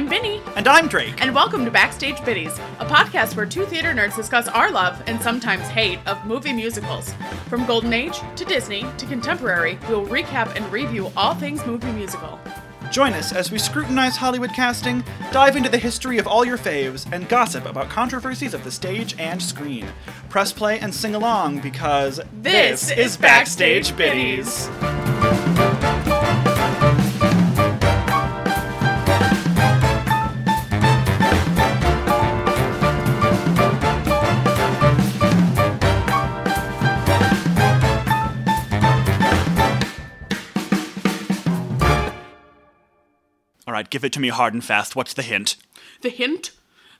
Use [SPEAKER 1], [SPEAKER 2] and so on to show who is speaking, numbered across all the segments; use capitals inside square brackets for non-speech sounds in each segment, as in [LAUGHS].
[SPEAKER 1] And I'm Drake.
[SPEAKER 2] And welcome to Backstage Biddies, a podcast where two theater nerds discuss our love and sometimes hate of movie musicals. From Golden Age to Disney to contemporary, we'll recap and review all things movie musical.
[SPEAKER 1] Join us as we scrutinize Hollywood casting, dive into the history of all your faves, and gossip about controversies of the stage and screen. Press play and sing along because
[SPEAKER 2] This is Backstage Biddies.
[SPEAKER 1] All right, give it to me hard and fast. What's the hint?
[SPEAKER 2] The hint,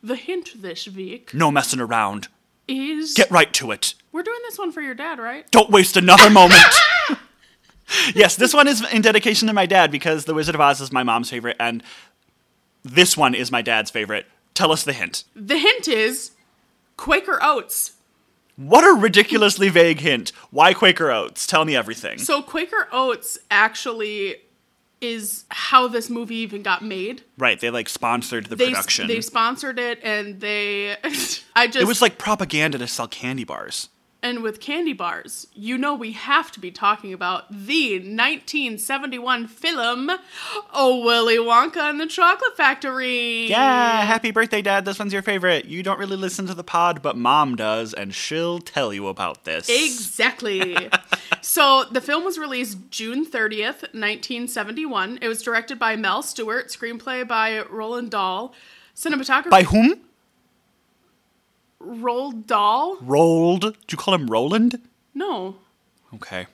[SPEAKER 2] the hint this week
[SPEAKER 1] No messing around.
[SPEAKER 2] is
[SPEAKER 1] Get right to it.
[SPEAKER 2] we're doing this one for your dad, right?
[SPEAKER 1] Don't waste another moment. [LAUGHS] yes, this one is in dedication to my dad because The Wizard of Oz is my mom's favorite, and this one is my dad's favorite. Tell us the hint.
[SPEAKER 2] The hint is Quaker Oats.
[SPEAKER 1] What a ridiculously vague hint. Why Quaker Oats? Tell me everything.
[SPEAKER 2] So Quaker Oats actually is how this movie even got made.
[SPEAKER 1] right, they like sponsored the
[SPEAKER 2] They
[SPEAKER 1] production.
[SPEAKER 2] they sponsored it and they [LAUGHS] I just
[SPEAKER 1] it was like propaganda to sell candy bars.
[SPEAKER 2] and with candy bars. You know we have to be talking about the 1971 film Oh Willy Wonka and the Chocolate Factory.
[SPEAKER 1] Yeah,
[SPEAKER 2] Mm.
[SPEAKER 1] happy birthday, Dad. This one's your favorite. You don't really listen to the pod, but Mom does, and she'll tell you about this. [LAUGHS]
[SPEAKER 2] Exactly. so the film was released June 30th, 1971. It was directed by Mel Stewart, screenplay by Roland Dahl, cinematography
[SPEAKER 1] By whom?
[SPEAKER 2] Roald Dahl?
[SPEAKER 1] Rolled. Do you call him Roland?
[SPEAKER 2] No.
[SPEAKER 1] Okay.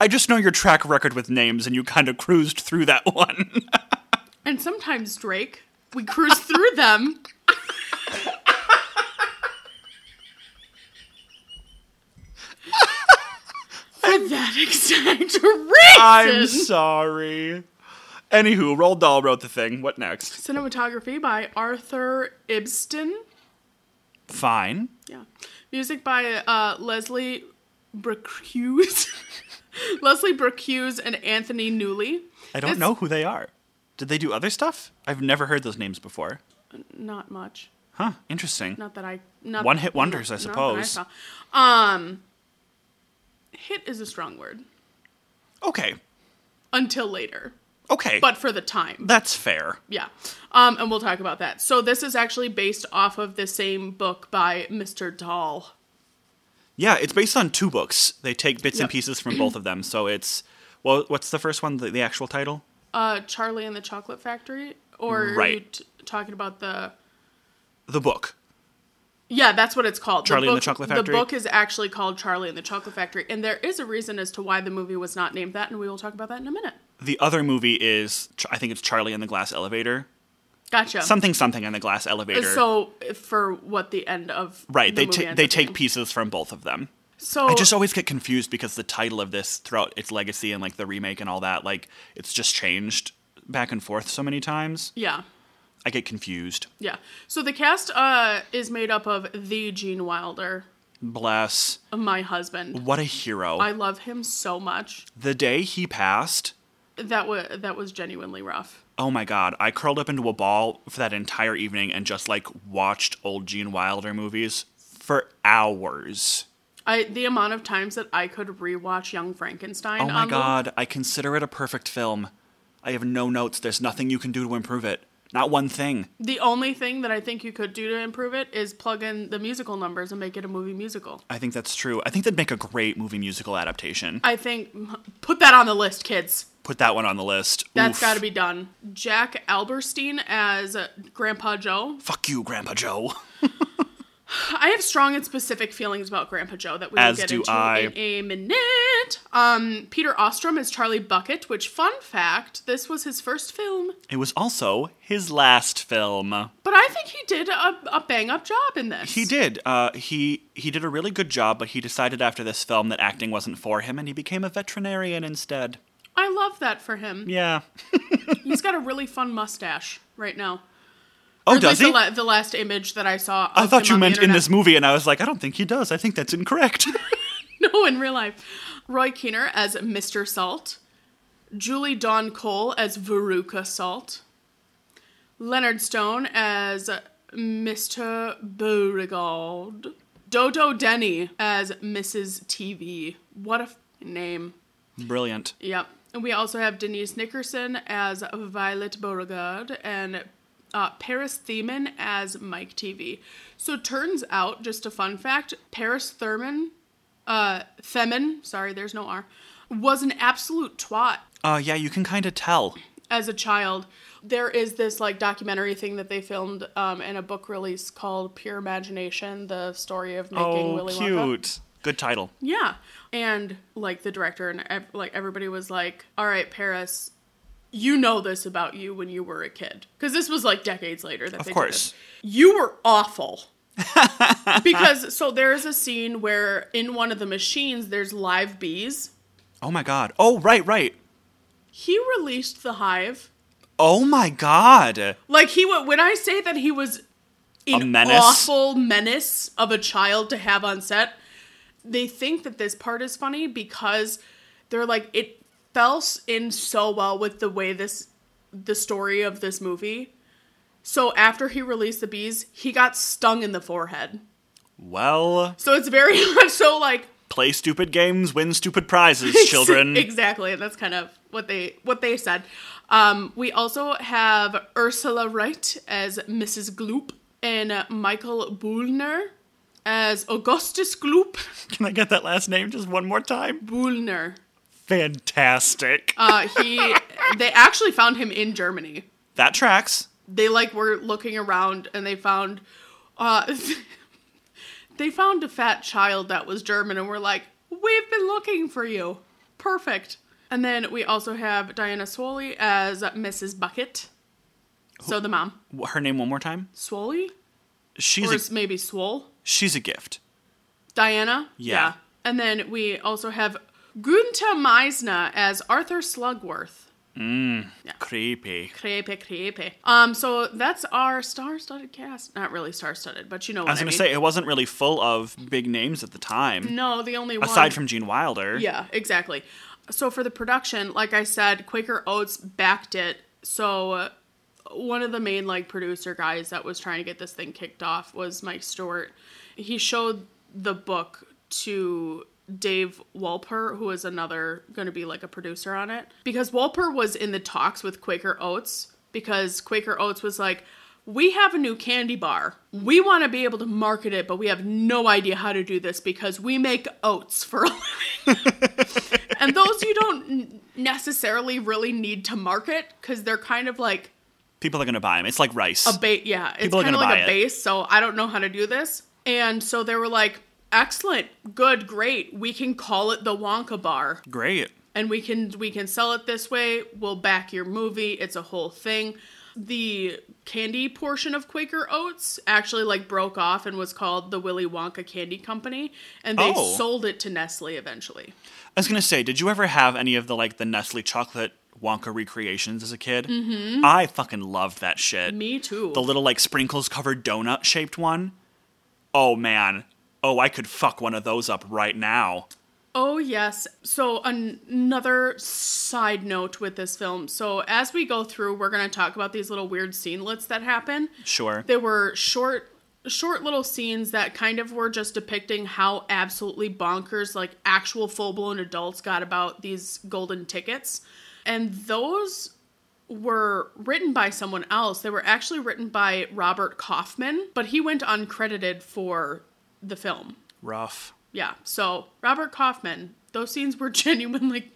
[SPEAKER 1] I just know your track record with names, and you kind of cruised through that [LAUGHS] one.
[SPEAKER 2] And sometimes Drake, we cruise through [LAUGHS] them. For that exact reason.
[SPEAKER 1] I'm sorry. Anywho, Roald Dahl wrote the thing. What next?
[SPEAKER 2] Cinematography by Arthur Ibston.
[SPEAKER 1] Fine.
[SPEAKER 2] Yeah. Music by uh, Leslie Brookhughes. [LAUGHS] Leslie Brookhughes and Anthony Newley.
[SPEAKER 1] I don't
[SPEAKER 2] It's-
[SPEAKER 1] know who they are. Did they do other stuff? I've never heard those names before.
[SPEAKER 2] Not much.
[SPEAKER 1] Huh, interesting.
[SPEAKER 2] Not that I. Not
[SPEAKER 1] One hit wonders, I
[SPEAKER 2] not that
[SPEAKER 1] suppose.
[SPEAKER 2] saw. um, hit is a strong word
[SPEAKER 1] Okay.
[SPEAKER 2] until later,
[SPEAKER 1] Okay.
[SPEAKER 2] but for the time,
[SPEAKER 1] that's fair.
[SPEAKER 2] yeah. Um, and we'll talk about that. So this is actually based off of the same book by Mr. Dahl.
[SPEAKER 1] Yeah, it's based on two books. They take bits and
[SPEAKER 2] Yep.
[SPEAKER 1] pieces from both of them. So it's well, what's the first one? The, the actual title?
[SPEAKER 2] Uh, Charlie and the Chocolate Factory, or are you
[SPEAKER 1] Right.
[SPEAKER 2] t- talking about the?
[SPEAKER 1] The book.
[SPEAKER 2] Yeah, that's what it's called.
[SPEAKER 1] Charlie
[SPEAKER 2] book,
[SPEAKER 1] and the Chocolate Factory?
[SPEAKER 2] The book is actually called Charlie and the Chocolate Factory, and there is a reason as to why the movie was not named that, and we will talk about that in a minute.
[SPEAKER 1] The other movie is Ch- I think it's Charlie and the Glass Elevator.
[SPEAKER 2] Gotcha.
[SPEAKER 1] Something something and the Glass Elevator.
[SPEAKER 2] So for what the end of
[SPEAKER 1] right,
[SPEAKER 2] the
[SPEAKER 1] they
[SPEAKER 2] movie
[SPEAKER 1] take
[SPEAKER 2] ends
[SPEAKER 1] they
[SPEAKER 2] up
[SPEAKER 1] take
[SPEAKER 2] being.
[SPEAKER 1] pieces from both of them.
[SPEAKER 2] So
[SPEAKER 1] I just always get confused because the title of this throughout its legacy and like the remake and all that, like it's just changed back and forth so many times.
[SPEAKER 2] yeah,
[SPEAKER 1] I get confused.
[SPEAKER 2] yeah. So the cast uh, is made up of the Gene Wilder,
[SPEAKER 1] Bless.
[SPEAKER 2] my husband.
[SPEAKER 1] What a hero.
[SPEAKER 2] I love him so much.
[SPEAKER 1] the day he passed,
[SPEAKER 2] That was that was genuinely rough.
[SPEAKER 1] oh my god, I curled up into a ball for that entire evening and just like watched old Gene Wilder movies for hours.
[SPEAKER 2] I the amount of times that I could rewatch Young Frankenstein.
[SPEAKER 1] Oh my
[SPEAKER 2] on loop-
[SPEAKER 1] god, I consider it a perfect film. I have no notes. There's nothing you can do to improve it. Not one thing.
[SPEAKER 2] The only thing that I think you could do to improve it is plug in the musical numbers and make it a movie musical.
[SPEAKER 1] I think that's true. I think that'd make a great movie musical adaptation.
[SPEAKER 2] I think [LAUGHS] put that on the list, kids.
[SPEAKER 1] Put that one on the list.
[SPEAKER 2] That's
[SPEAKER 1] Oof.
[SPEAKER 2] got to be done. Jack Alberstein as Grandpa Joe.
[SPEAKER 1] Fuck you, Grandpa Joe.
[SPEAKER 2] I have strong and specific feelings about Grandpa Joe that we
[SPEAKER 1] As
[SPEAKER 2] will get
[SPEAKER 1] do
[SPEAKER 2] into
[SPEAKER 1] I.
[SPEAKER 2] in a minute. Um, Peter Ostrom is Charlie Bucket, which fun fact, this was his first film,
[SPEAKER 1] It was also his last film.
[SPEAKER 2] but I think he did a, a bang up job in this.
[SPEAKER 1] He did. Uh, he he did a really good job, but he decided after this film that acting wasn't for him, and he became a veterinarian instead.
[SPEAKER 2] I love that for him.
[SPEAKER 1] Yeah.
[SPEAKER 2] He's got a really fun mustache right now. Or
[SPEAKER 1] Oh,
[SPEAKER 2] at
[SPEAKER 1] does
[SPEAKER 2] least
[SPEAKER 1] he?
[SPEAKER 2] The, la- the last image that I saw. Of
[SPEAKER 1] I thought
[SPEAKER 2] him
[SPEAKER 1] you
[SPEAKER 2] on the
[SPEAKER 1] meant in
[SPEAKER 2] internet.
[SPEAKER 1] this movie, and I was like, I don't think he does. I think that's incorrect. [LAUGHS]
[SPEAKER 2] [LAUGHS] No, in real life. Roy Keener as Mr. Salt. Julie Dawn Cole as Veruca Salt. Leonard Stone as Mr. Beauregard. Dodo Denny as Mrs. TV. What a f- name.
[SPEAKER 1] Brilliant.
[SPEAKER 2] Yep. And we also have Denise Nickerson as Violet Beauregard and uh, Paris Theman as Mike TV. So turns out, just a fun fact, Paris Thurman, uh, Themin, sorry, there's no R, was an absolute twat
[SPEAKER 1] Uh, yeah, you can kind of tell.
[SPEAKER 2] as a child. There is this like documentary thing that they filmed um, in a book release called Pure Imagination: The Story of Making
[SPEAKER 1] Oh,
[SPEAKER 2] Willy Wonka.
[SPEAKER 1] cute. Good title.
[SPEAKER 2] Yeah, and like the director and ev- like everybody was like, "All right, Paris, you know this about you when you were a kid, because this was like decades later that
[SPEAKER 1] Of
[SPEAKER 2] they did
[SPEAKER 1] course.
[SPEAKER 2] this. you were awful." [LAUGHS] because so there is a scene where in one of the machines there's live bees.
[SPEAKER 1] Oh my god. Oh, right, right.
[SPEAKER 2] He released the hive
[SPEAKER 1] Oh my god.
[SPEAKER 2] Like he wa when I say that he was an
[SPEAKER 1] A menace.
[SPEAKER 2] awful menace of a child to have on set, they think that this part is funny because they're like it fell s- in so well with the way this the story of this movie. So after he released the bees, he got stung in the forehead.
[SPEAKER 1] Well,
[SPEAKER 2] So it's very [LAUGHS] much so like
[SPEAKER 1] play stupid games, win stupid
[SPEAKER 2] [LAUGHS]
[SPEAKER 1] prizes, [LAUGHS] children.
[SPEAKER 2] exactly. That's kind of what they what they said. Um, we also have Ursula Wright as Mrs. Gloop and uh, Michael Bullner as Augustus Gloop.
[SPEAKER 1] Can I get that last name just one more time?
[SPEAKER 2] Bullner.
[SPEAKER 1] Fantastic.
[SPEAKER 2] Uh, he they actually found him in Germany.
[SPEAKER 1] that tracks.
[SPEAKER 2] They like were looking around and they found uh, [LAUGHS] they found a fat child that was German and were like, "We've been looking for you." Perfect. And then we also have Diana Swoley as Mrs. Bucket. So the mom,
[SPEAKER 1] Wh- Her name one more time.
[SPEAKER 2] Swoley,
[SPEAKER 1] She's
[SPEAKER 2] or
[SPEAKER 1] a,
[SPEAKER 2] is maybe Swole.
[SPEAKER 1] she's a gift.
[SPEAKER 2] Diana.
[SPEAKER 1] Yeah.
[SPEAKER 2] And then we also have Gunta Meisner as Arthur Slugworth.
[SPEAKER 1] Creepy.
[SPEAKER 2] Crepe, crepe. Um, so that's our star-studded cast. Not really star-studded, but you know what
[SPEAKER 1] I
[SPEAKER 2] I,
[SPEAKER 1] was gonna
[SPEAKER 2] mean.
[SPEAKER 1] say it wasn't really full of big names at the time,
[SPEAKER 2] no, the only one
[SPEAKER 1] aside from Gene Wilder.
[SPEAKER 2] Yeah, exactly. So for the production, like I said, Quaker Oats backed it. So uh, one of the main like producer guys that was trying to get this thing kicked off was Mike Stewart. He showed the book to Dave Walper, who is another going to be like a producer on it, because Walper was in the talks with Quaker Oats because Quaker Oats was like, we have a new candy bar. We want to be able to market it, but we have no idea how to do this because we make oats for a and those you don't n- necessarily really need to market because they're kind of like
[SPEAKER 1] People are gonna buy them. It's like rice.
[SPEAKER 2] a bait. Yeah, it's
[SPEAKER 1] People are
[SPEAKER 2] kind of
[SPEAKER 1] gonna
[SPEAKER 2] like a
[SPEAKER 1] buy it.
[SPEAKER 2] base. So I don't know how to do this. And so they were like, "Excellent, good, great. We can call it the Wonka Bar,
[SPEAKER 1] Great.
[SPEAKER 2] and we can we can sell it this way. We'll back your movie. It's a whole thing." The candy portion of Quaker Oats actually like broke off and was called the Willy Wonka Candy Company, and they
[SPEAKER 1] Oh.
[SPEAKER 2] sold it to Nestle eventually.
[SPEAKER 1] I was gonna say, did you ever have any of the like the Nestle chocolate Wonka recreations as a kid? Mm-hmm. I fucking loved that shit.
[SPEAKER 2] Me too.
[SPEAKER 1] The little like sprinkles covered donut shaped one. Oh man. Oh, I could fuck one of those up right now.
[SPEAKER 2] Oh, yes. So, an- another side note with this film. So, as we go through, we're going to talk about these little weird scenelets that happen.
[SPEAKER 1] Sure.
[SPEAKER 2] They were short, short little scenes that kind of were just depicting how absolutely bonkers, like actual full blown adults got about these golden tickets. And those were written by someone else. They were actually written by Robert Kaufman, but he went uncredited for the film.
[SPEAKER 1] Rough.
[SPEAKER 2] Yeah. So Robert Kaufman, those scenes were [LAUGHS] genuinely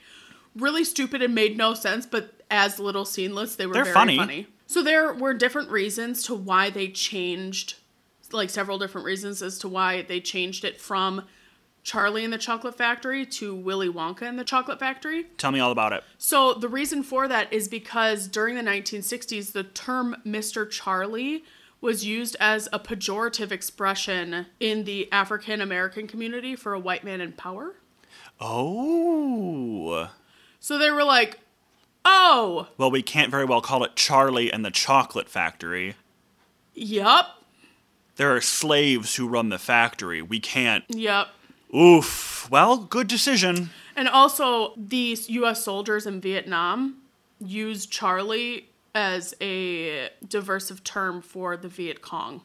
[SPEAKER 2] really stupid and made no sense, but as little sceneless, they were
[SPEAKER 1] They're
[SPEAKER 2] very
[SPEAKER 1] funny.
[SPEAKER 2] funny. So there were different reasons to why they changed, like several different reasons as to why they changed it from Charlie and the Chocolate Factory to Willy Wonka and the Chocolate Factory.
[SPEAKER 1] Tell me all about it.
[SPEAKER 2] So the reason for that is because during the 1960s, the term Mr. Charlie was used as a pejorative expression in the African American community for a white man in power.
[SPEAKER 1] Oh.
[SPEAKER 2] So they were like, oh,
[SPEAKER 1] Well, we can't very well call it Charlie and the Chocolate Factory.
[SPEAKER 2] yep,
[SPEAKER 1] There are slaves who run the factory. We can't.
[SPEAKER 2] yep.
[SPEAKER 1] Oof. Well, good decision.
[SPEAKER 2] And also, these US soldiers in Vietnam used Charlie as a diversive term for the Viet Cong.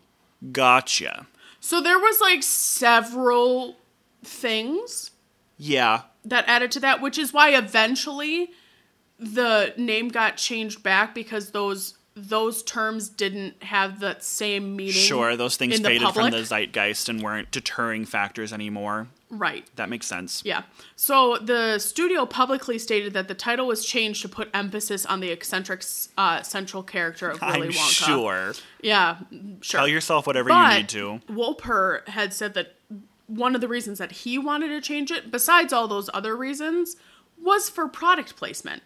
[SPEAKER 1] Gotcha.
[SPEAKER 2] So there was like several things
[SPEAKER 1] Yeah.
[SPEAKER 2] that added to that, which is why eventually the name got changed back because those those terms didn't have that same meaning.
[SPEAKER 1] Sure, those things
[SPEAKER 2] in the
[SPEAKER 1] faded from
[SPEAKER 2] public.
[SPEAKER 1] the zeitgeist and weren't deterring factors anymore.
[SPEAKER 2] right.
[SPEAKER 1] That makes sense.
[SPEAKER 2] Yeah. So the studio publicly stated that the title was changed to put emphasis on the eccentric uh, central character of Willy
[SPEAKER 1] I'm
[SPEAKER 2] Wonka.
[SPEAKER 1] sure.
[SPEAKER 2] Yeah, sure.
[SPEAKER 1] Tell yourself whatever
[SPEAKER 2] but
[SPEAKER 1] you need to.
[SPEAKER 2] Wolper had said that one of the reasons that he wanted to change it, besides all those other reasons, was for product placement,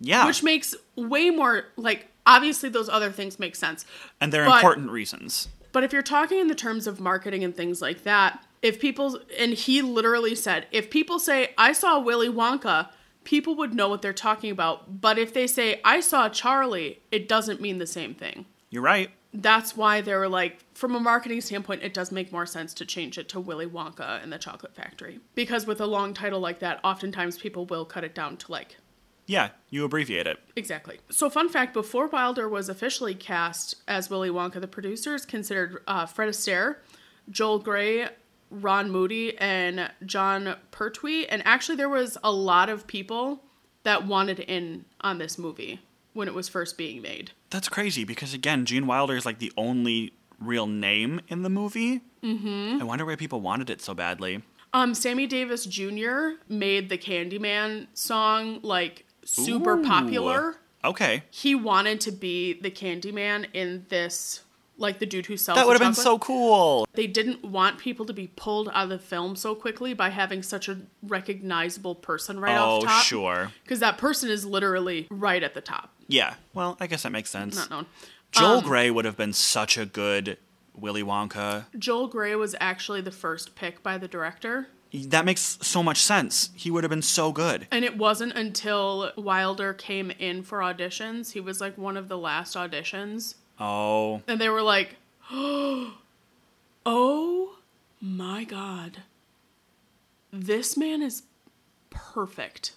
[SPEAKER 1] Yeah.
[SPEAKER 2] which makes way more like obviously those other things make sense.
[SPEAKER 1] and they're
[SPEAKER 2] but-
[SPEAKER 1] important reasons.
[SPEAKER 2] But if you're talking in the terms of marketing and things like that, if people, and he literally said, if people say, I saw Willy Wonka, people would know what they're talking about. But if they say, I saw Charlie, it doesn't mean the same thing.
[SPEAKER 1] You're right.
[SPEAKER 2] That's why they were like, from a marketing standpoint, it does make more sense to change it to Willy Wonka and the Chocolate Factory. Because with a long title like that, oftentimes people will cut it down to like
[SPEAKER 1] Yeah, you abbreviate it.
[SPEAKER 2] Exactly. So, fun fact: before Wilder was officially cast as Willy Wonka, the producers considered uh, Fred Astaire, Joel Grey, Ron Moody, and John Pertwee. And actually, there was a lot of people that wanted in on this movie when it was first being made.
[SPEAKER 1] That's crazy because again, Gene Wilder is like the only real name in the movie. Mm-hmm. I wonder why people wanted it so badly.
[SPEAKER 2] Um, Sammy Davis Jr. made the Candyman song like super popular.
[SPEAKER 1] Ooh. Okay,
[SPEAKER 2] He wanted to be the Candyman in this, like the dude who sells.
[SPEAKER 1] that
[SPEAKER 2] the
[SPEAKER 1] would have been
[SPEAKER 2] chocolate.
[SPEAKER 1] so cool.
[SPEAKER 2] they didn't want people to be pulled out of the film so quickly by having such a recognizable person right off
[SPEAKER 1] Oh,
[SPEAKER 2] top.
[SPEAKER 1] sure.
[SPEAKER 2] Because that person is literally right at the top,
[SPEAKER 1] Yeah. Well, I guess that makes sense.
[SPEAKER 2] not Um, known.
[SPEAKER 1] Joel Gray would have been such a good Willy Wonka.
[SPEAKER 2] Joel Gray was actually the first pick by the director.
[SPEAKER 1] That makes so much sense. He would have been so good.
[SPEAKER 2] And it wasn't until Wilder came in for auditions. He was like one of the last auditions.
[SPEAKER 1] Oh,
[SPEAKER 2] And they were like, [GASPS] oh my God. This man is perfect.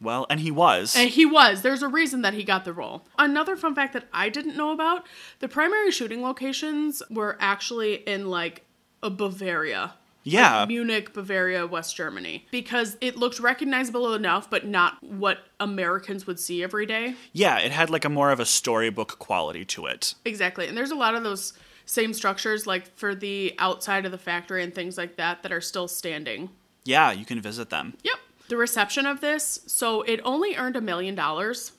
[SPEAKER 1] well, and he was.
[SPEAKER 2] And he was. There's a reason that he got the role. Another fun fact that I didn't know about the primary shooting locations were actually in like a Bavaria.
[SPEAKER 1] yeah.
[SPEAKER 2] Munich, Bavaria, West Germany. Because it looked recognizable enough, but not what Americans would see every day.
[SPEAKER 1] Yeah, it had like a more of a storybook quality to it.
[SPEAKER 2] Exactly. And there's a lot of those same structures, like for the outside of the factory and things like that, that are still standing.
[SPEAKER 1] Yeah, you can visit them.
[SPEAKER 2] Yep. The reception of this, so it only earned a million dollars.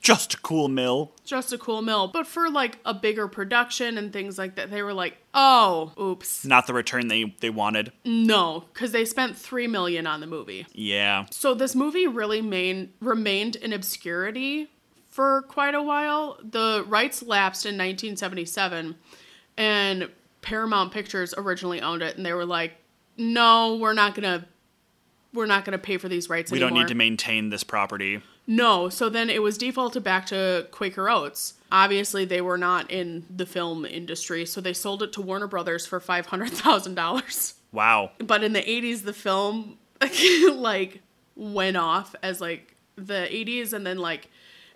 [SPEAKER 1] Just a cool mill.
[SPEAKER 2] just a cool mill. But for like a bigger production and things like that, they were like, oh, oops,
[SPEAKER 1] Not the return they, they wanted.
[SPEAKER 2] Mm. no, because they spent three million on the movie.
[SPEAKER 1] Yeah.
[SPEAKER 2] So this movie really main, remained in obscurity for quite a while. The rights lapsed in 1977, and Paramount Pictures originally owned it, and they were like, no, we're not gonna. We're not going to pay for these rights
[SPEAKER 1] We
[SPEAKER 2] anymore.
[SPEAKER 1] don't need to maintain this property.
[SPEAKER 2] No, so then it was defaulted back to Quaker Oats. Obviously, they were not in the film industry, so they sold it to Warner Brothers for $500,000.
[SPEAKER 1] Wow.
[SPEAKER 2] But in the 80s, the film [LAUGHS] like went off as like the 80s and then like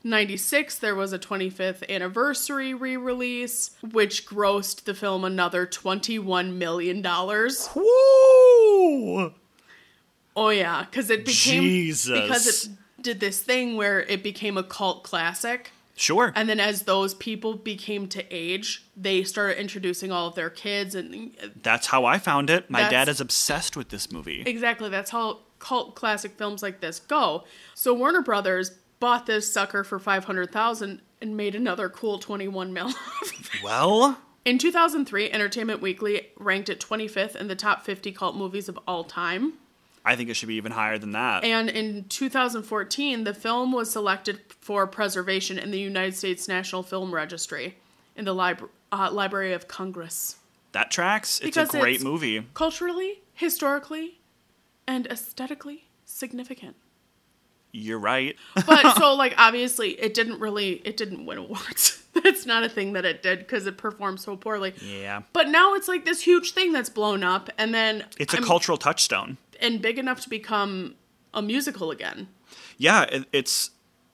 [SPEAKER 2] 96 there was a 25th anniversary re-release which grossed the film another 21 million dollars.
[SPEAKER 1] Woo!
[SPEAKER 2] Oh yeah, cuz it became
[SPEAKER 1] Jesus.
[SPEAKER 2] because it did this thing where it became a cult classic.
[SPEAKER 1] Sure.
[SPEAKER 2] And then as those people became to age, they started introducing all of their kids and
[SPEAKER 1] That's how I found it. My
[SPEAKER 2] That's-
[SPEAKER 1] dad is obsessed with this movie.
[SPEAKER 2] exactly that's how cult classic films like this go. So Warner Brothers bought this sucker for 500,000 and made another cool 21 mil. [LAUGHS]
[SPEAKER 1] well,
[SPEAKER 2] in 2003, Entertainment Weekly ranked it 25th in the top 50 cult movies of all time.
[SPEAKER 1] I think it should be even higher than that.
[SPEAKER 2] And in 2014, the film was selected for preservation in the United States National Film Registry in the libra- uh, Library of Congress.
[SPEAKER 1] that tracks. It's a
[SPEAKER 2] Because
[SPEAKER 1] great
[SPEAKER 2] it's-
[SPEAKER 1] movie.
[SPEAKER 2] Culturally, historically, and aesthetically significant. [LAUGHS]
[SPEAKER 1] You're right.
[SPEAKER 2] But so, like, obviously, it didn't really, it didn't win awards. [LAUGHS] that's not a thing that it did because it performed so poorly.
[SPEAKER 1] yeah.
[SPEAKER 2] But now it's like this huge thing that's blown up, and then
[SPEAKER 1] It's a
[SPEAKER 2] I'm-
[SPEAKER 1] cultural touchstone.
[SPEAKER 2] and big enough to become a musical again.
[SPEAKER 1] Yeah, it, it's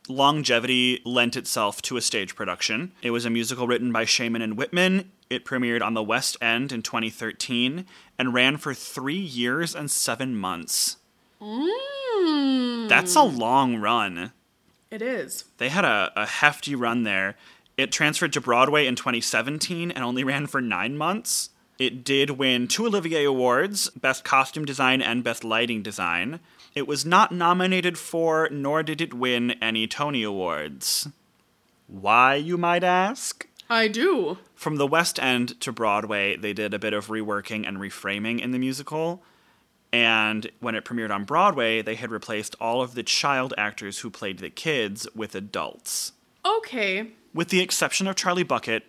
[SPEAKER 1] longevity lent itself to a stage production. It was a musical written by Shaman and Whitman. It premiered on the West End in 2013 and ran for three years and seven months.
[SPEAKER 2] Mm,
[SPEAKER 1] That's a long run.
[SPEAKER 2] it is.
[SPEAKER 1] They had a, a hefty run there. It transferred to Broadway in 2017 and only ran for nine months. It did win two Olivier Awards Best Costume Design and Best Lighting Design. It was not nominated for, nor did it win any Tony Awards. Why, you might ask?
[SPEAKER 2] I do.
[SPEAKER 1] From the West End to Broadway, they did a bit of reworking and reframing in the musical. And when it premiered on Broadway, they had replaced all of the child actors who played the kids with adults.
[SPEAKER 2] Okay.
[SPEAKER 1] With the exception of Charlie Bucket,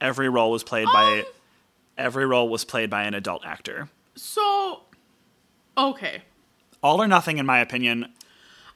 [SPEAKER 1] every role was played by
[SPEAKER 2] Um.
[SPEAKER 1] every role was played by an adult actor.
[SPEAKER 2] So, okay.
[SPEAKER 1] All or nothing in my opinion.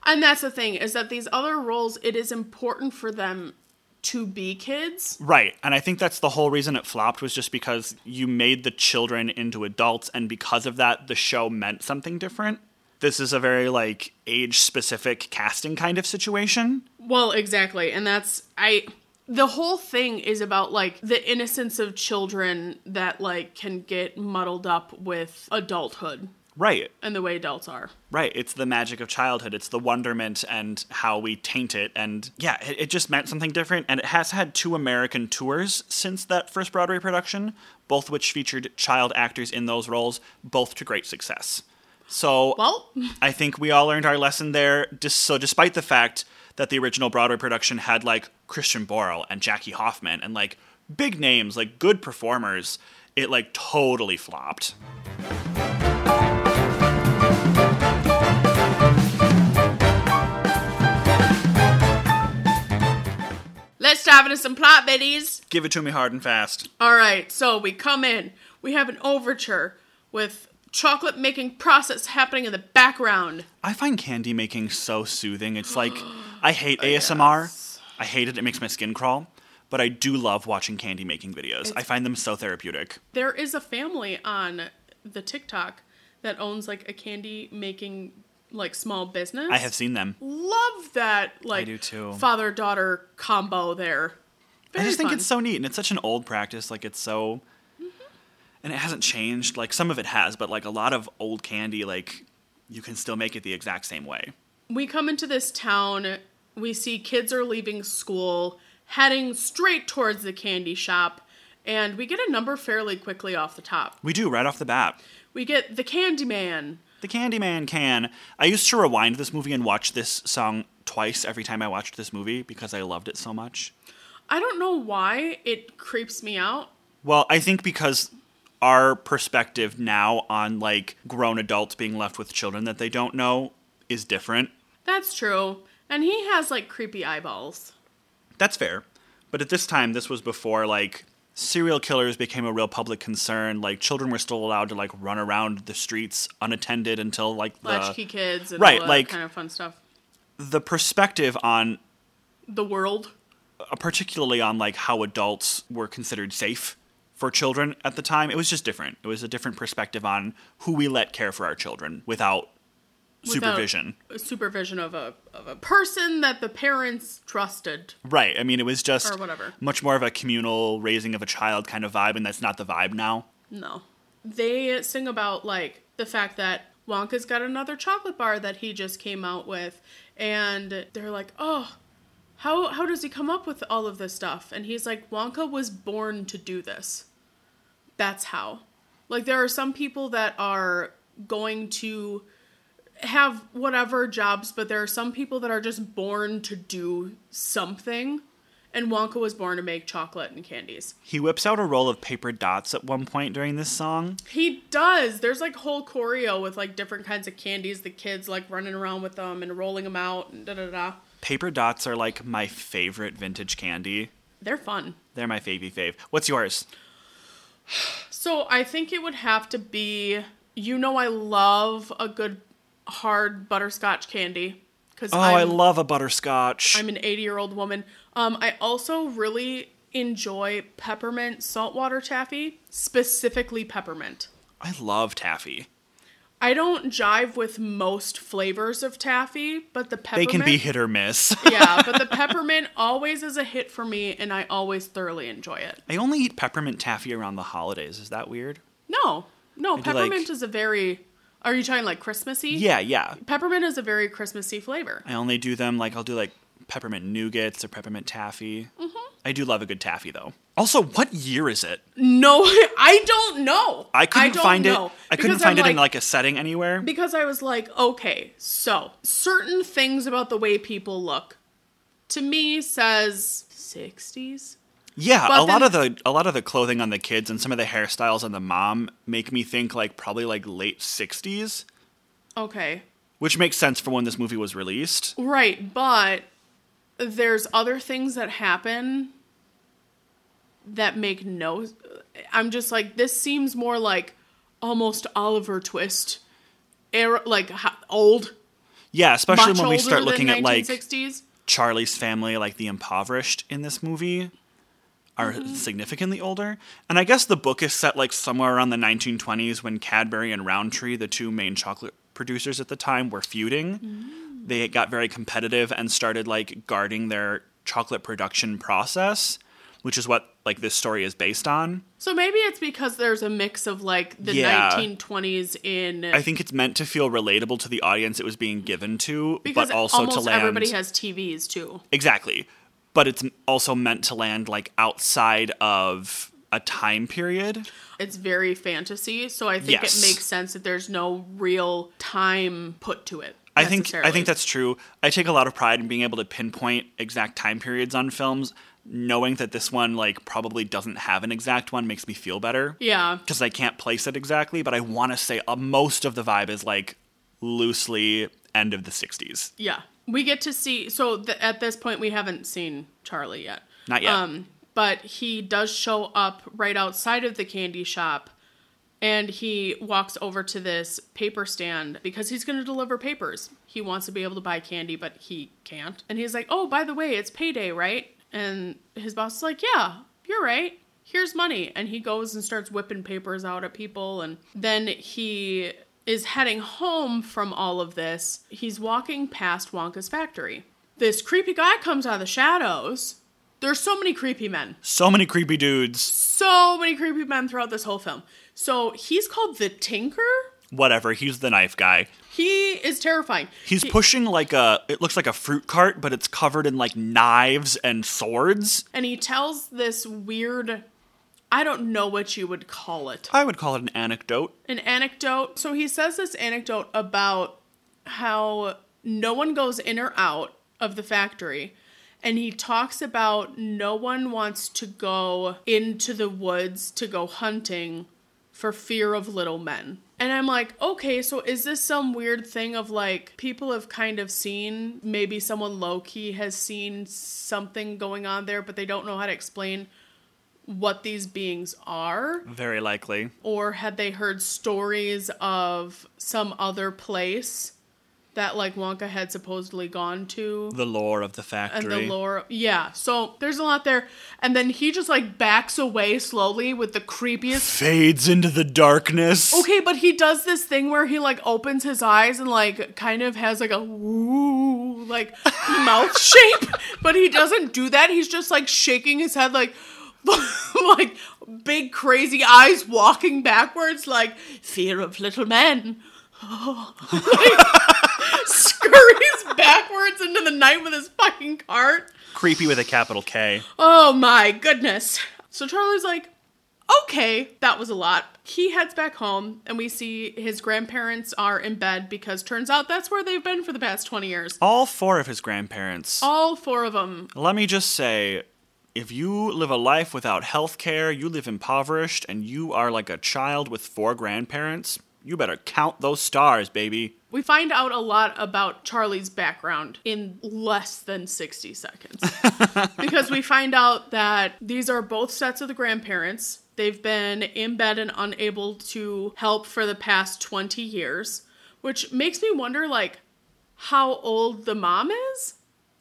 [SPEAKER 2] And that's the thing is that these other roles, it is important for them to be kids.
[SPEAKER 1] Right. And I think that's the whole reason it flopped was just because you made the children into adults and because of that the show meant something different. This is a very like age specific casting kind of situation.
[SPEAKER 2] Well, exactly. And that's I the whole thing is about like the innocence of children that like can get muddled up with adulthood
[SPEAKER 1] Right.
[SPEAKER 2] and the way adults are.
[SPEAKER 1] Right. It's the magic of childhood. It's the wonderment and how we taint it. And yeah, it, it just meant something different. And it has had two American tours since that first Broadway production, both which featured child actors in those roles, both to great success. So
[SPEAKER 2] Well, [LAUGHS]
[SPEAKER 1] I think we all learned our lesson there. Just so, despite the fact that the original Broadway production had like Christian Borle and Jackie Hoffman and like big names, like good performers, it like totally flopped.
[SPEAKER 2] let's dive into some plot biddies.
[SPEAKER 1] Give it to me hard and fast.
[SPEAKER 2] All right, so we come in. We have an overture with chocolate making process happening in the background.
[SPEAKER 1] I find candy making so soothing.
[SPEAKER 2] [GASPS]
[SPEAKER 1] It's like I hate ASMR.
[SPEAKER 2] Yes.
[SPEAKER 1] I hate it. It makes my skin crawl. But I do love watching candy making videos. I find them so therapeutic.
[SPEAKER 2] There is a family on the TikTok that owns like a candy making like small business.
[SPEAKER 1] I have seen them.
[SPEAKER 2] love that like
[SPEAKER 1] do too.
[SPEAKER 2] father daughter combo there.
[SPEAKER 1] I
[SPEAKER 2] Very
[SPEAKER 1] just think
[SPEAKER 2] fun. Mm-hmm.
[SPEAKER 1] it's so neat and it's such an old practice. Like it's so and it hasn't changed. Like some of it has, but like a lot of old candy, like you can still make it the exact same way.
[SPEAKER 2] We come into this town, we see kids are leaving school, heading straight towards the candy shop, and we get a number fairly quickly off the top.
[SPEAKER 1] We do right off the bat.
[SPEAKER 2] We get the Candyman.
[SPEAKER 1] The Candyman can. I used to rewind this movie and watch this song twice every time I watched this movie because I loved it so much.
[SPEAKER 2] I don't know why it creeps me out.
[SPEAKER 1] Well, I think because our perspective now on like grown adults being left with children that they don't know is different.
[SPEAKER 2] That's true. And he has like creepy eyeballs.
[SPEAKER 1] That's fair. But at this time, this was before like serial killers became a real public concern. Like children were still allowed to like run around the streets unattended until like
[SPEAKER 2] Latchkey
[SPEAKER 1] the
[SPEAKER 2] kids and
[SPEAKER 1] right,
[SPEAKER 2] all that
[SPEAKER 1] like-
[SPEAKER 2] kind of fun stuff.
[SPEAKER 1] the perspective on
[SPEAKER 2] The world.
[SPEAKER 1] uh, particularly on like how adults were considered safe for children at the time. It was just different. It was a different perspective on who we let care for our children without,
[SPEAKER 2] without
[SPEAKER 1] supervision.
[SPEAKER 2] Supervision of a of a person that the parents trusted.
[SPEAKER 1] Right. I mean, it was just
[SPEAKER 2] Or whatever.
[SPEAKER 1] much more of a communal raising of a child kind of vibe, and that's not the vibe now.
[SPEAKER 2] No. They sing about like the fact that Wonka's got another chocolate bar that he just came out with and they're like, "Oh, how how does he come up with all of this stuff?" And he's like, "Wonka was born to do this." That's how. Like there are some people that are going to have whatever jobs, but there are some people that are just born to do something. And Wonka was born to make chocolate and candies.
[SPEAKER 1] He whips out a roll of paper dots at one point during this song.
[SPEAKER 2] He does. There's like whole choreo with like different kinds of candies. The kids like running around with them and rolling them out and da da da.
[SPEAKER 1] Paper dots are like my favorite vintage candy.
[SPEAKER 2] They're fun.
[SPEAKER 1] They're my favy fave. What's yours?
[SPEAKER 2] So I think it would have to be. You know, I love a good hard butterscotch candy because
[SPEAKER 1] Oh,
[SPEAKER 2] I'm,
[SPEAKER 1] i love a butterscotch.
[SPEAKER 2] I'm an 80 year old woman. Um, I also really enjoy peppermint saltwater taffy, specifically peppermint.
[SPEAKER 1] I love taffy.
[SPEAKER 2] I don't jive with most flavors of taffy, but the
[SPEAKER 1] They
[SPEAKER 2] peppermint.
[SPEAKER 1] can be hit or
[SPEAKER 2] [LAUGHS]
[SPEAKER 1] miss.
[SPEAKER 2] yeah, but the peppermint always is a hit for me, and I always thoroughly enjoy it.
[SPEAKER 1] I only eat peppermint taffy around the holidays. Is that weird?
[SPEAKER 2] No, no,
[SPEAKER 1] do like-
[SPEAKER 2] peppermint is a very. Are you talking like Christmassy?
[SPEAKER 1] Yeah, yeah.
[SPEAKER 2] Peppermint is a very Christmassy flavor.
[SPEAKER 1] I only do them like I'll do like peppermint nougats or peppermint taffy.
[SPEAKER 2] Mm-hmm.
[SPEAKER 1] I do love a good taffy though. Also, what year is it?
[SPEAKER 2] No, [LAUGHS] I don't know.
[SPEAKER 1] I couldn't
[SPEAKER 2] don't
[SPEAKER 1] find
[SPEAKER 2] know,
[SPEAKER 1] it. I couldn't
[SPEAKER 2] because
[SPEAKER 1] find
[SPEAKER 2] I'm
[SPEAKER 1] it in like a setting anywhere.
[SPEAKER 2] because I was like, okay, so certain things about the way people look to me says 60s.
[SPEAKER 1] Yeah,
[SPEAKER 2] but
[SPEAKER 1] a lot
[SPEAKER 2] then-
[SPEAKER 1] of the a lot of the clothing on the kids and some of the hairstyles on the mom make me think like probably like late 60s,
[SPEAKER 2] Okay.
[SPEAKER 1] which makes sense for when this movie was released.
[SPEAKER 2] Right, but there's other things that happen that make no I'm just like this seems more like almost Oliver Twist era like ho- old
[SPEAKER 1] Yeah, especially
[SPEAKER 2] much
[SPEAKER 1] when we start
[SPEAKER 2] older than
[SPEAKER 1] looking at like
[SPEAKER 2] 1960s.
[SPEAKER 1] Charlie's family, like the impoverished in this movie, are
[SPEAKER 2] Mm-hmm.
[SPEAKER 1] significantly older. And I guess the book is set like somewhere around the 1920s when Cadbury and Roundtree, the two main chocolate producers at the time, were feuding.
[SPEAKER 2] Mm.
[SPEAKER 1] They got very competitive and started like guarding their chocolate production process, which is what like this story is based on.
[SPEAKER 2] So maybe it's because there's a mix of like the
[SPEAKER 1] Yeah.
[SPEAKER 2] 1920s in
[SPEAKER 1] I think it's meant to feel relatable to the audience it was being given to,
[SPEAKER 2] because
[SPEAKER 1] but also
[SPEAKER 2] almost
[SPEAKER 1] to land
[SPEAKER 2] everybody has TVs too.
[SPEAKER 1] Exactly. But it's m- also meant to land like outside of a time period.
[SPEAKER 2] It's very fantasy, so I think
[SPEAKER 1] Yes.
[SPEAKER 2] it makes sense that there's no real time put to it.
[SPEAKER 1] I think I
[SPEAKER 2] necessarily.
[SPEAKER 1] think that's true. I take a lot of pride in being able to pinpoint exact time periods on films. Knowing that this one like probably doesn't have an exact one makes me feel better
[SPEAKER 2] yeah.
[SPEAKER 1] because I can't place it exactly, but I want to say uh, most of the vibe is like loosely end of the 60s.
[SPEAKER 2] Yeah. We get to see. So th- at this point, we haven't seen Charlie yet.
[SPEAKER 1] Not yet.
[SPEAKER 2] Um, but he does show up right outside of the candy shop and he walks over to this paper stand because he's going to deliver papers. He wants to be able to buy candy, but he can't. And he's like, oh, by the way, it's payday, right? And his boss is like, yeah, you're right. Here's money. And he goes and starts whipping papers out at people. And then he is heading home from all of this. He's walking past Wonka's factory. This creepy guy comes out of the shadows. There's so many creepy men
[SPEAKER 1] So many creepy dudes.
[SPEAKER 2] so many creepy men throughout this whole film. So he's called the Tinker.
[SPEAKER 1] Whatever, he's the knife guy.
[SPEAKER 2] He is terrifying.
[SPEAKER 1] He's pushing like a it looks like a fruit cart, but it's covered in like knives and swords.
[SPEAKER 2] And he tells this weird, I don't know what you would call it,
[SPEAKER 1] I would call it an anecdote.
[SPEAKER 2] an anecdote. So he says this anecdote about how no one goes in or out of the factory. And he talks about no one wants to go into the woods to go hunting for fear of little men. And I'm like, okay, so is this some weird thing of like people have kind of seen, maybe someone low key has seen something going on there, but they don't know how to explain what these beings are?
[SPEAKER 1] Very likely.
[SPEAKER 2] or had they heard stories of some other place that like Wonka had supposedly gone to
[SPEAKER 1] The lore of the
[SPEAKER 2] and
[SPEAKER 1] factory.
[SPEAKER 2] the lore yeah so there's a lot there and then he just like backs away slowly with the creepiest
[SPEAKER 1] Fades into the darkness.
[SPEAKER 2] okay but he does this thing where he like opens his eyes and like kind of has like a woo like [LAUGHS] mouth shape but he doesn't do that he's just like shaking his head like [LAUGHS] like big crazy eyes walking backwards like fear of little men [LAUGHS] like, [LAUGHS] scurries backwards into the night with his fucking cart
[SPEAKER 1] Creepy with a capital K.
[SPEAKER 2] Oh my goodness. So Charlie's like, okay, that was a lot. He heads back home, and we see his grandparents are in bed because turns out that's where they've been for the past 20 years.
[SPEAKER 1] All four of his grandparents.
[SPEAKER 2] All four of them.
[SPEAKER 1] Let me just say if you live a life without health care, you live impoverished, and you are like a child with four grandparents, you better count those stars, baby.
[SPEAKER 2] We find out a lot about Charlie's background in less than 60 seconds. because we find out that these are both sets of the grandparents. They've been in bed and unable to help for the past 20 years, which makes me wonder like how old the mom is.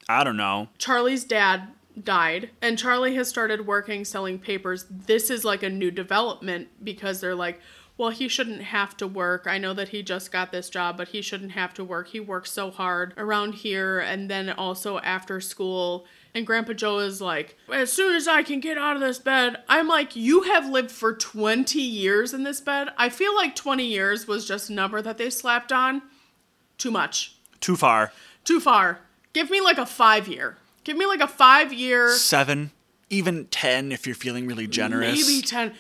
[SPEAKER 1] I don't know.
[SPEAKER 2] Charlie's dad died and Charlie has started working selling papers. This is like a new development because they're like, well, he shouldn't have to work. I know that he just got this job, but he shouldn't have to work. He works so hard around here and then also after school. And Grandpa Joe is like, as soon as I can get out of this bed, I'm like, you have lived for 20 years in this bed. I feel like 20 years was just a number that they slapped on. Too much.
[SPEAKER 1] Too far.
[SPEAKER 2] Too far. Give me like a five year. Give me like a five year.
[SPEAKER 1] Seven, even ten if you're feeling really generous.
[SPEAKER 2] Maybe 10.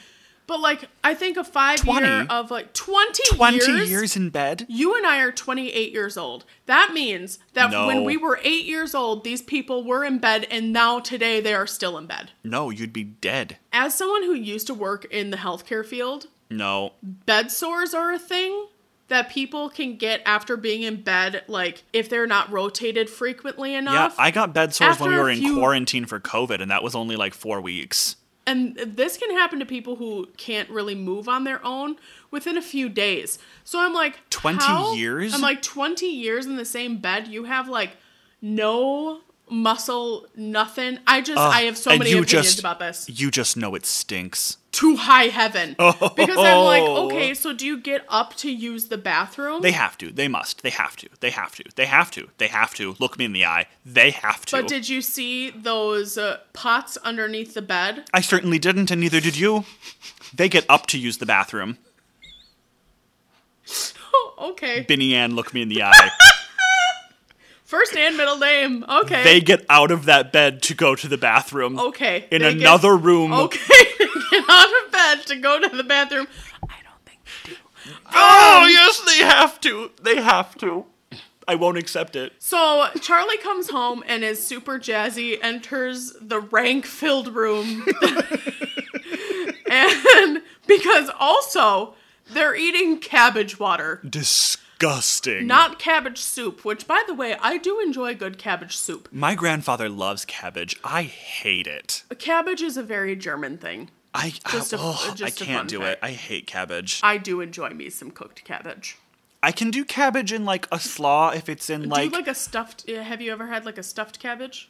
[SPEAKER 2] But like, I think a five
[SPEAKER 1] 20?
[SPEAKER 2] year of like 20,
[SPEAKER 1] 20
[SPEAKER 2] years.
[SPEAKER 1] years? in bed?
[SPEAKER 2] You and I are 28 years old. That means that
[SPEAKER 1] No.
[SPEAKER 2] when we were eight years old, these people were in bed, and now today they are still in bed.
[SPEAKER 1] No, you'd be dead.
[SPEAKER 2] As someone who used to work in the healthcare field,
[SPEAKER 1] No.
[SPEAKER 2] bed sores are a thing that people can get after being in bed, like if they're not rotated frequently
[SPEAKER 1] Yeah,
[SPEAKER 2] enough.
[SPEAKER 1] I got bed sores when
[SPEAKER 2] After
[SPEAKER 1] we
[SPEAKER 2] a
[SPEAKER 1] were in
[SPEAKER 2] few-
[SPEAKER 1] quarantine for COVID, and that was only like four weeks.
[SPEAKER 2] And this can happen to people who can't really move on their own within a few days. So I'm like,
[SPEAKER 1] 20
[SPEAKER 2] how-
[SPEAKER 1] years?
[SPEAKER 2] I'm like, 20 years in the same bed. You have like no muscle, nothing. I just, I have so
[SPEAKER 1] Ah, and
[SPEAKER 2] many
[SPEAKER 1] you
[SPEAKER 2] opinions
[SPEAKER 1] just-
[SPEAKER 2] about this.
[SPEAKER 1] You just know it stinks.
[SPEAKER 2] To high
[SPEAKER 1] [LAUGHS]
[SPEAKER 2] heaven.
[SPEAKER 1] Oh.
[SPEAKER 2] Because I'm like, okay, so do you get up to use the bathroom?
[SPEAKER 1] They have to. They must. They have to. They have to. They have to. They have to. Look me in the eye. They have to.
[SPEAKER 2] but did you see those uh, pots underneath the bed? [LAUGHS]
[SPEAKER 1] I certainly didn't, and neither did you. They get up to use the bathroom.
[SPEAKER 2] okay.
[SPEAKER 1] Binny Ann, look me in
[SPEAKER 2] [LAUGHS]
[SPEAKER 1] the eye.
[SPEAKER 2] First and middle name. Okay.
[SPEAKER 1] they get out of that bed to go to the bathroom.
[SPEAKER 2] okay.
[SPEAKER 1] In
[SPEAKER 2] They get- Oh,
[SPEAKER 1] another room.
[SPEAKER 2] Okay, [LAUGHS] get out of bed to go to the bathroom. I don't think they do.
[SPEAKER 1] Oh, yes, they have to. They have to. I won't accept it.
[SPEAKER 2] So Charlie comes home and is super jazzy, enters the rank filled
[SPEAKER 1] [LAUGHS]
[SPEAKER 2] room. and because also they're eating cabbage water,
[SPEAKER 1] Disgusting.
[SPEAKER 2] not cabbage soup, which by the way, I do enjoy good cabbage soup.
[SPEAKER 1] My grandfather loves cabbage. I hate it.
[SPEAKER 2] Cabbage is a very German thing.
[SPEAKER 1] I I-
[SPEAKER 2] Just a-
[SPEAKER 1] ugh, I
[SPEAKER 2] just a fun
[SPEAKER 1] can't do it.
[SPEAKER 2] fact.
[SPEAKER 1] I hate cabbage. I,
[SPEAKER 2] I do enjoy me some cooked cabbage.
[SPEAKER 1] can do cabbage in like a slaw if it's in
[SPEAKER 2] do you
[SPEAKER 1] like,
[SPEAKER 2] like a stuffed? Have you ever had like a stuffed cabbage?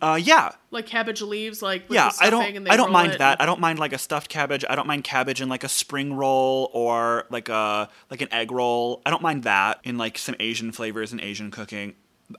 [SPEAKER 1] uh yeah.
[SPEAKER 2] like cabbage leaves, like with
[SPEAKER 1] Yeah,
[SPEAKER 2] the
[SPEAKER 1] I
[SPEAKER 2] stuffing and
[SPEAKER 1] don't
[SPEAKER 2] they
[SPEAKER 1] I don't
[SPEAKER 2] roll
[SPEAKER 1] mind
[SPEAKER 2] it.
[SPEAKER 1] that. I don't mind like a stuffed cabbage. I don't mind cabbage in like a spring roll or like a like an egg roll. I don't mind that in like some Asian flavors and Asian cooking.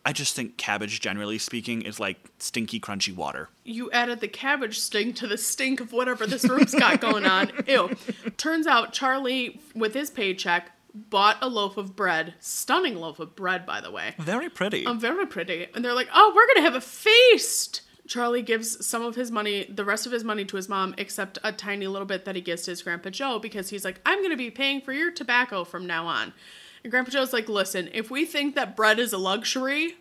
[SPEAKER 1] I just think cabbage generally speaking is like stinky crunchy water.
[SPEAKER 2] You added the cabbage stink to the stink of whatever this room's got going on. Ew. Turns out Charlie, with his paycheck, bought a loaf of bread. Stunning loaf of bread, by the way.
[SPEAKER 1] Very pretty.
[SPEAKER 2] Um, very pretty. And they're like, oh, we're going to have a feast. Charlie gives some of his money, the rest of his money to his mom, except a tiny little bit that he gives to his grandpa Joe because he's like, I'm going to be paying for your tobacco from now on. And grandpa Joe's like, listen, if we think that bread is a luxury,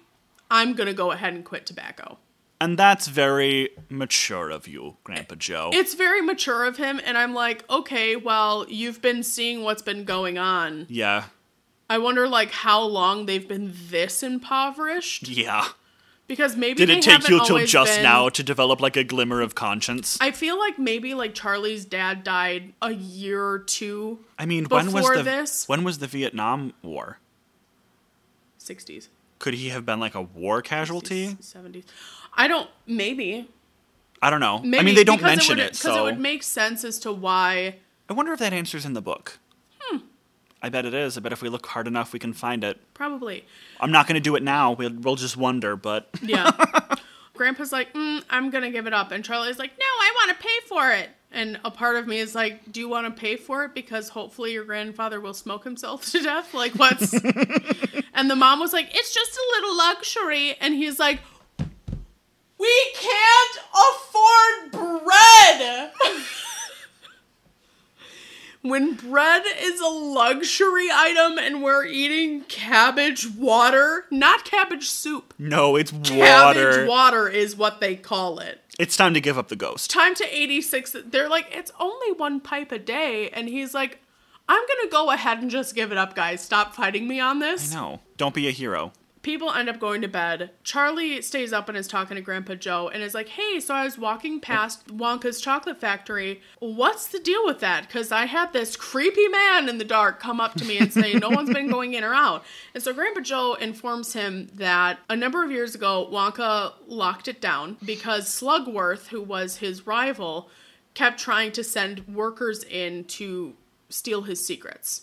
[SPEAKER 2] I'm going to go ahead and quit tobacco.
[SPEAKER 1] and that's very mature of you, Grandpa Joe.
[SPEAKER 2] It's very mature of him. And I'm like, okay, well, you've been seeing what's been going on.
[SPEAKER 1] yeah.
[SPEAKER 2] I wonder, like, how long they've been this impoverished
[SPEAKER 1] Yeah.
[SPEAKER 2] because maybe
[SPEAKER 1] Did
[SPEAKER 2] they
[SPEAKER 1] it take
[SPEAKER 2] haven't
[SPEAKER 1] you till
[SPEAKER 2] always
[SPEAKER 1] just
[SPEAKER 2] been-
[SPEAKER 1] now to develop like a glimmer of conscience? I,
[SPEAKER 2] I feel like maybe like Charlie's dad died a year or two
[SPEAKER 1] mean, when was
[SPEAKER 2] before
[SPEAKER 1] the
[SPEAKER 2] this-
[SPEAKER 1] when was the Vietnam War?
[SPEAKER 2] 60s,
[SPEAKER 1] Could he have been like a war casualty?
[SPEAKER 2] 70s. I don't maybe.
[SPEAKER 1] I don't know.
[SPEAKER 2] Maybe
[SPEAKER 1] I mean, they don't
[SPEAKER 2] because
[SPEAKER 1] mention
[SPEAKER 2] it,
[SPEAKER 1] it,
[SPEAKER 2] would, because
[SPEAKER 1] so
[SPEAKER 2] it would make sense as to why
[SPEAKER 1] I wonder if that answer's in the book. Hmm. I bet it is. I bet if we look hard enough, we can find it.
[SPEAKER 2] probably.
[SPEAKER 1] I'm not going to do it now. We'll, we'll just wonder, but [LAUGHS]
[SPEAKER 2] Yeah. [LAUGHS] Grandpa's like, mm, "I'm going to give it up." And Charlie's like, "No, I want to pay for it." And a part of me is like, "Do you want to pay for it because hopefully your grandfather will smoke himself to death?" Like what's And the mom was like, "It's just a little luxury." And he's like, We can't afford bread. [LAUGHS] when bread is a luxury item and we're eating cabbage water, not cabbage soup.
[SPEAKER 1] no, it's water.
[SPEAKER 2] Cabbage water is what they call it.
[SPEAKER 1] It's time to give up the ghost.
[SPEAKER 2] Time to 86. They're like, it's only one pipe a day. And he's like, I'm going to go ahead and just give it up, guys. Stop fighting me on this
[SPEAKER 1] No, don't be a hero.
[SPEAKER 2] people end up going to bed. Charlie stays up and is talking to Grandpa Joe and is like, "Hey, so I was walking past Wonka's chocolate factory. What's the deal with that? Cuz I had this creepy man in the dark come up to me and say no one's been going in or out." And so Grandpa Joe informs him that a number of years ago Wonka locked it down because Slugworth, who was his rival, kept trying to send workers in to steal his secrets.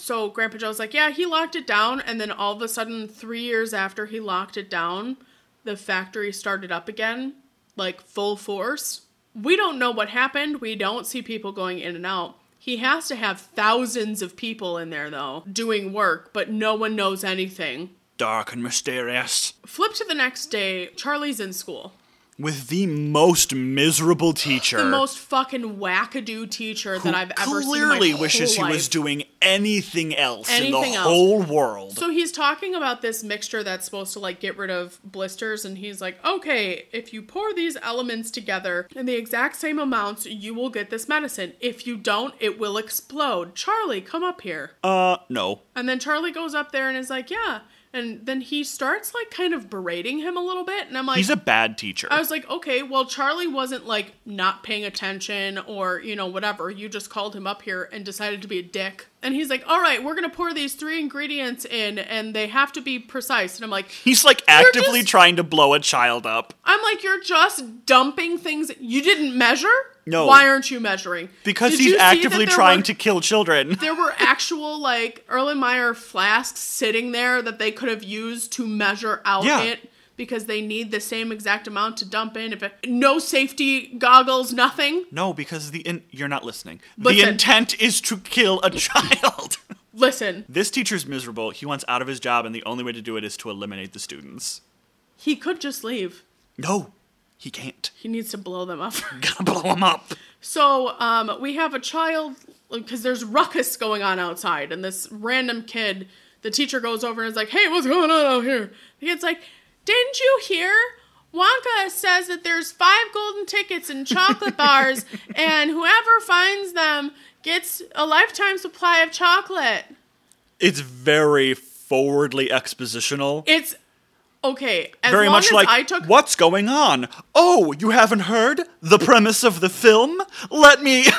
[SPEAKER 2] So Grandpa Joe's like, yeah, he locked it down, and then all of a sudden, three years after he locked it down, the factory started up again, like full force. We don't know what happened. We don't see people going in and out. He has to have thousands of people in there, though, doing work, but no one knows anything.
[SPEAKER 1] Dark and mysterious.
[SPEAKER 2] Flip to the next day. Charlie's in school.
[SPEAKER 1] With the most miserable teacher.
[SPEAKER 2] The most fucking wackadoo teacher
[SPEAKER 1] Er. who
[SPEAKER 2] that I've ever seen. in my
[SPEAKER 1] clearly wishes
[SPEAKER 2] whole
[SPEAKER 1] he was
[SPEAKER 2] life.
[SPEAKER 1] doing anything else in
[SPEAKER 2] Anything
[SPEAKER 1] the
[SPEAKER 2] else.
[SPEAKER 1] whole world.
[SPEAKER 2] So he's talking about this mixture that's supposed to like get rid of blisters, and he's like, okay, if you pour these elements together in the exact same amounts, you will get this medicine. If you don't, it will explode. Charlie, come up here.
[SPEAKER 1] uh, no.
[SPEAKER 2] And then Charlie goes up there and is like, yeah. And then he starts like kind of berating him a little bit, and I'm like,
[SPEAKER 1] He's a bad teacher.
[SPEAKER 2] I was like, okay, well, Charlie wasn't like not paying attention or, you know, whatever. You just called him up here and decided to be a dick. And he's like, all right, we're going to pour these three ingredients in and they have to be precise. And I'm like,
[SPEAKER 1] He's like actively
[SPEAKER 2] just-
[SPEAKER 1] trying to blow a child up.
[SPEAKER 2] I'm like, you're just dumping things. You didn't measure?
[SPEAKER 1] No.
[SPEAKER 2] Why aren't you measuring?
[SPEAKER 1] Because
[SPEAKER 2] Did
[SPEAKER 1] he's
[SPEAKER 2] you see that
[SPEAKER 1] actively
[SPEAKER 2] there
[SPEAKER 1] trying
[SPEAKER 2] were-
[SPEAKER 1] to kill children.
[SPEAKER 2] There were actual like Erlenmeyer flasks sitting there that they could have used to measure out
[SPEAKER 1] Yeah.
[SPEAKER 2] it because they need the same exact amount to dump in. If it, no safety goggles, nothing.
[SPEAKER 1] No, because the in- you're not listening.
[SPEAKER 2] Listen.
[SPEAKER 1] The intent is to kill a [LAUGHS] child.
[SPEAKER 2] Listen,
[SPEAKER 1] this teacher's miserable. He wants out of his job, and the only way to do it is to eliminate the students.
[SPEAKER 2] He could just leave.
[SPEAKER 1] No, he can't. [LAUGHS]
[SPEAKER 2] He needs to blow them up. [LAUGHS]
[SPEAKER 1] Gotta blow him up.
[SPEAKER 2] so, um, we have a child because there's ruckus going on outside, and this random kid, the teacher goes over and is like, "Hey, what's going on out here?" The kid's like, "Didn't you hear?" Wonka says that there's five golden tickets and
[SPEAKER 1] [LAUGHS]
[SPEAKER 2] chocolate bars, and whoever finds them gets a lifetime supply of chocolate.
[SPEAKER 1] It's very forwardly expositional.
[SPEAKER 2] It's okay. As
[SPEAKER 1] very
[SPEAKER 2] long
[SPEAKER 1] much
[SPEAKER 2] as
[SPEAKER 1] like
[SPEAKER 2] I took
[SPEAKER 1] what's going on? Oh, you haven't heard the premise of the film? Let me [LAUGHS]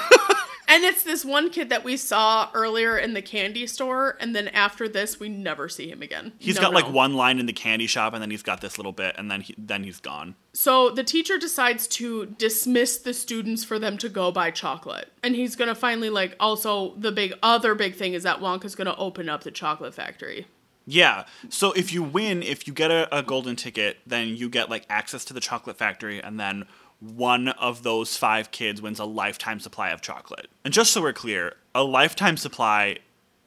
[SPEAKER 2] And it's this one kid that we saw earlier in the candy store, and then after this, we never see him again.
[SPEAKER 1] He's
[SPEAKER 2] He's
[SPEAKER 1] got like one line in the candy shop and then he's got this little bit and then he then he's gone.
[SPEAKER 2] So the teacher decides to dismiss the students for them to go buy chocolate. And he's gonna finally, like, also, the big other big thing is that Wonka's gonna open up the chocolate factory.
[SPEAKER 1] Yeah. So if you win, if you get a, a golden ticket, then you get like access to the chocolate factory and then one of those five kids wins a lifetime supply of chocolate. And just so we're clear, a lifetime supply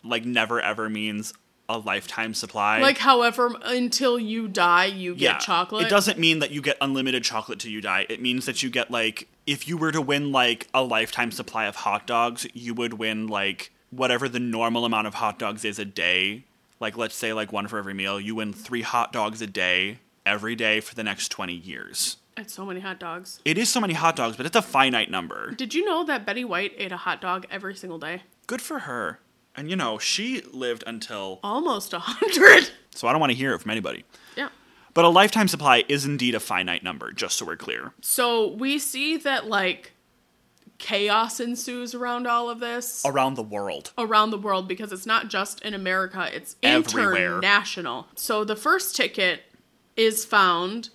[SPEAKER 1] like never ever means a lifetime supply.
[SPEAKER 2] Like, however, until you die, you get chocolate.
[SPEAKER 1] It doesn't mean that you get unlimited chocolate till you die. It means that you get like if you were to win like a lifetime supply of hot dogs, you would win like whatever the normal amount of hot dogs is a day. Like let's say like one for every meal, you win 3 hot dogs a day every day for the next 20 years.
[SPEAKER 2] That's so many hot dogs.
[SPEAKER 1] It is so many hot dogs, but it's a finite number.
[SPEAKER 2] Did you know that Betty White ate a hot dog every single day?
[SPEAKER 1] Good for her. And you know, she lived until
[SPEAKER 2] Almost a
[SPEAKER 1] [LAUGHS]
[SPEAKER 2] hundred.
[SPEAKER 1] so I don't want to hear it from anybody.
[SPEAKER 2] Yeah.
[SPEAKER 1] But a lifetime supply is indeed a finite number, just so we're clear.
[SPEAKER 2] So we see that like chaos ensues around all of this
[SPEAKER 1] Around the world.
[SPEAKER 2] around the world because it's not just in America, it's
[SPEAKER 1] Everywhere.
[SPEAKER 2] international. So the first ticket is found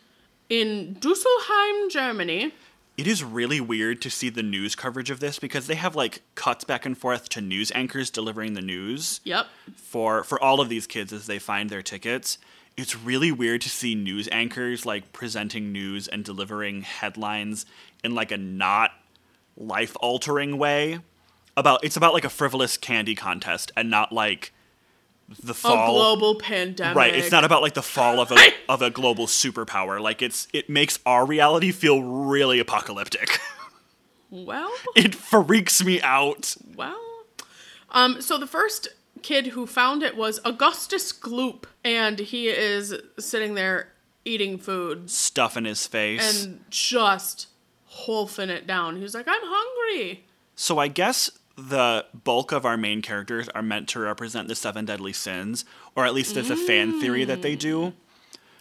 [SPEAKER 2] in Dusselheim, Germany.
[SPEAKER 1] It is really weird to see the news coverage of this because they have like cuts back and forth to news anchors delivering the news
[SPEAKER 2] Yep.
[SPEAKER 1] for for all of these kids as they find their tickets. It's really weird to see news anchors like presenting news and delivering headlines in like a not life-altering way about it's about like a frivolous candy contest and not like the
[SPEAKER 2] A
[SPEAKER 1] fall
[SPEAKER 2] global pandemic.
[SPEAKER 1] Right, it's not about like the
[SPEAKER 2] [LAUGHS]
[SPEAKER 1] fall of a of a global superpower. Like it's it makes our reality feel really apocalyptic. [LAUGHS]
[SPEAKER 2] Well,
[SPEAKER 1] It freaks me out.
[SPEAKER 2] well. Um so the first kid who found it was Augustus Gloop and he is sitting there eating food
[SPEAKER 1] Stuff in his face.
[SPEAKER 2] and just wolfing it down. He was like, I'm hungry.
[SPEAKER 1] so I guess the bulk of our main characters are meant to represent the seven deadly sins, or at least there's a fan theory that they do.
[SPEAKER 2] I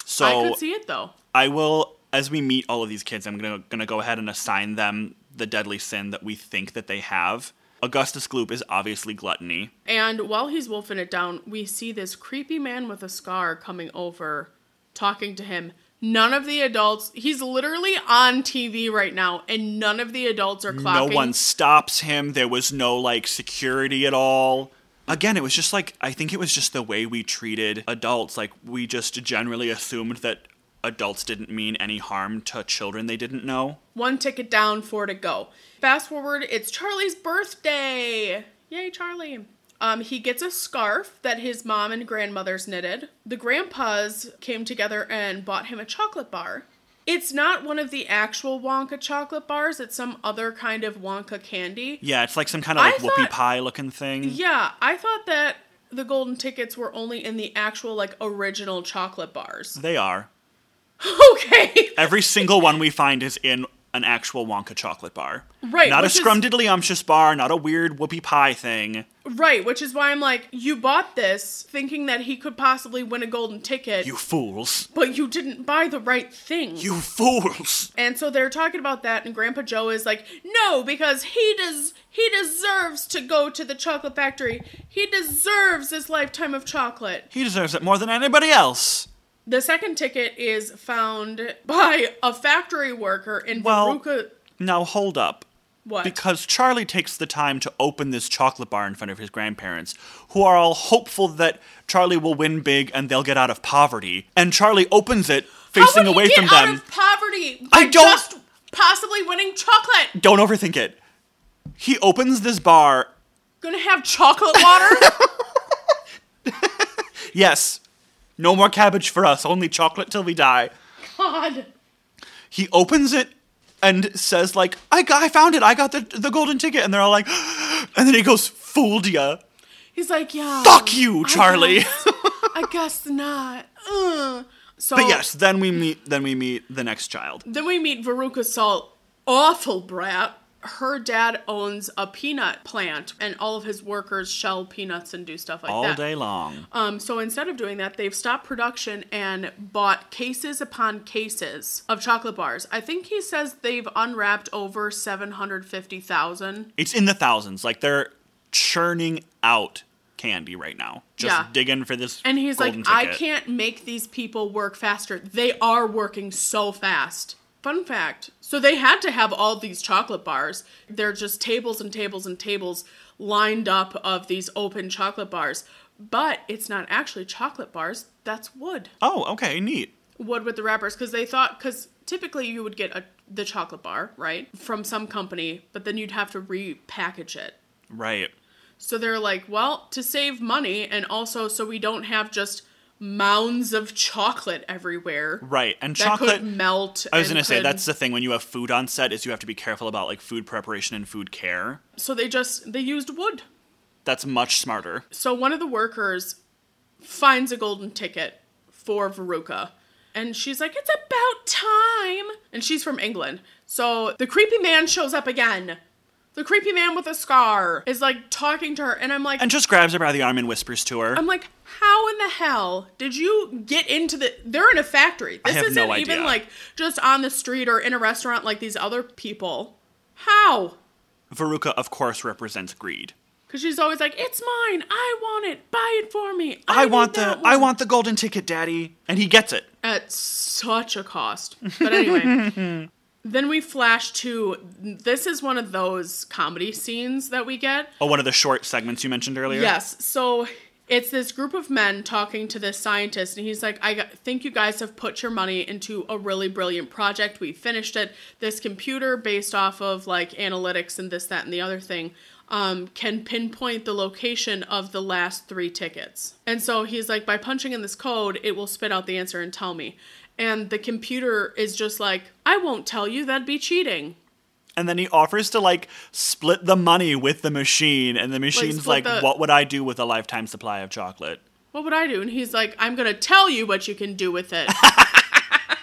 [SPEAKER 1] So
[SPEAKER 2] could see it though.
[SPEAKER 1] I will, as we meet all of these kids, I'm gonna gonna go ahead and assign them the deadly sin that we think that they have. Augustus Gloop is obviously gluttony.
[SPEAKER 2] And while he's wolfing it down, we see this creepy man with a scar coming over, talking to him, None of the adults, he's literally on TV right now, and none of the adults are clocking.
[SPEAKER 1] No one stops him. There was no like security at all. Again, it was just like I think it was just the way we treated adults. Like we just generally assumed that adults didn't mean any harm to children they didn't know.
[SPEAKER 2] One ticket down, four to go. Fast forward, it's Charlie's birthday. Yay, Charlie. Um, he gets a scarf that his mom and grandmother's knitted. The grandpas came together and bought him a chocolate bar. It's not one of the actual Wonka chocolate bars, it's some other kind of Wonka candy.
[SPEAKER 1] Yeah, it's like some kind of
[SPEAKER 2] I
[SPEAKER 1] like whoopie
[SPEAKER 2] thought-
[SPEAKER 1] pie looking thing.
[SPEAKER 2] Yeah, I thought that the golden tickets were only in the actual, like, original chocolate bars. [LAUGHS]
[SPEAKER 1] They are.
[SPEAKER 2] okay.
[SPEAKER 1] Every single one we find is in an actual Wonka chocolate bar.
[SPEAKER 2] Right,
[SPEAKER 1] Not a
[SPEAKER 2] which is-
[SPEAKER 1] scrumdiddlyumptious bar, not a weird whoopie pie thing.
[SPEAKER 2] Right, which is why I'm like, you bought this thinking that he could possibly win a golden ticket,
[SPEAKER 1] You fools.
[SPEAKER 2] but you didn't buy the right thing.
[SPEAKER 1] You fools.
[SPEAKER 2] and so they're talking about that, and Grandpa Joe is like, no, because he does he deserves to go to the chocolate factory. He deserves this lifetime of chocolate.
[SPEAKER 1] He deserves it more than anybody else.
[SPEAKER 2] The second ticket is found by a factory worker in
[SPEAKER 1] Well-
[SPEAKER 2] Veruca.
[SPEAKER 1] Now hold up.
[SPEAKER 2] What?
[SPEAKER 1] Because Charlie takes the time to open this chocolate bar in front of his grandparents, who are all hopeful that Charlie will win big and they'll get out of poverty. And Charlie opens it,
[SPEAKER 2] How
[SPEAKER 1] facing
[SPEAKER 2] would he
[SPEAKER 1] away
[SPEAKER 2] get
[SPEAKER 1] from
[SPEAKER 2] out
[SPEAKER 1] them.
[SPEAKER 2] Of poverty. by
[SPEAKER 1] I don't-
[SPEAKER 2] Just possibly winning chocolate.
[SPEAKER 1] Don't overthink it. He opens this bar.
[SPEAKER 2] Gonna have chocolate water.
[SPEAKER 1] [LAUGHS] Yes, no more cabbage for us, only chocolate till we die.
[SPEAKER 2] God.
[SPEAKER 1] He opens it and says, like, I, got, I found it, I got the, the golden ticket. And they're all like, [GASPS] and then he goes, fooled ya.
[SPEAKER 2] He's like, yeah.
[SPEAKER 1] Fuck you, Charlie.
[SPEAKER 2] I guess, I guess not. Ugh. So
[SPEAKER 1] But yes, then we meet. Then we meet the next child.
[SPEAKER 2] Then we meet Veruca Salt, awful brat. Her dad owns a peanut plant, and all of his workers shell peanuts and do stuff like
[SPEAKER 1] all
[SPEAKER 2] that.
[SPEAKER 1] day long.
[SPEAKER 2] Um, so instead of doing that, they've stopped production and bought cases upon cases of chocolate bars. I think he says they've unwrapped over seven hundred fifty thousand.
[SPEAKER 1] It's in the thousands. Like they're churning out candy right now. Just
[SPEAKER 2] Yeah.
[SPEAKER 1] digging for this.
[SPEAKER 2] And he's
[SPEAKER 1] golden
[SPEAKER 2] like, I
[SPEAKER 1] ticket."
[SPEAKER 2] can't make these people work faster. They are working so fast. Fun fact. So they had to have all these chocolate bars. They're just tables and tables and tables lined up of these open chocolate bars. But it's not actually chocolate bars, that's wood.
[SPEAKER 1] Oh, okay, neat.
[SPEAKER 2] Wood with the wrappers, because they thought, because typically you would get a, the chocolate bar, right, from some company, but then you'd have to repackage it.
[SPEAKER 1] Right.
[SPEAKER 2] So they're like, well, to save money and also so we don't have just mounds of chocolate everywhere
[SPEAKER 1] Right. And
[SPEAKER 2] that
[SPEAKER 1] chocolate.
[SPEAKER 2] could melt.
[SPEAKER 1] I was
[SPEAKER 2] and
[SPEAKER 1] gonna say
[SPEAKER 2] could-
[SPEAKER 1] that's the thing when you have food on set is you have to be careful about like food preparation and food care.
[SPEAKER 2] so they just they used wood.
[SPEAKER 1] That's much smarter.
[SPEAKER 2] So one of the workers finds a golden ticket for Veruca. And she's like, it's about time. And she's from England. So the creepy man shows up again. The creepy man with a scar is like talking to her. And I'm like,
[SPEAKER 1] And just grabs her by the arm and whispers to her.
[SPEAKER 2] I'm like, how in the hell did you get into the? They're in a factory. This
[SPEAKER 1] have no
[SPEAKER 2] isn't even
[SPEAKER 1] idea.
[SPEAKER 2] like just on the street or in a restaurant like these other people. How?
[SPEAKER 1] Veruca, of course, represents greed.
[SPEAKER 2] Because she's always like, it's mine. I want it. Buy it for me. I,
[SPEAKER 1] I, want
[SPEAKER 2] need
[SPEAKER 1] the
[SPEAKER 2] that
[SPEAKER 1] I
[SPEAKER 2] one."
[SPEAKER 1] want the golden ticket, Daddy. And he gets it.
[SPEAKER 2] at such a cost. But anyway.
[SPEAKER 1] [LAUGHS]
[SPEAKER 2] Then we flash to this is one of those comedy scenes that we get
[SPEAKER 1] Oh, one of the short segments you mentioned earlier.
[SPEAKER 2] Yes. So it's this group of men talking to this scientist, and he's like, I got- think you guys have put your money into a really brilliant project. We finished it. This computer, based off of like analytics and this, that, and the other thing, um, can pinpoint the location of the last three tickets. And so he's like, by punching in this code, it will spit out the answer and tell me. And the computer is just like, I won't tell you, that'd be cheating.
[SPEAKER 1] And then he offers to like split the money with the machine, and the machine's like,
[SPEAKER 2] split the-
[SPEAKER 1] "What would I do with a lifetime supply of chocolate?"
[SPEAKER 2] What would I do? And he's like, I'm going to tell you what you can do with
[SPEAKER 1] [LAUGHS]
[SPEAKER 2] it.
[SPEAKER 1] I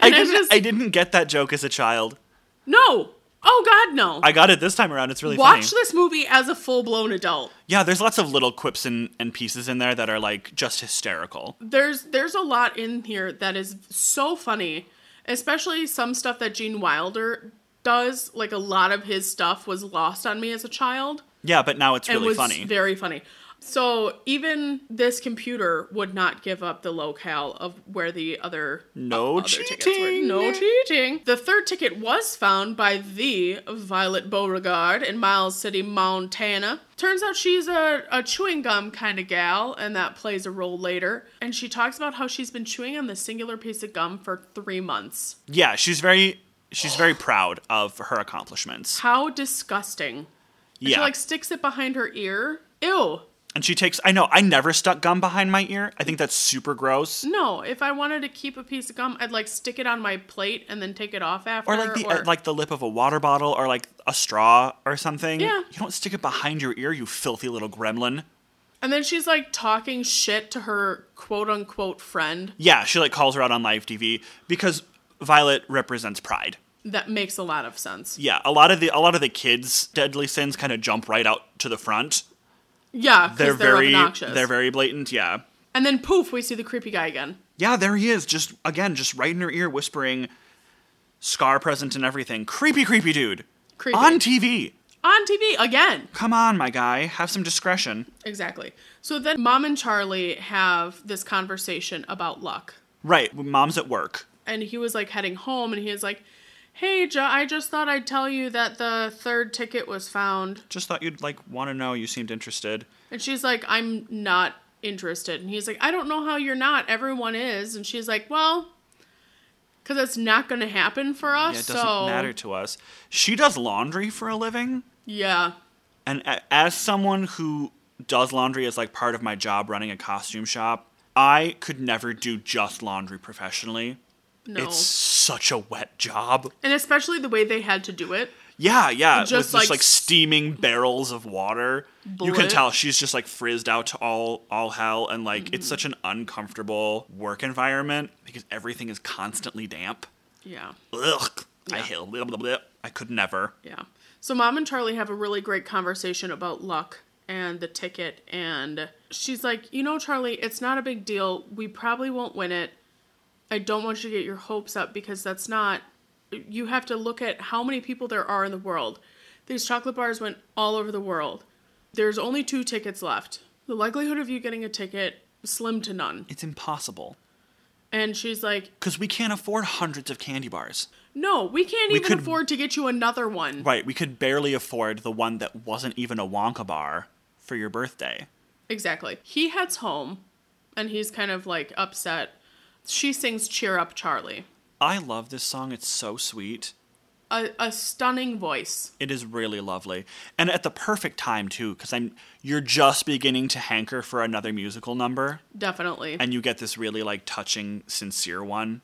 [SPEAKER 2] I
[SPEAKER 1] didn't,
[SPEAKER 2] just-
[SPEAKER 1] I didn't get that joke as a child.
[SPEAKER 2] No. Oh God, no.
[SPEAKER 1] I got it this time around. It's really
[SPEAKER 2] Watch
[SPEAKER 1] funny.
[SPEAKER 2] this movie as a full blown adult.
[SPEAKER 1] yeah, there's lots of little quips and, and pieces in there that are like just hysterical.
[SPEAKER 2] There's there's a lot in here that is so funny, especially some stuff that Gene Wilder does. Like a lot of his stuff was lost on me as a child
[SPEAKER 1] Yeah, but now it's
[SPEAKER 2] and
[SPEAKER 1] really
[SPEAKER 2] was
[SPEAKER 1] funny.
[SPEAKER 2] very funny. So even this computer would not give up the locale of where the other
[SPEAKER 1] No
[SPEAKER 2] other tickets were.
[SPEAKER 1] cheating.
[SPEAKER 2] No cheating. The third ticket was found by the Violet Beauregard in Miles City, Montana. Turns out she's a, a chewing gum kind of gal, and that plays a role later. And she talks about how she's been chewing on this singular piece of gum for three months.
[SPEAKER 1] Yeah, she's very she's very proud of her accomplishments.
[SPEAKER 2] How disgusting. And She
[SPEAKER 1] Yeah.
[SPEAKER 2] like sticks it behind her ear. Ew.
[SPEAKER 1] And she takes I know, I never stuck gum behind my ear. I think that's super gross.
[SPEAKER 2] No, if I wanted to keep a piece of gum, I'd like stick it on my plate and then take it off after.
[SPEAKER 1] Or like the uh, like the lip of a water bottle or like a straw or something.
[SPEAKER 2] Yeah.
[SPEAKER 1] You don't stick it behind your ear, you filthy little gremlin.
[SPEAKER 2] And then she's like talking shit to her quote unquote friend.
[SPEAKER 1] Yeah, she like calls her out on live TV because Violet represents pride.
[SPEAKER 2] That makes a lot of sense.
[SPEAKER 1] Yeah, a lot of the a lot of the kids' deadly sins kind of jump right out to the front.
[SPEAKER 2] Yeah, 'cause
[SPEAKER 1] They're,
[SPEAKER 2] they're,
[SPEAKER 1] very
[SPEAKER 2] obnoxious.
[SPEAKER 1] they're very blatant. Yeah,
[SPEAKER 2] and then poof, we see the creepy guy again.
[SPEAKER 1] yeah, there he is, just again, just right in her ear, whispering, scar present and everything. Creepy, creepy dude
[SPEAKER 2] Creepy.
[SPEAKER 1] on TV.
[SPEAKER 2] On TV again.
[SPEAKER 1] Come on, my guy, have some discretion.
[SPEAKER 2] Exactly. So then mom and Charlie have this conversation about luck.
[SPEAKER 1] Right, mom's at work.
[SPEAKER 2] and he was like heading home and he was like hey jo- i just thought i'd tell you that the third ticket was found
[SPEAKER 1] Just thought you'd like want to know. You seemed interested.
[SPEAKER 2] and she's like i'm not interested and he's like i don't know how you're not everyone is and she's like well because it's not gonna happen for us
[SPEAKER 1] Yeah, it doesn't
[SPEAKER 2] so
[SPEAKER 1] matter to us. She does laundry for a living.
[SPEAKER 2] yeah
[SPEAKER 1] and a- as someone who does laundry as like part of my job running a costume shop i could never do just laundry professionally
[SPEAKER 2] no
[SPEAKER 1] it's such a wet job
[SPEAKER 2] and especially the way they had to do it
[SPEAKER 1] yeah yeah
[SPEAKER 2] Just,
[SPEAKER 1] with
[SPEAKER 2] like,
[SPEAKER 1] just like steaming barrels of water you can
[SPEAKER 2] Bullet.
[SPEAKER 1] tell she's just like frizzed out to all all hell and like
[SPEAKER 2] Mm-hmm.
[SPEAKER 1] it's such an uncomfortable work environment because everything is constantly damp
[SPEAKER 2] yeah
[SPEAKER 1] ugh i
[SPEAKER 2] Yeah.
[SPEAKER 1] hate blah, blah, blah. i could never
[SPEAKER 2] yeah so mom and charlie have a really great conversation about luck and the ticket and she's like you know charlie it's not a big deal we probably won't win it I don't want you to get your hopes up because that's not. You have to look at how many people there are in the world. These chocolate bars went all over the world. There's only two tickets left. The likelihood of you getting a ticket slim to none.
[SPEAKER 1] it's impossible
[SPEAKER 2] And she's like,
[SPEAKER 1] because we can't afford hundreds of candy bars
[SPEAKER 2] "No, we can't even
[SPEAKER 1] could-
[SPEAKER 2] afford to get you another one."
[SPEAKER 1] Right, we could barely afford the one that wasn't even a Wonka bar for your birthday.
[SPEAKER 2] Exactly. He heads home, and he's kind of like upset. She sings "Cheer Up, Charlie,"
[SPEAKER 1] I love this song, it's so sweet.
[SPEAKER 2] a, a stunning voice.
[SPEAKER 1] It is really lovely. And at the perfect time too cuz I'm you're just beginning to hanker for another musical number
[SPEAKER 2] Definitely.
[SPEAKER 1] and you get this really like touching sincere one.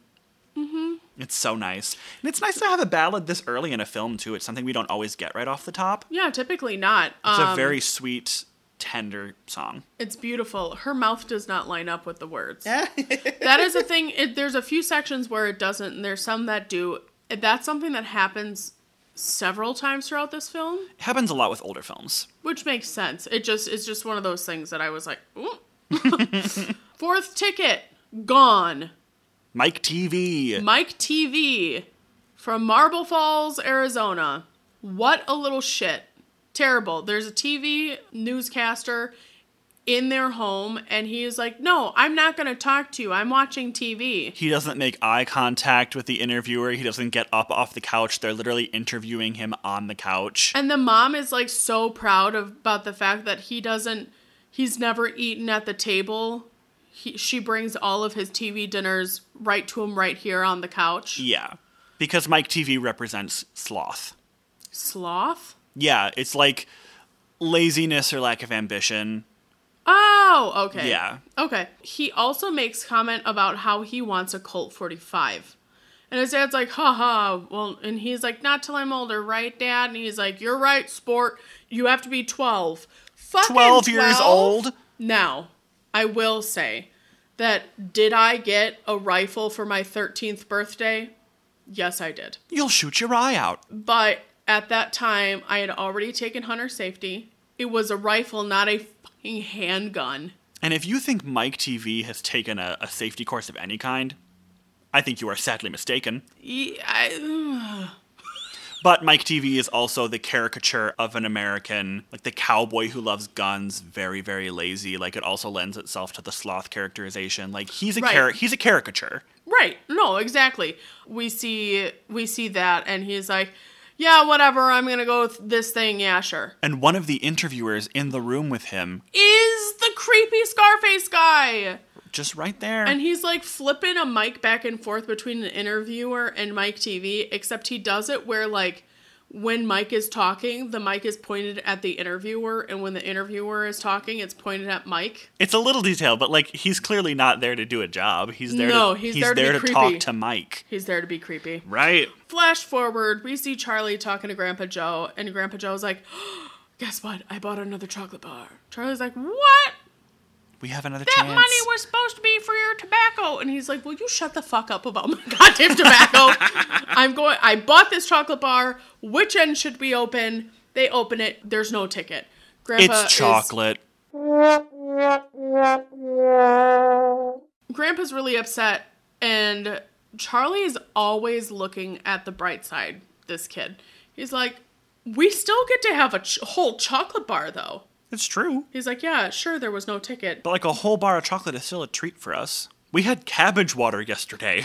[SPEAKER 1] Mhm. It's so nice. And it's nice to have a ballad this early in a film too. It's something we don't always get right off the top.
[SPEAKER 2] yeah, typically not.
[SPEAKER 1] It's
[SPEAKER 2] um,
[SPEAKER 1] a very sweet tender song.
[SPEAKER 2] It's beautiful. Her mouth does not line up with the words. [LAUGHS] that is a thing. It, there's a few sections where it doesn't, and there's some that do. That's something that happens several times throughout this film,
[SPEAKER 1] It happens a lot with older films.
[SPEAKER 2] which makes sense. It just it's just one of those things that I was like,
[SPEAKER 1] [LAUGHS]
[SPEAKER 2] Ooh. [LAUGHS] fourth ticket gone.
[SPEAKER 1] Mike TV.
[SPEAKER 2] Mike TV from Marble Falls, Arizona. What a little shit. Terrible. There's a TV newscaster in their home, and he is like, No, I'm not going to talk to you. I'm watching TV.
[SPEAKER 1] He doesn't make eye contact with the interviewer. He doesn't get up off the couch. They're literally interviewing him on the couch.
[SPEAKER 2] And the mom is like so proud of, about the fact that he doesn't, he's never eaten at the table. He, she brings all of his TV dinners right to him right here on the couch.
[SPEAKER 1] yeah. Because Mike TV represents sloth.
[SPEAKER 2] Sloth?
[SPEAKER 1] Yeah, it's like laziness or lack of ambition.
[SPEAKER 2] Oh, okay.
[SPEAKER 1] Yeah.
[SPEAKER 2] Okay. He also makes comment about how he wants a Colt 45. And his dad's like, "Ha ha." Well, and he's like, not till I'm older, right, dad? And he's like, you're right, sport. You have to be 12. Fucking
[SPEAKER 1] 12 years
[SPEAKER 2] 12?
[SPEAKER 1] old?
[SPEAKER 2] Now, I will say that did I get a rifle for my 13th birthday? Yes, I did.
[SPEAKER 1] You'll shoot your eye out.
[SPEAKER 2] But at that time, I had already taken hunter safety. It was a rifle, not a fucking handgun.
[SPEAKER 1] And if you think Mike TV has taken a, a safety course of any kind, I think you are sadly mistaken.
[SPEAKER 2] Ye- I,
[SPEAKER 1] But Mike TV is also the caricature of an American, like the cowboy who loves guns, very very lazy. Like it also lends itself to the sloth characterization. Like he's a
[SPEAKER 2] Right.
[SPEAKER 1] car- he's a caricature.
[SPEAKER 2] Right. No, exactly. We see we see that and he's like, "Yeah, whatever. I'm going to go with this thing. Yeah, sure."
[SPEAKER 1] And one of the interviewers in the room with him,
[SPEAKER 2] Is the creepy Scarface guy.
[SPEAKER 1] just right there.
[SPEAKER 2] And he's like flipping a mic back and forth between an interviewer and Mike TV, except he does it where like when Mike is talking, the mic is pointed at the interviewer, and when the interviewer is talking, it's pointed at Mike.
[SPEAKER 1] it's a little detail, but like he's clearly not there to do a job. He's there.
[SPEAKER 2] No,
[SPEAKER 1] to,
[SPEAKER 2] he's there to be
[SPEAKER 1] there to
[SPEAKER 2] creepy.
[SPEAKER 1] talk to Mike.
[SPEAKER 2] He's there to be creepy.
[SPEAKER 1] Right.
[SPEAKER 2] Flash forward, we see Charlie talking to Grandpa Joe, and Grandpa Joe's like, [GASPS] Guess what? I bought another chocolate bar. Charlie's like, What?
[SPEAKER 1] We have another
[SPEAKER 2] That
[SPEAKER 1] chance.
[SPEAKER 2] money was supposed to be for your tobacco. And he's like, Will you shut the fuck up about my [LAUGHS] goddamn tobacco? I'm going I bought this chocolate bar. Which end should we open? They open it. There's no ticket. Grandpa
[SPEAKER 1] it's
[SPEAKER 2] is-
[SPEAKER 1] chocolate.
[SPEAKER 2] Grandpa's really upset, and Charlie is always looking at the bright side. This kid, he's like, we still get to have a ch- whole chocolate bar, though.
[SPEAKER 1] It's true.
[SPEAKER 2] He's like, yeah, sure, there was no ticket.
[SPEAKER 1] But like a whole bar of chocolate is still a treat for us. We had cabbage
[SPEAKER 2] [LAUGHS]
[SPEAKER 1] water yesterday.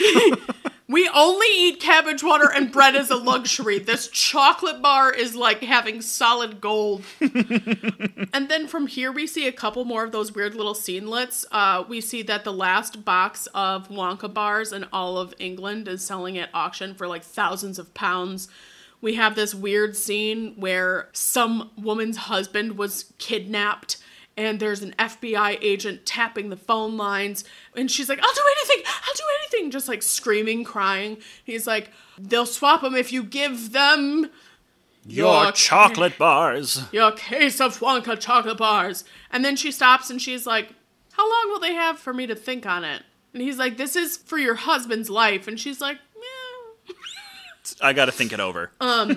[SPEAKER 2] We only eat cabbage water and bread as a luxury. This chocolate bar is like having solid gold. and then from here, we see a couple more of those weird little scenelets. Uh, we see that the last box of Wonka bars in all of England is selling at auction for like thousands of pounds. We have this weird scene where some woman's husband was kidnapped. And there's an FBI agent tapping the phone lines, and she's like, I'll do anything, I'll do anything, just like screaming, crying. He's like, They'll swap them if you give them
[SPEAKER 1] Your
[SPEAKER 2] Your
[SPEAKER 1] chocolate bars.
[SPEAKER 2] your case of Wonka chocolate bars. And then she stops and she's like, How long will they have for me to think on it? And he's like, This is for your husband's life. And she's like, "Yeah."
[SPEAKER 1] I gotta think it over.
[SPEAKER 2] Uh,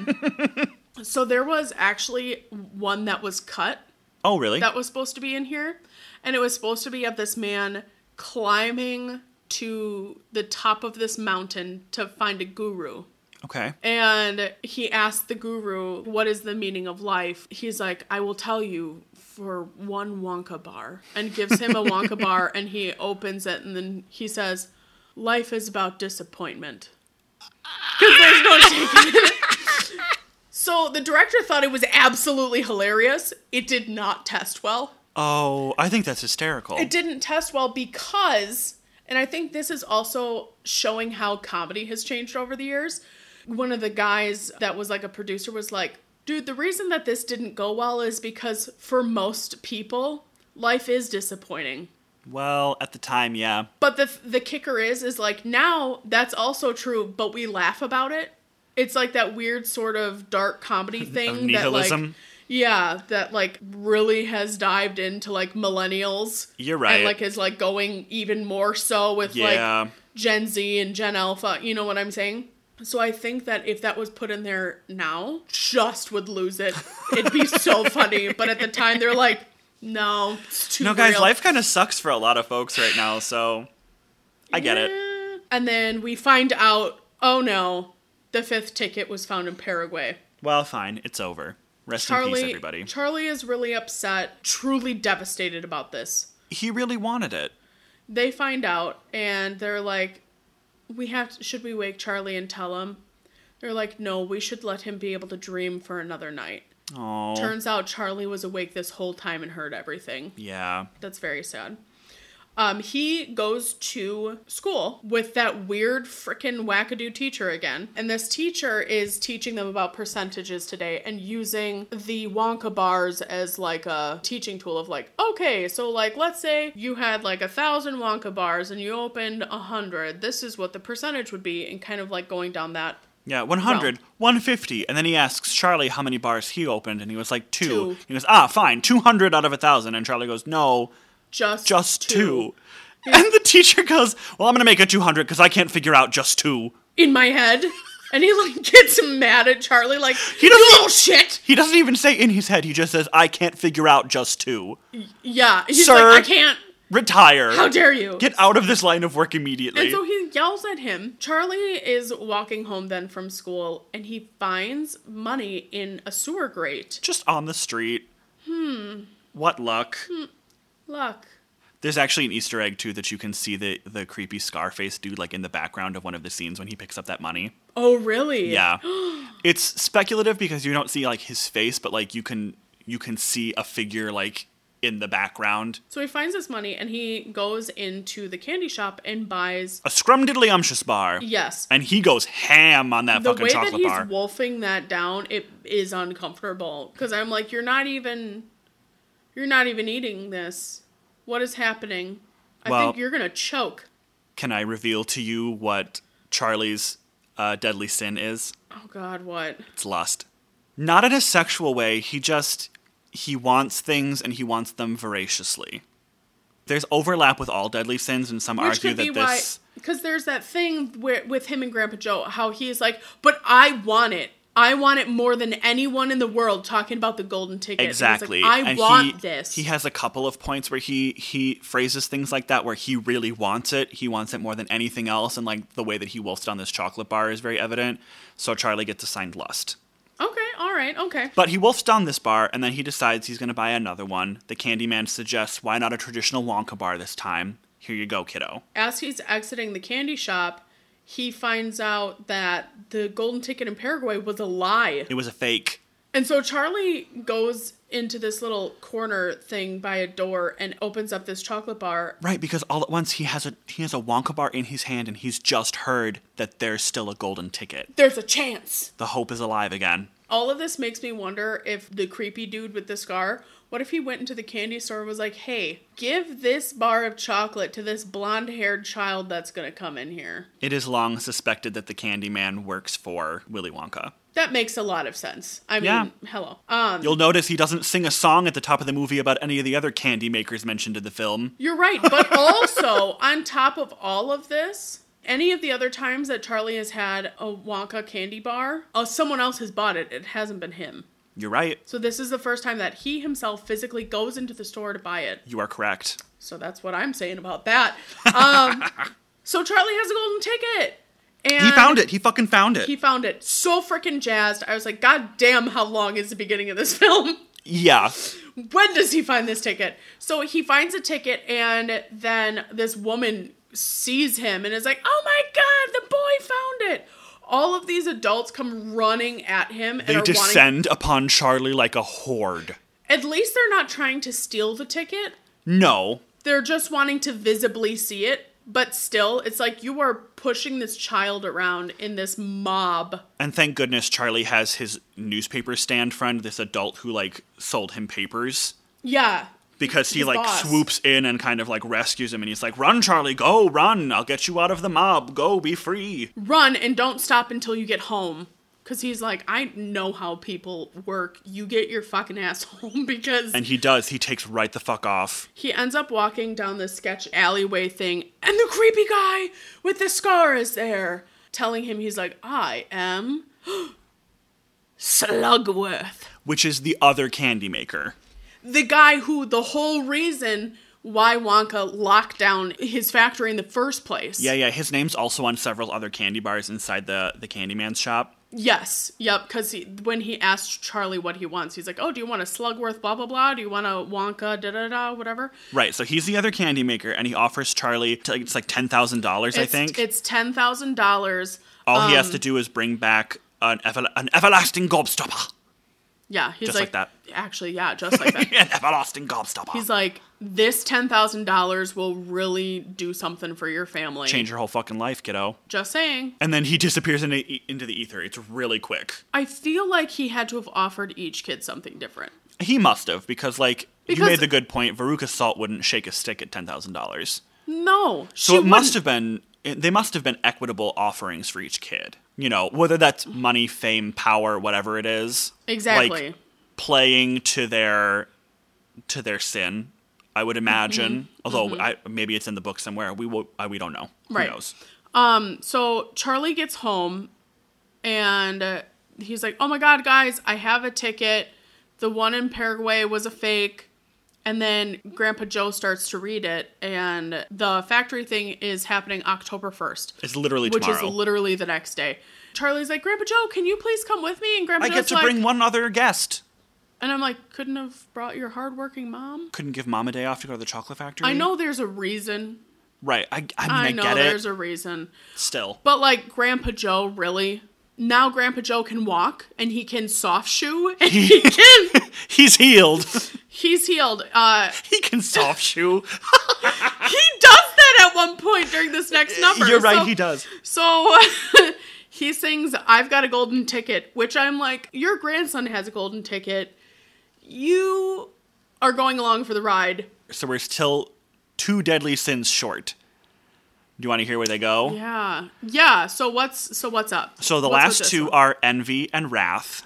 [SPEAKER 2] So there was actually one that was cut
[SPEAKER 1] oh, really?
[SPEAKER 2] that was supposed to be in here. And it was supposed to be of this man climbing to the top of this mountain to find a guru.
[SPEAKER 1] okay.
[SPEAKER 2] And he asked the guru, What is the meaning of life? He's like, I will tell you for one Wonka bar. And gives him a Wonka bar and he opens it and then he says, Life is about disappointment. Because there's no taking it. [LAUGHS] So the director thought it was absolutely hilarious. It did not test well.
[SPEAKER 1] Oh, I think that's hysterical.
[SPEAKER 2] It didn't test well because, and I think this is also showing how comedy has changed over the years. One of the guys that was like a producer was like, dude, the reason that this didn't go well is because for most people, life is disappointing.
[SPEAKER 1] well, at the time, yeah.
[SPEAKER 2] But the the kicker is is like now that's also true, but we laugh about it. It's like that weird sort of dark
[SPEAKER 1] [LAUGHS]
[SPEAKER 2] comedy thing that like
[SPEAKER 1] nihilism?
[SPEAKER 2] yeah, that like really has dived into like millennials.
[SPEAKER 1] You're right.
[SPEAKER 2] And like is like going even more so with
[SPEAKER 1] Yeah.
[SPEAKER 2] like Gen Z and Gen Alpha, you know what I'm saying? So I think that if that was put in there now, just would lose it. It'd be
[SPEAKER 1] [LAUGHS]
[SPEAKER 2] so funny, but at the time they're like, no, it's too
[SPEAKER 1] No, guys,
[SPEAKER 2] real.
[SPEAKER 1] life kind of sucks for a lot of folks right now, so I get it.
[SPEAKER 2] And then we find out, oh no, the fifth ticket was found in Paraguay.
[SPEAKER 1] Well, fine. It's over. Rest in peace,
[SPEAKER 2] Charlie,
[SPEAKER 1] everybody.
[SPEAKER 2] Charlie is really upset, truly devastated about this.
[SPEAKER 1] he really wanted it.
[SPEAKER 2] They find out and they're like, we have to, should we wake Charlie and tell him? They're like, no, we should let him be able to dream for another night.
[SPEAKER 1] Oh.
[SPEAKER 2] Turns out Charlie was awake this whole time and heard everything.
[SPEAKER 1] yeah.
[SPEAKER 2] That's very sad. Um, he goes to school with that weird frickin' wackadoo teacher again. And this teacher is teaching them about percentages today and using the Wonka bars as like a teaching tool of like, okay, so like let's say you had like a thousand Wonka bars and you opened a hundred. This is what the percentage would be, and kind of like going down that
[SPEAKER 1] Yeah, 100, 150. And then he asks Charlie how many bars he opened, and he was like, two.
[SPEAKER 2] Two.
[SPEAKER 1] He goes, ah, fine, 200 out of a 1,000. And Charlie goes, no,
[SPEAKER 2] just
[SPEAKER 1] just two. And the teacher goes, well, I'm going to make it 200 because I can't figure out just two.
[SPEAKER 2] in my head. [LAUGHS] And he like gets mad at Charlie, like,
[SPEAKER 1] He doesn't-
[SPEAKER 2] you little shit.
[SPEAKER 1] He doesn't even say in his head, he just says, I can't figure out just two.
[SPEAKER 2] Yeah, he's
[SPEAKER 1] Sir.
[SPEAKER 2] like, I can't.
[SPEAKER 1] Retire.
[SPEAKER 2] How dare you?
[SPEAKER 1] Get out of this line of work immediately.
[SPEAKER 2] And so he yells at him. Charlie is walking home then from school and he finds money in a sewer grate.
[SPEAKER 1] Just on the street. Hmm. What luck.
[SPEAKER 2] Look.
[SPEAKER 1] There's actually an Easter egg too that you can see the the creepy Scarface dude like in the background of one of the scenes when he picks up that money.
[SPEAKER 2] Oh, really?
[SPEAKER 1] Yeah. [GASPS] it's speculative because you don't see like his face, but like you can you can see a figure like in the background.
[SPEAKER 2] So he finds this money and he goes into the candy shop and buys.
[SPEAKER 1] A scrumdiddly umptious bar.
[SPEAKER 2] Yes.
[SPEAKER 1] And he goes ham on that
[SPEAKER 2] the
[SPEAKER 1] fucking
[SPEAKER 2] way that
[SPEAKER 1] chocolate
[SPEAKER 2] he's
[SPEAKER 1] bar.
[SPEAKER 2] wolfing that down, it is uncomfortable. Because I'm like, you're not even, you're not even eating this. What is happening? I
[SPEAKER 1] Well-
[SPEAKER 2] think you're gonna choke.
[SPEAKER 1] can I reveal to you what Charlie's uh, deadly sin is?
[SPEAKER 2] Oh God, what?
[SPEAKER 1] It's lust. Not in a sexual way. He just he wants things and he wants them voraciously. There's overlap with all deadly sins, and some
[SPEAKER 2] Which
[SPEAKER 1] argue
[SPEAKER 2] could
[SPEAKER 1] that
[SPEAKER 2] be
[SPEAKER 1] this.
[SPEAKER 2] why, because there's that thing where, with him and Grandpa Joe, how he's like, but I want it. I want it more than anyone in the world. Talking about the golden ticket. And he's like,
[SPEAKER 1] Exactly.
[SPEAKER 2] I
[SPEAKER 1] And
[SPEAKER 2] want
[SPEAKER 1] he,
[SPEAKER 2] this.
[SPEAKER 1] He has a couple of points where he he phrases things like that where he really wants it. He wants it more than anything else, and like the way that he wolfed on this chocolate bar is very evident. So Charlie gets assigned lust.
[SPEAKER 2] okay, all right, okay.
[SPEAKER 1] But he wolfs down this bar, and then he decides he's going to buy another one. The Candyman suggests, "Why not a traditional Wonka bar this time? Here you go, kiddo."
[SPEAKER 2] as he's exiting the candy shop, he finds out that the golden ticket in Paraguay was a lie.
[SPEAKER 1] It was a fake.
[SPEAKER 2] And so Charlie goes into this little corner thing by a door and opens up this chocolate bar.
[SPEAKER 1] Right, because all at once he has a he has a Wonka bar in his hand, and he's just heard that there's still a golden ticket.
[SPEAKER 2] There's a chance.
[SPEAKER 1] The hope is alive again.
[SPEAKER 2] All of this makes me wonder if the creepy dude with the scar, what if he went into the candy store and was like, hey, give this bar of chocolate to this blonde haired child that's gonna come in here?
[SPEAKER 1] It is long suspected that the Candyman works for Willy Wonka.
[SPEAKER 2] That makes a lot of sense. I mean,
[SPEAKER 1] Yeah.
[SPEAKER 2] hello. Um,
[SPEAKER 1] You'll notice he doesn't sing a song at the top of the movie about any of the other candy makers mentioned in the film.
[SPEAKER 2] You're right. But also, on top of all of this, any of the other times that Charlie has had a Wonka candy bar, uh, someone else has bought it. It hasn't been him.
[SPEAKER 1] You're right.
[SPEAKER 2] So this is the first time that he himself physically goes into the store to buy it.
[SPEAKER 1] You are correct.
[SPEAKER 2] So that's what I'm saying about that.
[SPEAKER 1] [LAUGHS]
[SPEAKER 2] Um, so Charlie has a golden ticket. And
[SPEAKER 1] He found it. He fucking found it.
[SPEAKER 2] He found it. So freaking jazzed. I was like, God damn, how long is the beginning of this [LAUGHS] film?
[SPEAKER 1] yeah.
[SPEAKER 2] when does he find this ticket? So he finds a ticket, and then this woman sees him and is like, oh my God, the boy found it. All of these adults come running at him. and
[SPEAKER 1] They
[SPEAKER 2] are Wanting,
[SPEAKER 1] descend upon Charlie like a horde.
[SPEAKER 2] at least they're not trying to steal the ticket,
[SPEAKER 1] No.
[SPEAKER 2] they're just wanting to visibly see it. But still, it's like you are pushing this child around in this mob.
[SPEAKER 1] And thank goodness Charlie has his newspaper stand friend, this adult who like sold him papers.
[SPEAKER 2] Yeah.
[SPEAKER 1] Because he
[SPEAKER 2] His
[SPEAKER 1] like
[SPEAKER 2] boss.
[SPEAKER 1] swoops in and kind of like rescues him and he's like, Run, Charlie, go, run, I'll get you out of the mob, go, be free.
[SPEAKER 2] Run and don't stop until you get home. Because he's like, I know how people work. You get your fucking ass [LAUGHS] home because
[SPEAKER 1] And he does, he takes right the fuck off.
[SPEAKER 2] He ends up walking down this sketch alleyway thing, and the creepy guy with the scar is there, telling him he's like, I am [GASPS] Slugworth.
[SPEAKER 1] Which is the other candy maker.
[SPEAKER 2] The guy who, the whole reason why Wonka locked down his factory in the first place.
[SPEAKER 1] Yeah, yeah, his name's also on several other candy bars inside the, the Candyman's shop.
[SPEAKER 2] Yes. Yep. Because he, when he asked Charlie what he wants, he's like, Oh, do you want a Slugworth, blah, blah, blah? Do you want a Wonka, da, da, da, whatever?
[SPEAKER 1] Right, so he's the other candy maker and he offers Charlie, to, it's like $10,000, I
[SPEAKER 2] It's- um,
[SPEAKER 1] think.
[SPEAKER 2] It's $10,000.
[SPEAKER 1] All he has to do is bring back an, ever- an everlasting gobstopper. [LAUGHS]
[SPEAKER 2] Yeah. He's
[SPEAKER 1] Just like
[SPEAKER 2] that. Actually, yeah, just like that.
[SPEAKER 1] [LAUGHS] An everlasting gobstopper.
[SPEAKER 2] He's like, this ten thousand dollars will really do something for your family.
[SPEAKER 1] Change your whole fucking life, kiddo.
[SPEAKER 2] Just saying.
[SPEAKER 1] And then he disappears into, e, into the ether. It's really quick.
[SPEAKER 2] I feel like he had to have offered each kid something different.
[SPEAKER 1] He must have, because, like, you
[SPEAKER 2] Because-
[SPEAKER 1] made the good point. Veruca Salt wouldn't shake a stick at $10,000.
[SPEAKER 2] No,
[SPEAKER 1] So it must have been, it- they must have been equitable offerings for each kid. You know, whether that's money, fame, power, whatever it is.
[SPEAKER 2] Mm-hmm. Exactly.
[SPEAKER 1] Like, playing to their to their sin, I would imagine.
[SPEAKER 2] Mm-hmm.
[SPEAKER 1] Although I, maybe it's in the book somewhere. We will, I, we don't know.
[SPEAKER 2] Right.
[SPEAKER 1] Who knows?
[SPEAKER 2] So Charlie gets home, and uh, he's like, "Oh my god, guys, I have a ticket. The one in Paraguay was a fake." And then Grandpa Joe starts to read it, and the factory thing is happening October 1st,
[SPEAKER 1] It's literally
[SPEAKER 2] which
[SPEAKER 1] tomorrow.
[SPEAKER 2] is literally the next day. Charlie's like, Grandpa Joe, can you please come with me? And Grandpa
[SPEAKER 1] I
[SPEAKER 2] Joe's
[SPEAKER 1] get to
[SPEAKER 2] like,
[SPEAKER 1] bring one other guest.
[SPEAKER 2] and I'm like, couldn't have brought your hardworking mom.
[SPEAKER 1] Couldn't give mom a day off to go to the chocolate factory.
[SPEAKER 2] I know there's a reason.
[SPEAKER 1] Right. I, I mean,
[SPEAKER 2] I,
[SPEAKER 1] Mm. I,
[SPEAKER 2] know
[SPEAKER 1] get
[SPEAKER 2] there's
[SPEAKER 1] it.
[SPEAKER 2] a reason.
[SPEAKER 1] Still.
[SPEAKER 2] But like Grandpa Joe, really? Now Grandpa Joe can walk and he can soft shoe [LAUGHS] and
[SPEAKER 1] [LAUGHS]
[SPEAKER 2] he can
[SPEAKER 1] He's healed. [LAUGHS]
[SPEAKER 2] he's healed. Uh [LAUGHS]
[SPEAKER 1] he can soft shoe.
[SPEAKER 2] he does that at one point during this next number.
[SPEAKER 1] You're right,
[SPEAKER 2] So-
[SPEAKER 1] he does.
[SPEAKER 2] So [LAUGHS] he sings I've got a golden ticket, which I'm like, your grandson has a golden ticket. You are going along for the ride.
[SPEAKER 1] So we're still two deadly sins short. Do you want to hear where they go?
[SPEAKER 2] Yeah. Yeah. So what's so what's up?
[SPEAKER 1] So the
[SPEAKER 2] What's with
[SPEAKER 1] last
[SPEAKER 2] this
[SPEAKER 1] two
[SPEAKER 2] one?
[SPEAKER 1] are envy and wrath.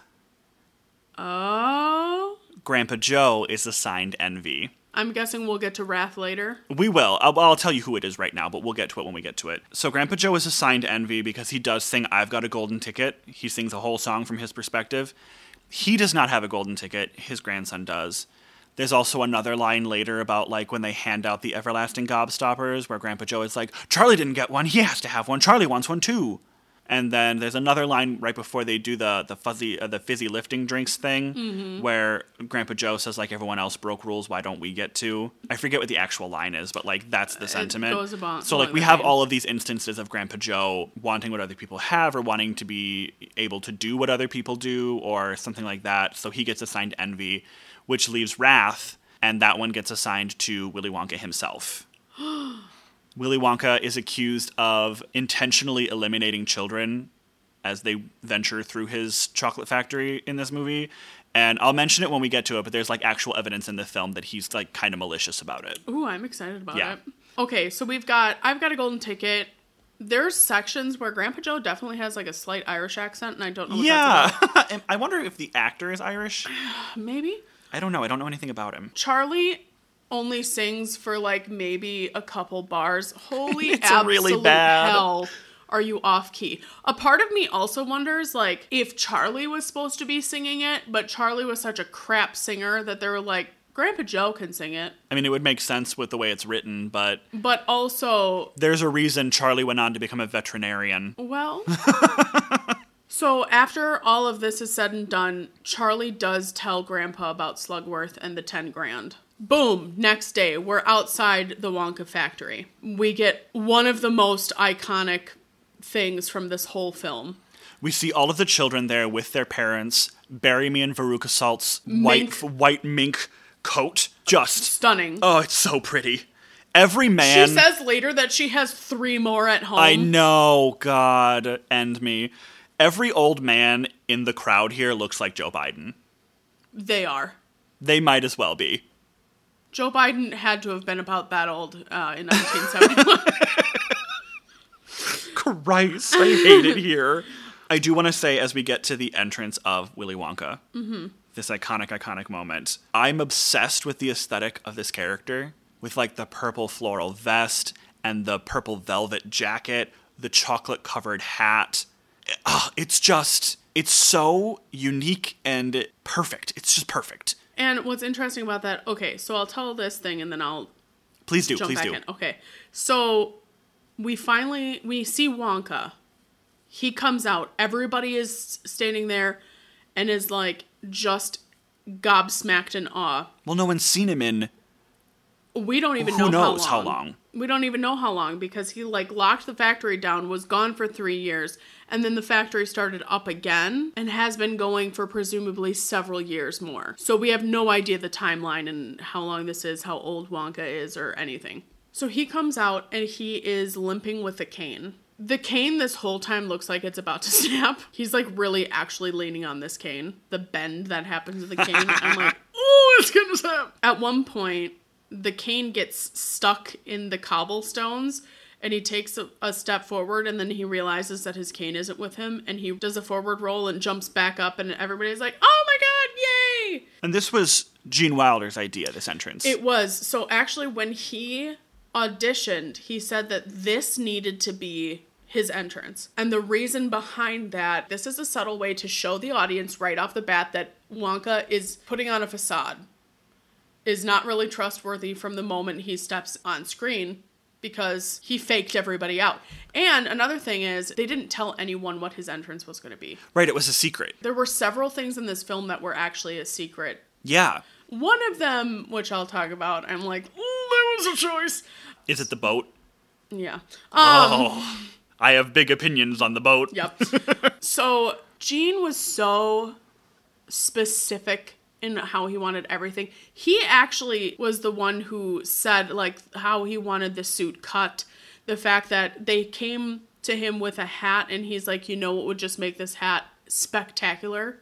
[SPEAKER 2] Oh.
[SPEAKER 1] Grandpa Joe is assigned envy.
[SPEAKER 2] I'm guessing we'll get to Wrath later.
[SPEAKER 1] We will. I'll, I'll tell you who it is right now, but we'll get to it when we get to it. So Grandpa Joe is assigned envy because he does sing "I've Got a Golden Ticket." He sings a whole song from his perspective. He does not have a golden ticket. His grandson does. There's also another line later about like when they hand out the everlasting gobstoppers, where Grandpa Joe is like, "Charlie didn't get one. He has to have one. Charlie wants one too." And then there's another line right before they do the the fuzzy uh, the fizzy lifting drinks thing,
[SPEAKER 2] Mm-hmm.
[SPEAKER 1] where Grandpa Joe says like everyone else broke rules, why don't we get to? I forget what the actual line is, but like that's the sentiment.
[SPEAKER 2] goes about-
[SPEAKER 1] so like
[SPEAKER 2] along
[SPEAKER 1] we
[SPEAKER 2] the
[SPEAKER 1] have
[SPEAKER 2] lines.
[SPEAKER 1] all of these instances of Grandpa Joe wanting what other people have, or wanting to be able to do what other people do, or something like that. So he gets assigned envy, which leaves wrath, and that one gets assigned to Willy Wonka himself. Willy Wonka is accused of intentionally eliminating children as they venture through his chocolate factory in this movie. And I'll mention it when we get to it, but there's like actual evidence in the film that he's like kind of malicious about it.
[SPEAKER 2] Ooh, I'm excited about
[SPEAKER 1] Yeah.
[SPEAKER 2] it. Okay, so we've got I've got a golden ticket. There's sections where Grandpa Joe definitely has like a slight Irish accent, and I don't know. What
[SPEAKER 1] Yeah.
[SPEAKER 2] that's
[SPEAKER 1] [LAUGHS] And I wonder if the actor is Irish.
[SPEAKER 2] about. maybe
[SPEAKER 1] I don't know. I don't know anything about him.
[SPEAKER 2] Charlie only sings for like maybe a couple
[SPEAKER 1] [LAUGHS]
[SPEAKER 2] bars. Holy
[SPEAKER 1] It's
[SPEAKER 2] absolute
[SPEAKER 1] really bad.
[SPEAKER 2] hell! Are you off key? A part of me also wonders like if Charlie was supposed to be singing it, but Charlie was such a crap singer that they were like Grandpa Joe can sing it,
[SPEAKER 1] I mean, it would make sense with the way it's written, but
[SPEAKER 2] but also
[SPEAKER 1] there's a reason Charlie went on to become a veterinarian. [LAUGHS]
[SPEAKER 2] Well, so after all of this is said and done, Charlie does tell Grandpa about Slugworth and the 10 grand. Boom, next day, we're outside the Wonka factory. We get one of the most iconic things from this whole film.
[SPEAKER 1] We see all of the children there with their parents. Bury me in Veruca Salt's white
[SPEAKER 2] Mink.
[SPEAKER 1] white mink coat. Just
[SPEAKER 2] Stunning.
[SPEAKER 1] oh, it's so pretty. Every
[SPEAKER 2] she
[SPEAKER 1] man.
[SPEAKER 2] says later that she has three more at home.
[SPEAKER 1] I know, God, end me. Every old man in the crowd here looks like Joe Biden.
[SPEAKER 2] They are.
[SPEAKER 1] They might as well be.
[SPEAKER 2] Joe Biden had to have been about that old uh, in 1971.
[SPEAKER 1] [LAUGHS] Christ, I hate
[SPEAKER 2] [LAUGHS]
[SPEAKER 1] it here. I do want to say, as we get to the entrance of Willy Wonka,
[SPEAKER 2] Mm-hmm.
[SPEAKER 1] this iconic, iconic moment, I'm obsessed with the aesthetic of this character with like the purple floral vest and the purple velvet jacket, the chocolate covered hat. Ugh, it's just, it's so unique and perfect. It's just perfect.
[SPEAKER 2] and what's interesting about that, okay, so I'll tell this thing and then I'll
[SPEAKER 1] Please do,
[SPEAKER 2] jump
[SPEAKER 1] please
[SPEAKER 2] back
[SPEAKER 1] do.
[SPEAKER 2] in. Okay. So we finally we see Wonka. He comes out. Everybody is standing there and is like just gobsmacked in awe.
[SPEAKER 1] Well, no one's seen him in.
[SPEAKER 2] We don't even know
[SPEAKER 1] Who knows
[SPEAKER 2] how
[SPEAKER 1] how
[SPEAKER 2] long.
[SPEAKER 1] long.
[SPEAKER 2] We don't even know how long because he like locked the factory down, was gone for 3 years, and then the factory started up again and has been going for presumably several years more. So we have no idea the timeline and how long this is, how old Wonka is or anything. So he comes out and he is limping with a cane. The cane this whole time looks like it's about to [LAUGHS] snap. He's like really actually leaning on this cane. The bend that happens to the cane. I'm
[SPEAKER 1] [LAUGHS]
[SPEAKER 2] like, oh, it's gonna snap. At one point, the cane gets stuck in the cobblestones and he takes a, a step forward and then he realizes that his cane isn't with him and he does a forward roll and jumps back up and everybody's like, oh my god, yay!
[SPEAKER 1] And this was Gene Wilder's idea, this entrance.
[SPEAKER 2] It was. So actually, when he auditioned, he said that this needed to be his entrance. And the reason behind that, this is a subtle way to show the audience right off the bat that Wonka is putting on a facade. is not really trustworthy from the moment he steps on screen because he faked everybody out. And another thing is, they didn't tell anyone what his entrance was going to be.
[SPEAKER 1] Right, it was a secret.
[SPEAKER 2] There were several things in this film that were actually a secret.
[SPEAKER 1] Yeah.
[SPEAKER 2] One of them, which I'll talk about, I'm like, "Ooh, that was a choice.
[SPEAKER 1] Is it the boat?
[SPEAKER 2] Yeah. Um,
[SPEAKER 1] oh. I have big opinions on the boat.
[SPEAKER 2] Yep. so Gene was so specific in how he wanted everything. He actually was the one who said like how he wanted the suit cut. The fact that they came to him with a hat and he's like, you know what would just make this hat spectacular?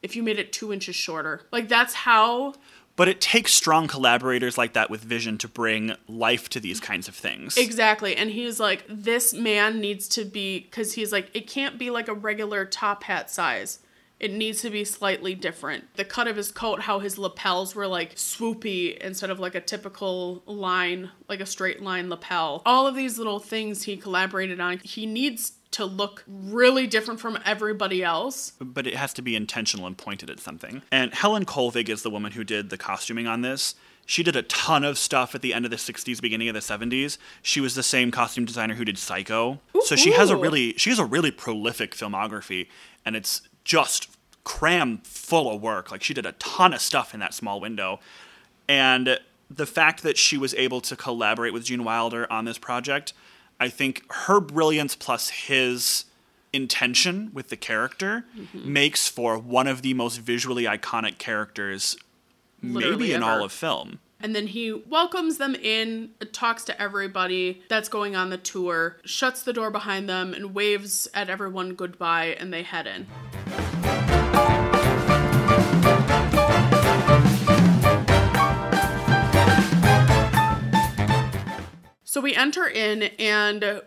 [SPEAKER 2] If you made it two inches shorter. Like that's how
[SPEAKER 1] But it takes strong collaborators like that with vision to bring life to these kinds of things.
[SPEAKER 2] Exactly. And he's like, this man needs to be, because he's like, it can't be like a regular top hat size. It needs to be slightly different. The cut of his coat, how his lapels were like swoopy instead of like a typical line, like a straight line lapel. All of these little things he collaborated on. He needs to look really different from everybody else.
[SPEAKER 1] but it has to be intentional and pointed at something. And Helen Kolvig is the woman who did the costuming on this. She did a ton of stuff at the end of the 60s, beginning of the 70s. She was the same costume designer who did Psycho. So she has a
[SPEAKER 2] Ooh.
[SPEAKER 1] really she has a really prolific filmography and it's just cram full of work. Like she did a ton of stuff in that small window. And the fact that she was able to collaborate with Gene Wilder on this project, I think her brilliance plus his intention with the character
[SPEAKER 2] Mm-hmm.
[SPEAKER 1] makes for one of the most visually iconic characters
[SPEAKER 2] Literally
[SPEAKER 1] maybe in all
[SPEAKER 2] ever.
[SPEAKER 1] of film.
[SPEAKER 2] And then he welcomes them in, talks to everybody that's going on the tour, shuts the door behind them, and waves at everyone goodbye, and they head in. So we enter in and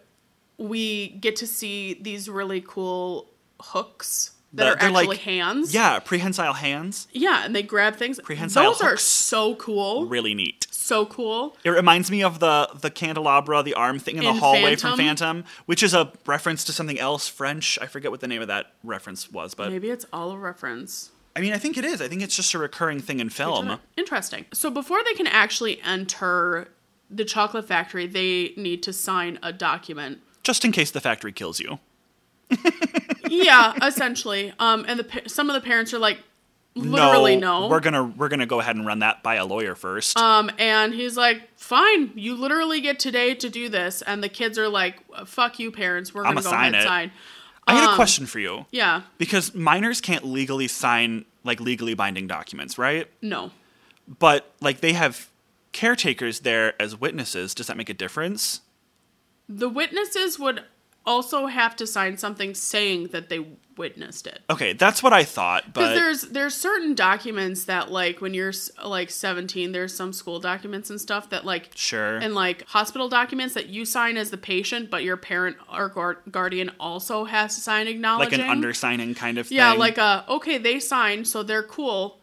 [SPEAKER 2] we get to see these really cool hooks that
[SPEAKER 1] The-
[SPEAKER 2] are
[SPEAKER 1] they're
[SPEAKER 2] actually
[SPEAKER 1] like-
[SPEAKER 2] hands.
[SPEAKER 1] Yeah, prehensile hands,
[SPEAKER 2] Yeah, and they grab things.
[SPEAKER 1] Prehensile
[SPEAKER 2] Those are
[SPEAKER 1] hooks.
[SPEAKER 2] so cool.
[SPEAKER 1] really neat.
[SPEAKER 2] So cool.
[SPEAKER 1] It reminds me of the the candelabra, the arm thing in the
[SPEAKER 2] In
[SPEAKER 1] hallway
[SPEAKER 2] Phantom?
[SPEAKER 1] from Phantom, which is a reference to something else French. I forget what the name of that reference was, but
[SPEAKER 2] Maybe it's all a reference.
[SPEAKER 1] I mean, I think it is. I think it's just a recurring thing in film.
[SPEAKER 2] Interesting. So before they can actually enter the chocolate factory, they need to sign a document.
[SPEAKER 1] Just in case the factory kills you. [LAUGHS]
[SPEAKER 2] yeah, essentially. Um, and the pa- some of the parents are like, literally no.
[SPEAKER 1] We're gonna we're gonna go ahead and run that by a lawyer first.
[SPEAKER 2] um, and he's like, fine, you literally get today to do this. And the kids are like, fuck you, parents. We're gonna
[SPEAKER 1] I'ma
[SPEAKER 2] go
[SPEAKER 1] sign
[SPEAKER 2] ahead and
[SPEAKER 1] it.
[SPEAKER 2] sign.
[SPEAKER 1] I
[SPEAKER 2] um,
[SPEAKER 1] had a question for you.
[SPEAKER 2] Yeah.
[SPEAKER 1] Because minors can't legally sign like legally binding documents, right?
[SPEAKER 2] No.
[SPEAKER 1] But like they have caretakers there as witnesses. Does that make a difference?
[SPEAKER 2] The witnesses would also have to sign something saying that they witnessed it.
[SPEAKER 1] Okay, that's what I thought,
[SPEAKER 2] Because
[SPEAKER 1] but
[SPEAKER 2] there's there's certain documents that like when you're s- like 17, there's some school documents and stuff that like
[SPEAKER 1] sure.
[SPEAKER 2] and like hospital documents that you sign as the patient, but your parent or guard- guardian also has to sign
[SPEAKER 1] like
[SPEAKER 2] acknowledging.
[SPEAKER 1] an undersigning kind of
[SPEAKER 2] Yeah,
[SPEAKER 1] thing.
[SPEAKER 2] like uh okay, they signed, so they're cool,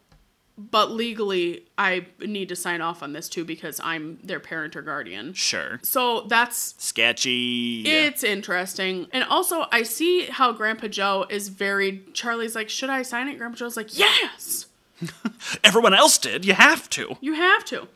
[SPEAKER 2] but legally I need to sign off on this too because I'm their parent or guardian.
[SPEAKER 1] sure.
[SPEAKER 2] So that's
[SPEAKER 1] Sketchy.
[SPEAKER 2] it's interesting. And also, I see how Grandpa Joe is very. Charlie's like, should I sign it? Grandpa Joe's like, yes,
[SPEAKER 1] Everyone else did. You have to.
[SPEAKER 2] you have to.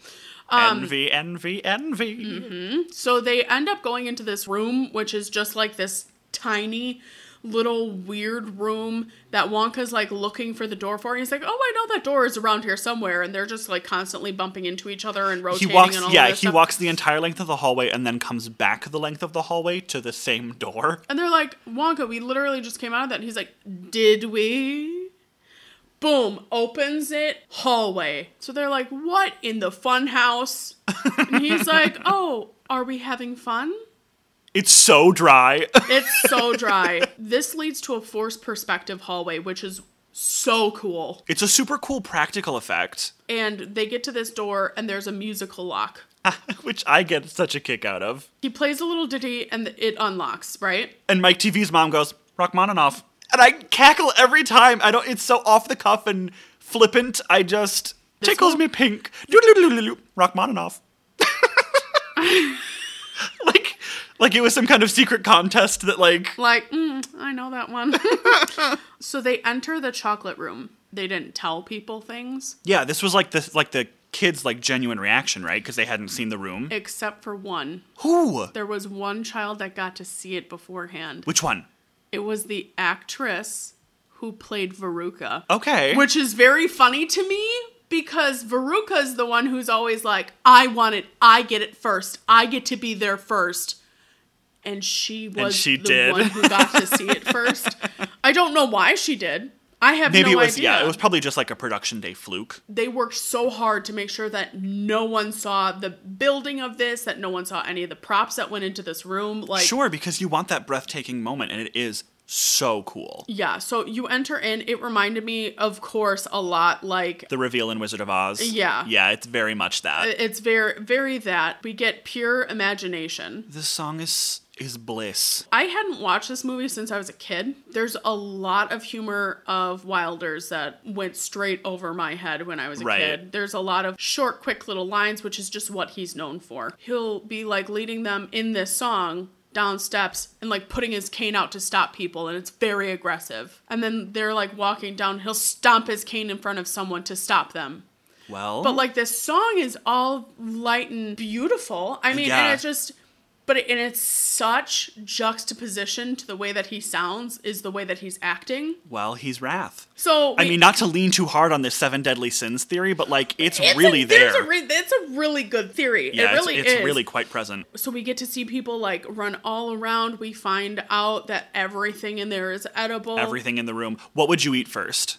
[SPEAKER 2] Um,
[SPEAKER 1] envy, envy,
[SPEAKER 2] hmm,
[SPEAKER 1] envy.
[SPEAKER 2] So they end up going into this room, which is just like this tiny little weird room that Wonka's like looking for the door for. And he's like, oh, I know that door is around here somewhere. And they're just like constantly bumping into each other and
[SPEAKER 1] He
[SPEAKER 2] rotating
[SPEAKER 1] walks.
[SPEAKER 2] and all
[SPEAKER 1] Yeah,
[SPEAKER 2] that
[SPEAKER 1] he
[SPEAKER 2] stuff.
[SPEAKER 1] walks the entire length of the hallway and then comes back the length of the hallway to the same door.
[SPEAKER 2] And they're like, Wonka, we literally just came out of that. And he's like, Did we? Boom, opens it, hallway. So they're like, What in the fun house? and
[SPEAKER 1] [LAUGHS]
[SPEAKER 2] he's like, Oh, are we having fun?
[SPEAKER 1] It's so dry. [LAUGHS]
[SPEAKER 2] It's so dry. this leads to a forced perspective hallway, which is so cool.
[SPEAKER 1] it's a super cool practical effect,
[SPEAKER 2] And they get to this door, and there's a musical lock.
[SPEAKER 1] which I get such a kick out of.
[SPEAKER 2] He plays a little ditty, and it unlocks, right?
[SPEAKER 1] And Mike TV's mom goes, Rachmaninoff. And I cackle every time. I don't it's so off the cuff and flippant. I just tickles
[SPEAKER 2] one?
[SPEAKER 1] me pink. Doodle-doodle-doodle-doo.
[SPEAKER 2] [LAUGHS]
[SPEAKER 1] Rachmaninoff. like like it was some kind of secret contest that like
[SPEAKER 2] like, mm, I know that one. so they enter the chocolate room. They didn't tell people things.
[SPEAKER 1] Yeah, this was like the like the kids' like genuine reaction, right? Because they hadn't seen the room.
[SPEAKER 2] Except for one.
[SPEAKER 1] Who?
[SPEAKER 2] There was one child that got to see it beforehand.
[SPEAKER 1] Which one?
[SPEAKER 2] It was the actress who played Veruca.
[SPEAKER 1] Okay.
[SPEAKER 2] Which is very funny to me because Veruca's the one who's always like, I want it, I get it first, I get to be there first. And she was
[SPEAKER 1] she
[SPEAKER 2] the
[SPEAKER 1] did.
[SPEAKER 2] one who got to see it
[SPEAKER 1] [LAUGHS]
[SPEAKER 2] first. I don't know why she did. I have
[SPEAKER 1] Maybe
[SPEAKER 2] no
[SPEAKER 1] it was
[SPEAKER 2] idea.
[SPEAKER 1] yeah. It was probably just like a production day fluke.
[SPEAKER 2] they worked so hard to make sure that no one saw the building of this, that no one saw any of the props that went into this room. Like
[SPEAKER 1] sure, because you want that breathtaking moment, and it is so cool.
[SPEAKER 2] Yeah, so you enter in. It reminded me, of course, a lot like
[SPEAKER 1] The reveal in Wizard of Oz.
[SPEAKER 2] Yeah. Uh,
[SPEAKER 1] Yeah, it's very much that.
[SPEAKER 2] it's very, very that we get pure imagination.
[SPEAKER 1] this song is is bliss.
[SPEAKER 2] I hadn't watched this movie since I was a kid. There's a lot of humor of Wilder's that went straight over my head when I was a
[SPEAKER 1] Right.
[SPEAKER 2] kid. There's a lot of short, quick little lines, which is just what he's known for. He'll be like leading them in this song down steps and like putting his cane out to stop people, and it's very aggressive. And then they're like walking down, he'll stomp his cane in front of someone to stop them.
[SPEAKER 1] Well,
[SPEAKER 2] But like this song is all light and beautiful. I mean,
[SPEAKER 1] Yeah.
[SPEAKER 2] and it's just, but it, and it's such juxtaposition to the way that he sounds is the way that he's acting.
[SPEAKER 1] well, he's Wrath.
[SPEAKER 2] So
[SPEAKER 1] I
[SPEAKER 2] we-
[SPEAKER 1] mean, not to lean too hard on this seven deadly sins theory, but like it's,
[SPEAKER 2] it's a-
[SPEAKER 1] really there.
[SPEAKER 2] there's A re- it's a really good theory.
[SPEAKER 1] yeah,
[SPEAKER 2] it
[SPEAKER 1] it's-
[SPEAKER 2] really
[SPEAKER 1] it's,
[SPEAKER 2] is.
[SPEAKER 1] really quite present.
[SPEAKER 2] so we get to see people like run all around. We find out that everything in there is edible.
[SPEAKER 1] Everything in the room. What would you eat first?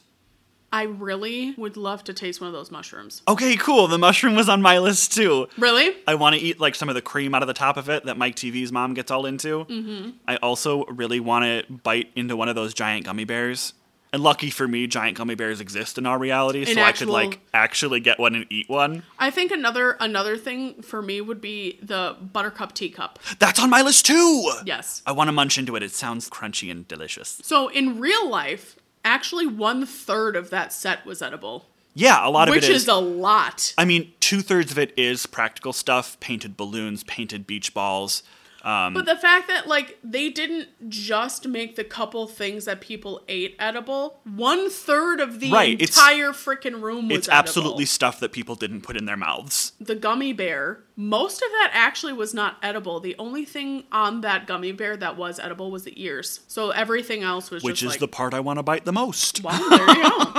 [SPEAKER 2] I really would love to taste one of those mushrooms.
[SPEAKER 1] Okay, cool. The mushroom was on my list too.
[SPEAKER 2] Really?
[SPEAKER 1] I want to eat like some of the cream out of the top of it that Mike TV's mom gets all into. Mm-hmm. I also really want to bite into one of those giant gummy bears. And lucky for me, giant gummy bears exist in our reality, so I could
[SPEAKER 2] actual-
[SPEAKER 1] like actually get one and eat one.
[SPEAKER 2] I think another another thing for me would be the buttercup teacup.
[SPEAKER 1] That's on my list too.
[SPEAKER 2] Yes.
[SPEAKER 1] I want to munch into it. It sounds crunchy and delicious.
[SPEAKER 2] So in real life, actually one third of that set was edible,
[SPEAKER 1] Yeah, a lot
[SPEAKER 2] which
[SPEAKER 1] of it
[SPEAKER 2] is a lot.
[SPEAKER 1] I mean, two thirds of it is practical stuff: painted balloons, painted beach balls. Um,
[SPEAKER 2] But the fact that like they didn't just make the couple things that people ate edible, one third of the
[SPEAKER 1] Right, it's-
[SPEAKER 2] entire freaking room was
[SPEAKER 1] It's
[SPEAKER 2] edible.
[SPEAKER 1] absolutely stuff that people didn't put in their mouths.
[SPEAKER 2] the gummy bear. Most of that actually was not edible. The only thing on that gummy bear that was edible was the ears. So everything else was
[SPEAKER 1] which
[SPEAKER 2] just
[SPEAKER 1] is
[SPEAKER 2] like,
[SPEAKER 1] the part I want to bite the most.
[SPEAKER 2] Wow, there you
[SPEAKER 1] [LAUGHS]
[SPEAKER 2] go.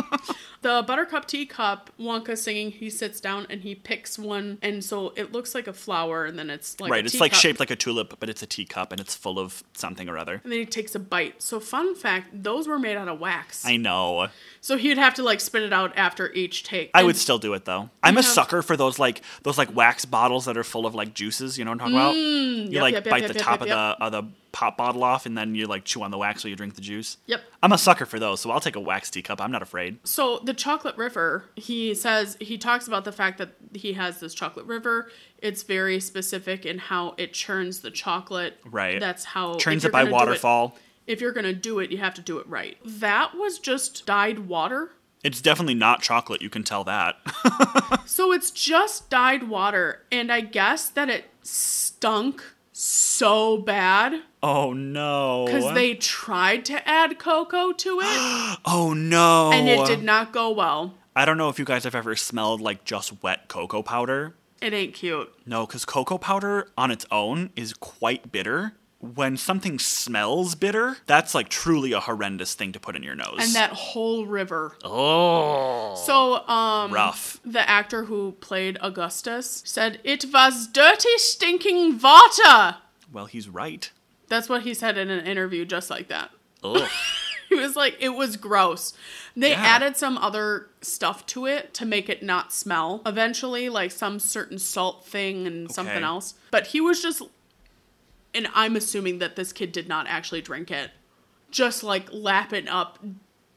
[SPEAKER 2] The buttercup teacup, Wonka singing, he sits down and he picks one, and so it looks like a flower, and then it's like a
[SPEAKER 1] right, it's like
[SPEAKER 2] teacup,
[SPEAKER 1] shaped like a tulip, but it's a teacup and it's full of something or other.
[SPEAKER 2] and then he takes a bite. So fun fact, those were made out of wax.
[SPEAKER 1] I know.
[SPEAKER 2] so he'd have to like spit it out after each take.
[SPEAKER 1] I would
[SPEAKER 2] And
[SPEAKER 1] still do it though. I'm a
[SPEAKER 2] have-
[SPEAKER 1] sucker for those like those like wax bottles that are full of like juices. You know what I'm talking about? You
[SPEAKER 2] Mm, yep,
[SPEAKER 1] like
[SPEAKER 2] yep, yep,
[SPEAKER 1] bite
[SPEAKER 2] yep,
[SPEAKER 1] the
[SPEAKER 2] yep,
[SPEAKER 1] top
[SPEAKER 2] yep, yep.
[SPEAKER 1] of the of the pop bottle off, and then you like chew on the wax while you drink the juice.
[SPEAKER 2] Yep.
[SPEAKER 1] I'm a sucker for those, so I'll take a wax teacup. I'm not afraid.
[SPEAKER 2] So the chocolate river, he says he talks about the fact that he has this chocolate river. It's very specific in how it churns the chocolate.
[SPEAKER 1] Right.
[SPEAKER 2] That's how if
[SPEAKER 1] Churns
[SPEAKER 2] you're
[SPEAKER 1] it by
[SPEAKER 2] gonna do
[SPEAKER 1] waterfall.
[SPEAKER 2] if you're gonna do it, you have to do it right. That was just dyed water.
[SPEAKER 1] It's definitely not chocolate. You can tell that. [LAUGHS]
[SPEAKER 2] So it's just dyed water, and I guess that it stunk so bad
[SPEAKER 1] oh no.
[SPEAKER 2] because they tried to add cocoa to it,
[SPEAKER 1] Oh no.
[SPEAKER 2] and it did not go well.
[SPEAKER 1] I don't know if you guys have ever smelled like just wet cocoa powder.
[SPEAKER 2] It ain't cute.
[SPEAKER 1] No, because cocoa powder on its own is quite bitter. When something smells bitter, that's like truly a horrendous thing to put in your nose.
[SPEAKER 2] And that whole river.
[SPEAKER 1] oh,
[SPEAKER 2] So, um,
[SPEAKER 1] rough.
[SPEAKER 2] the actor who played Augustus said it was dirty, stinking water.
[SPEAKER 1] Well, he's right.
[SPEAKER 2] That's what he said in an interview, just like that.
[SPEAKER 1] Ugh.
[SPEAKER 2] He was like, [LAUGHS] it was gross. They
[SPEAKER 1] Yeah.
[SPEAKER 2] added some other stuff to it to make it not smell eventually, like some certain salt thing and something
[SPEAKER 1] Okay.
[SPEAKER 2] else. But he was just, and I'm assuming that this kid did not actually drink it, just like lapping up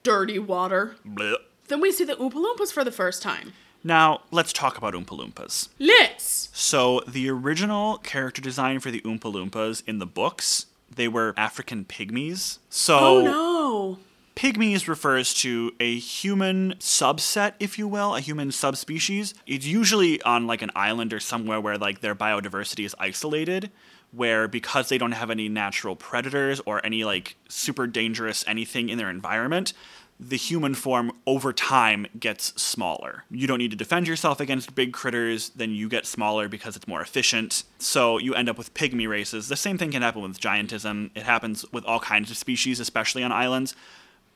[SPEAKER 2] dirty water.
[SPEAKER 1] Blech.
[SPEAKER 2] Then we see the Oompa Loompas for the first time.
[SPEAKER 1] now let's talk about Oompa Loompas.
[SPEAKER 2] Let's!
[SPEAKER 1] So the original character design for the Oompa Loompas in the books, they were African pygmies. So
[SPEAKER 2] Oh, no.
[SPEAKER 1] Pygmies refers to a human subset, if you will, a human subspecies. It's usually on like an island or somewhere where like their biodiversity is isolated, where because they don't have any natural predators or any like super dangerous anything in their environment, the human form over time gets smaller. You don't need to defend yourself against big critters, then you get smaller because it's more efficient. So you end up with pygmy races. The same thing can happen with giantism. It happens with all kinds of species, especially on islands.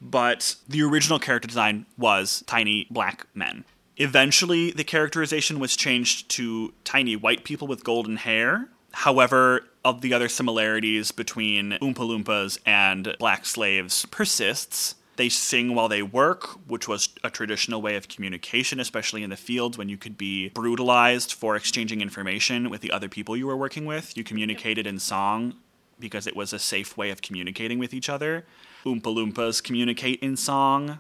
[SPEAKER 1] But the original character design was tiny black men. Eventually, the characterization was changed to tiny white people with golden hair. However, of the other similarities between Oompa Loompas and black slaves persists. They sing while they work, which was a traditional way of communication, especially in the fields when you could be brutalized for exchanging information with the other people you were working with. You communicated in song because it was a safe way of communicating with each other. Oompa Loompas communicate in song.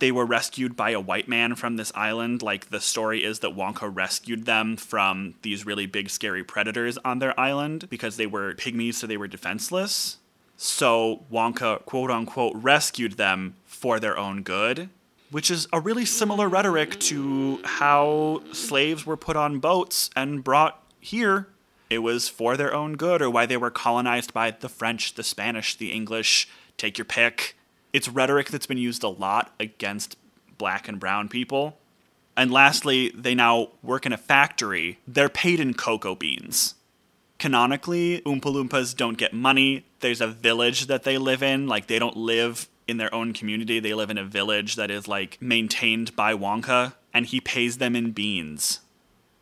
[SPEAKER 1] They were rescued by a white man from this island. Like the story is that Wonka rescued them from these really big, scary predators on their island because they were pygmies, so they were defenseless. So Wonka, quote unquote, rescued them for their own good, which is a really similar rhetoric to how slaves were put on boats and brought here. It was for their own good, or why they were colonized by the French, the Spanish, the English. Take your pick. It's rhetoric that's been used a lot against black and brown people. And lastly, they now work in a factory. They're paid in cocoa beans canonically, Oompa Loompas don't get money. There's a village that they live in. Like, they don't live in their own community. They live in a village that is, like, maintained by Wonka, and he pays them in beans.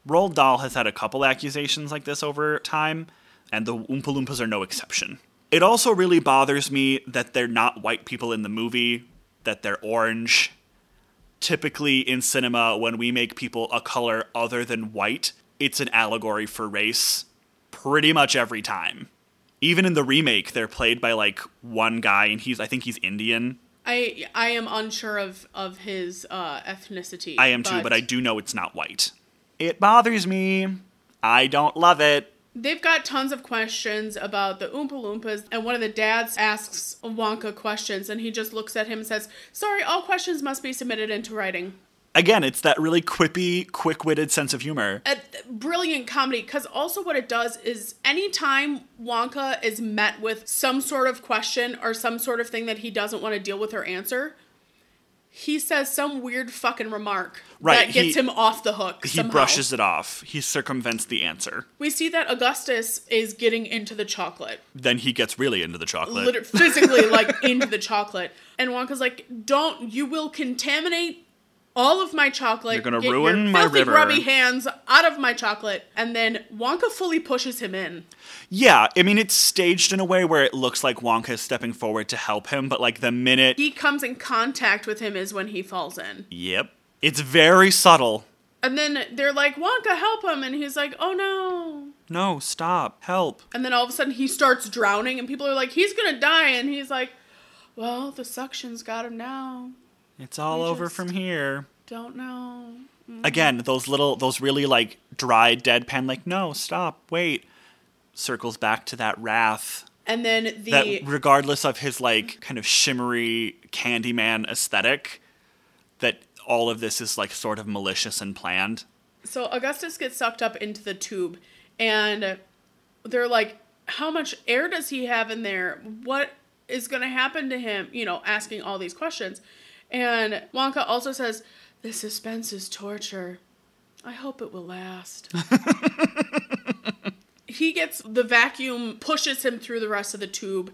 [SPEAKER 1] Roald Dahl has had a couple accusations like this over time, and the Oompa Loompas are no exception. It also really bothers me that they're not white people in the movie, that they're orange. Typically in cinema, when we make people a color other than white, it's an allegory for race pretty much every time. Even in the remake, they're played by like one guy, and he's I think he's Indian.
[SPEAKER 2] I I am unsure of of his uh, ethnicity.
[SPEAKER 1] I am too, but I do know it's not white. It bothers me. I don't love it.
[SPEAKER 2] They've got tons of questions about the Oompa Loompas, and one of the dads asks Wonka questions, and he just looks at him and says, "Sorry, all questions must be submitted into writing."
[SPEAKER 1] Again, it's that really quippy, quick-witted sense of humor.
[SPEAKER 2] a brilliant comedy because also what it does is anytime Wonka is met with some sort of question or some sort of thing that he doesn't want to deal with or answer, he says some weird fucking remark
[SPEAKER 1] Right,
[SPEAKER 2] that gets
[SPEAKER 1] he-
[SPEAKER 2] him off the hook.
[SPEAKER 1] He
[SPEAKER 2] somehow.
[SPEAKER 1] brushes it off. He circumvents the answer.
[SPEAKER 2] We see that Augustus is getting into the chocolate,
[SPEAKER 1] Then he gets really into the chocolate.
[SPEAKER 2] liter- physically like [LAUGHS] into the chocolate, and Wonka's like, "Don't! You will contaminate." All of my chocolate.
[SPEAKER 1] You're gonna
[SPEAKER 2] Get your
[SPEAKER 1] ruin my
[SPEAKER 2] filthy,
[SPEAKER 1] river."
[SPEAKER 2] grubby hands out of my chocolate, and then Wonka fully pushes him in.
[SPEAKER 1] Yeah, I mean it's staged in a way where it looks like Wonka is stepping forward to help him, but like the minute
[SPEAKER 2] he comes in contact with him is when he falls in.
[SPEAKER 1] Yep. It's very subtle.
[SPEAKER 2] And then they're like, Wonka, help him. And he's like, oh no.
[SPEAKER 1] No, stop. Help.
[SPEAKER 2] And then all of a sudden he starts drowning, and people are like, he's gonna die. And he's like, well, the suction's got him now.
[SPEAKER 1] It's all
[SPEAKER 2] I
[SPEAKER 1] over
[SPEAKER 2] just-
[SPEAKER 1] from here.
[SPEAKER 2] Don't know.
[SPEAKER 1] Mm-hmm. again those little those really like dry deadpan like no stop wait circles back to that wrath
[SPEAKER 2] And then the.
[SPEAKER 1] that regardless of his like kind of shimmery candyman aesthetic that all of this is like sort of malicious and planned
[SPEAKER 2] so Augustus gets sucked up into the tube, and they're like, how much air does he have in there? What is going to happen to him? You know, asking all these questions. And Wonka also says, the suspense is torture. I hope it will
[SPEAKER 1] [LAUGHS]
[SPEAKER 2] last. he gets the vacuum, pushes him through the rest of the tube,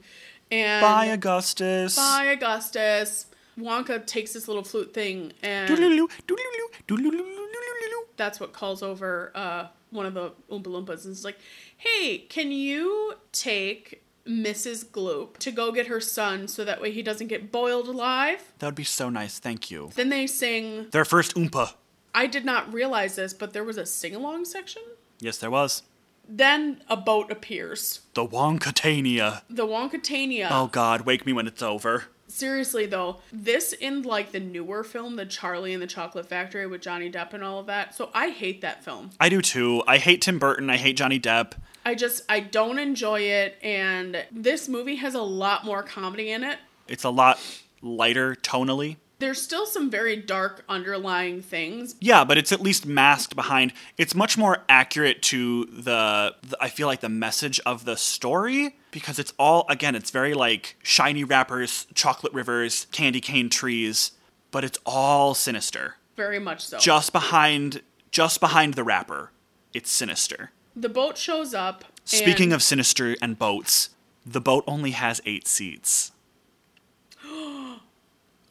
[SPEAKER 2] and
[SPEAKER 1] bye augustus
[SPEAKER 2] Bye, Augustus. Wonka takes this little flute thing and
[SPEAKER 1] Doodaloo, doodaloo, doodaloo, doodaloo.
[SPEAKER 2] that's what calls over uh, one of the Oompa Loompas and is like, hey, can you take Mrs. Gloop to go get her son so that way he doesn't get boiled alive?
[SPEAKER 1] that would be so nice thank you
[SPEAKER 2] Then they sing,
[SPEAKER 1] their first oompa
[SPEAKER 2] I did not realize this, but there was a sing along section.
[SPEAKER 1] yes there was
[SPEAKER 2] Then a boat appears.
[SPEAKER 1] the wonkatania
[SPEAKER 2] The Wonkatania.
[SPEAKER 1] oh god wake me when it's over
[SPEAKER 2] Seriously though, this in like the newer film, the Charlie and the Chocolate Factory with Johnny Depp and all of that. So I hate that film.
[SPEAKER 1] i do too i hate tim burton i hate johnny depp
[SPEAKER 2] I just I don't enjoy it and this movie has a lot more comedy in it.
[SPEAKER 1] It's a lot lighter tonally.
[SPEAKER 2] There's still some very dark underlying things.
[SPEAKER 1] Yeah, but it's at least masked behind. It's much more accurate to the, the I feel like the message of the story because it's all again it's very like shiny wrappers, chocolate rivers, candy cane trees, but it's all sinister.
[SPEAKER 2] Very much so.
[SPEAKER 1] Just behind just behind the wrapper, it's sinister.
[SPEAKER 2] the boat shows up. and-
[SPEAKER 1] Speaking of sinister and boats, the boat only has 8
[SPEAKER 2] [GASPS]
[SPEAKER 1] seats.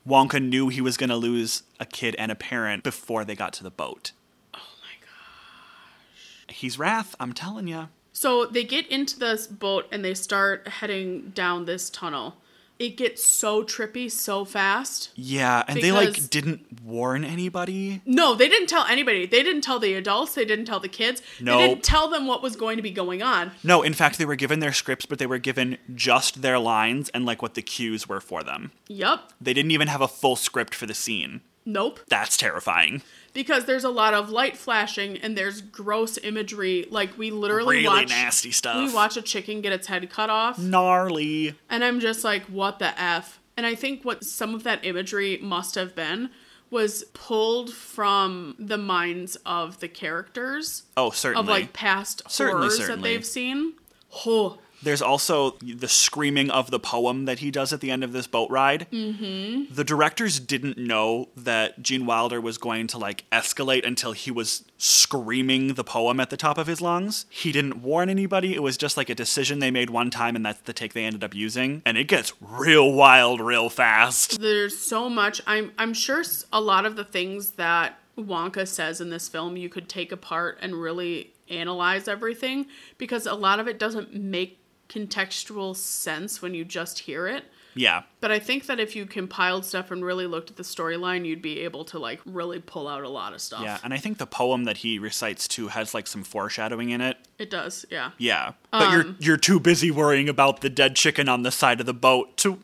[SPEAKER 1] Wonka knew he was going to lose a kid and a parent before they got to the boat.
[SPEAKER 2] Oh my God.
[SPEAKER 1] He's wrath, I'm telling you.
[SPEAKER 2] So they get into this boat and they start heading down this tunnel. It gets so trippy so fast.
[SPEAKER 1] Yeah, and they like
[SPEAKER 2] Because-
[SPEAKER 1] didn't warn anybody.
[SPEAKER 2] No, they didn't tell anybody. They didn't tell the adults. They didn't tell the kids.
[SPEAKER 1] No.
[SPEAKER 2] They didn't tell them what was going to be going on.
[SPEAKER 1] No, in fact, they were given their scripts, but they were given just their lines and like what the cues were for them.
[SPEAKER 2] Yup.
[SPEAKER 1] They didn't even have a full script for the scene.
[SPEAKER 2] Nope.
[SPEAKER 1] That's terrifying.
[SPEAKER 2] Because there's a lot of light flashing and there's gross imagery. Like we literally
[SPEAKER 1] really
[SPEAKER 2] watch
[SPEAKER 1] nasty stuff.
[SPEAKER 2] we watch a chicken get its head cut off.
[SPEAKER 1] gnarly.
[SPEAKER 2] And I'm just like, what the F? And I think what some of that imagery must have been was pulled from the minds of the characters
[SPEAKER 1] Oh,
[SPEAKER 2] of
[SPEAKER 1] certainly.
[SPEAKER 2] like past
[SPEAKER 1] Certainly,
[SPEAKER 2] horrors that
[SPEAKER 1] certainly.
[SPEAKER 2] they've seen. Oh,
[SPEAKER 1] There's also the screaming of the poem that he does at the end of this boat ride. Mm-hmm. The directors didn't know that Gene Wilder was going to like escalate until he was screaming the poem at the top of his lungs. He didn't warn anybody. It was just like a decision they made one time, and that's the take they ended up using. And it gets real wild real fast.
[SPEAKER 2] there's so much. I'm I'm sure s- a lot of the things that Wonka says in this film you could take apart and really analyze everything because a lot of it doesn't make contextual sense when you just hear it.
[SPEAKER 1] Yeah.
[SPEAKER 2] But I think that if you compiled stuff and really looked at the storyline, you'd be able to like really pull out a lot of stuff.
[SPEAKER 1] Yeah. And I think the poem that he recites too has like some foreshadowing in it.
[SPEAKER 2] It does, yeah.
[SPEAKER 1] Yeah, but you're you're too busy worrying about the dead chicken on the side of the boat to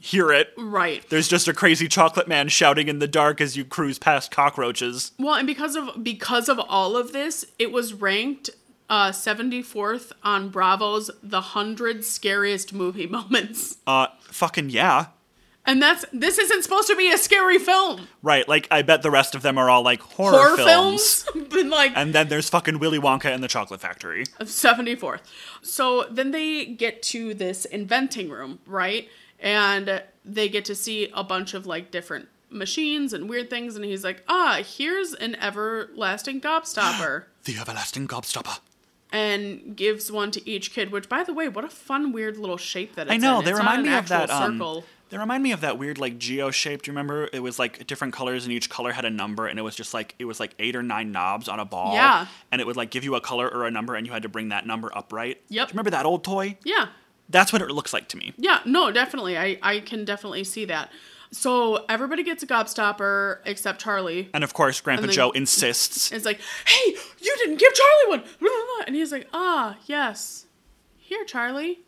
[SPEAKER 1] hear it.
[SPEAKER 2] Right.
[SPEAKER 1] There's just a crazy chocolate man shouting in the dark as you cruise past cockroaches.
[SPEAKER 2] Well, and because of because of all of this, it was ranked uh 74th on Bravo's The 100 Scariest Movie [LAUGHS] Moments.
[SPEAKER 1] Uh, fucking yeah.
[SPEAKER 2] And that's this isn't supposed to be a scary film.
[SPEAKER 1] Right, like I bet the rest of them are all like horror,
[SPEAKER 2] Horror
[SPEAKER 1] films.
[SPEAKER 2] films, [LAUGHS] been like
[SPEAKER 1] And then there's fucking Willy Wonka and the Chocolate Factory.
[SPEAKER 2] 74th. So then they get to this inventing room, right? And they get to see a bunch of like different machines and weird things. And he's like, ah, here's an everlasting
[SPEAKER 1] [GASPS]
[SPEAKER 2] gobstopper.
[SPEAKER 1] The everlasting gobstopper.
[SPEAKER 2] and gives one to each kid, which, by the way, what a fun, weird little shape that it's
[SPEAKER 1] I know
[SPEAKER 2] in.
[SPEAKER 1] they
[SPEAKER 2] It's not
[SPEAKER 1] remind
[SPEAKER 2] an
[SPEAKER 1] me of
[SPEAKER 2] actual
[SPEAKER 1] that. Um,
[SPEAKER 2] circle.
[SPEAKER 1] they remind me of that weird like geo shape. Do you remember? It was like different colors, and each color had a number, and it was just like it was like eight or nine knobs on a ball.
[SPEAKER 2] Yeah.
[SPEAKER 1] And it would like give you a color or a number, and you had to bring that number upright.
[SPEAKER 2] Yep.
[SPEAKER 1] Do you remember that old toy?
[SPEAKER 2] Yeah.
[SPEAKER 1] That's what it looks like to me.
[SPEAKER 2] Yeah, no, definitely. I, I can definitely see that. So everybody gets a gobstopper except Charlie,
[SPEAKER 1] And of course, Grandpa
[SPEAKER 2] And they-
[SPEAKER 1] Joe insists.
[SPEAKER 2] It's like, hey, you didn't give Charlie one. Blah, blah, blah. And he's like, ah, yes. Here, Charlie.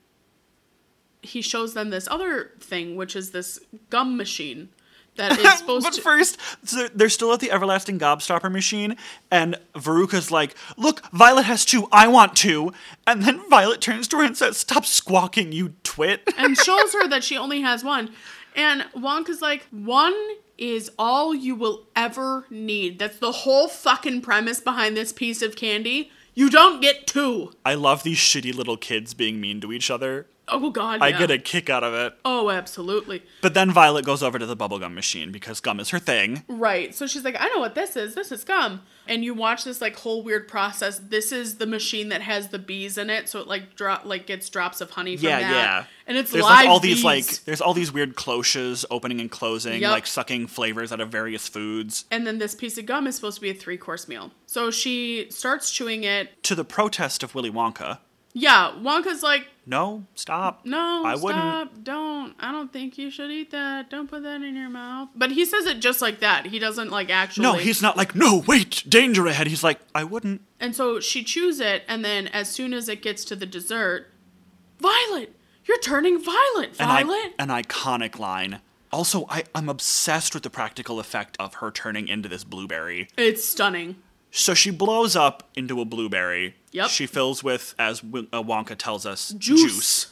[SPEAKER 2] He shows them this other thing, which is this gum machine that is supposed
[SPEAKER 1] [LAUGHS] but
[SPEAKER 2] to.
[SPEAKER 1] first, so they're- they're still at the everlasting gobstopper machine, and Veruca's like, "Look, Violet has two. I want two." And then Violet turns to her and says, "Stop squawking, you twit."
[SPEAKER 2] and shows her that she only has one. And Wonka's like, one is all you will ever need. That's the whole fucking premise behind this piece of candy. You don't get two.
[SPEAKER 1] I love these shitty little kids being mean to each other.
[SPEAKER 2] Oh, God.
[SPEAKER 1] I
[SPEAKER 2] yeah.
[SPEAKER 1] get a kick out of it.
[SPEAKER 2] Oh, absolutely.
[SPEAKER 1] But then Violet goes over to the bubblegum machine because gum is her thing.
[SPEAKER 2] Right. So she's like, I know what this is. This is gum. And you watch this like whole weird process. This is the machine that has the bees in it, so it like drop like gets drops of honey from
[SPEAKER 1] Yeah,
[SPEAKER 2] that.
[SPEAKER 1] yeah.
[SPEAKER 2] And it's
[SPEAKER 1] There's
[SPEAKER 2] live
[SPEAKER 1] like all
[SPEAKER 2] bees.
[SPEAKER 1] these like there's all these weird cloches opening and closing,
[SPEAKER 2] Yep.
[SPEAKER 1] like sucking flavors out of various foods.
[SPEAKER 2] And then this piece of gum is supposed to be a three course meal. So she starts chewing it.
[SPEAKER 1] To the protest of Willy Wonka.
[SPEAKER 2] Yeah, Wonka's like,
[SPEAKER 1] No, stop.
[SPEAKER 2] no,
[SPEAKER 1] I wouldn't.
[SPEAKER 2] stop, don't. I don't think you should eat that. Don't put that in your mouth. But he says it just like that. He doesn't like actually.
[SPEAKER 1] No, he's not like, no, wait, danger ahead. He's like, I wouldn't.
[SPEAKER 2] And so she chews it, and then as soon as it gets to the dessert, Violet, you're turning violet,
[SPEAKER 1] An, i-
[SPEAKER 2] Violet.
[SPEAKER 1] an iconic line. Also, I, I'm obsessed with the practical effect of her turning into this blueberry.
[SPEAKER 2] it's stunning.
[SPEAKER 1] So she blows up into a blueberry.
[SPEAKER 2] Yep.
[SPEAKER 1] She fills with, as Wi- uh, Wonka tells us,
[SPEAKER 2] Juice.
[SPEAKER 1] juice.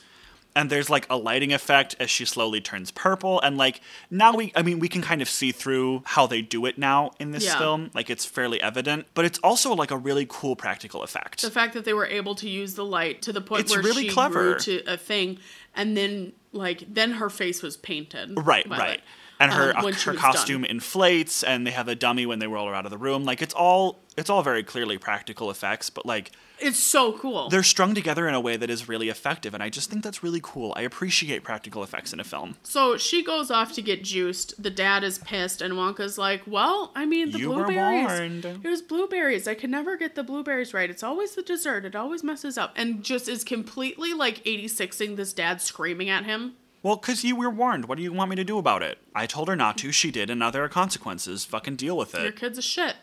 [SPEAKER 1] and there's like a lighting effect as she slowly turns purple and like now we i mean we can kind of see through how they do it now in this
[SPEAKER 2] Yeah.
[SPEAKER 1] film like it's fairly evident but it's also like a really cool practical effect
[SPEAKER 2] The fact that they were able to use the light to the point
[SPEAKER 1] It's
[SPEAKER 2] where
[SPEAKER 1] really
[SPEAKER 2] she
[SPEAKER 1] clever.
[SPEAKER 2] grew to a thing, and then like then her face was painted.
[SPEAKER 1] right
[SPEAKER 2] by
[SPEAKER 1] right
[SPEAKER 2] it,
[SPEAKER 1] and her
[SPEAKER 2] um, when she
[SPEAKER 1] her
[SPEAKER 2] was
[SPEAKER 1] costume
[SPEAKER 2] done.
[SPEAKER 1] inflates and they have a dummy when they roll her out of the room like it's all it's all very clearly practical effects but like
[SPEAKER 2] It's so cool.
[SPEAKER 1] they're strung together in a way that is really effective and i just think that's really cool i appreciate practical effects in a film
[SPEAKER 2] So she goes off to get juiced. The dad is pissed, and Wonka's like, "Well, I mean, the
[SPEAKER 1] You were
[SPEAKER 2] blueberries.
[SPEAKER 1] warned."
[SPEAKER 2] It was blueberries. I can never get the blueberries right. It's always the dessert. It always messes up." And just is completely like 86ing this dad screaming at him.
[SPEAKER 1] Well, 'cause you were warned. What do you want me to do about it? I told her not to. She did, and now there are consequences. Fucking deal with
[SPEAKER 2] Your
[SPEAKER 1] it.
[SPEAKER 2] kid's a shit.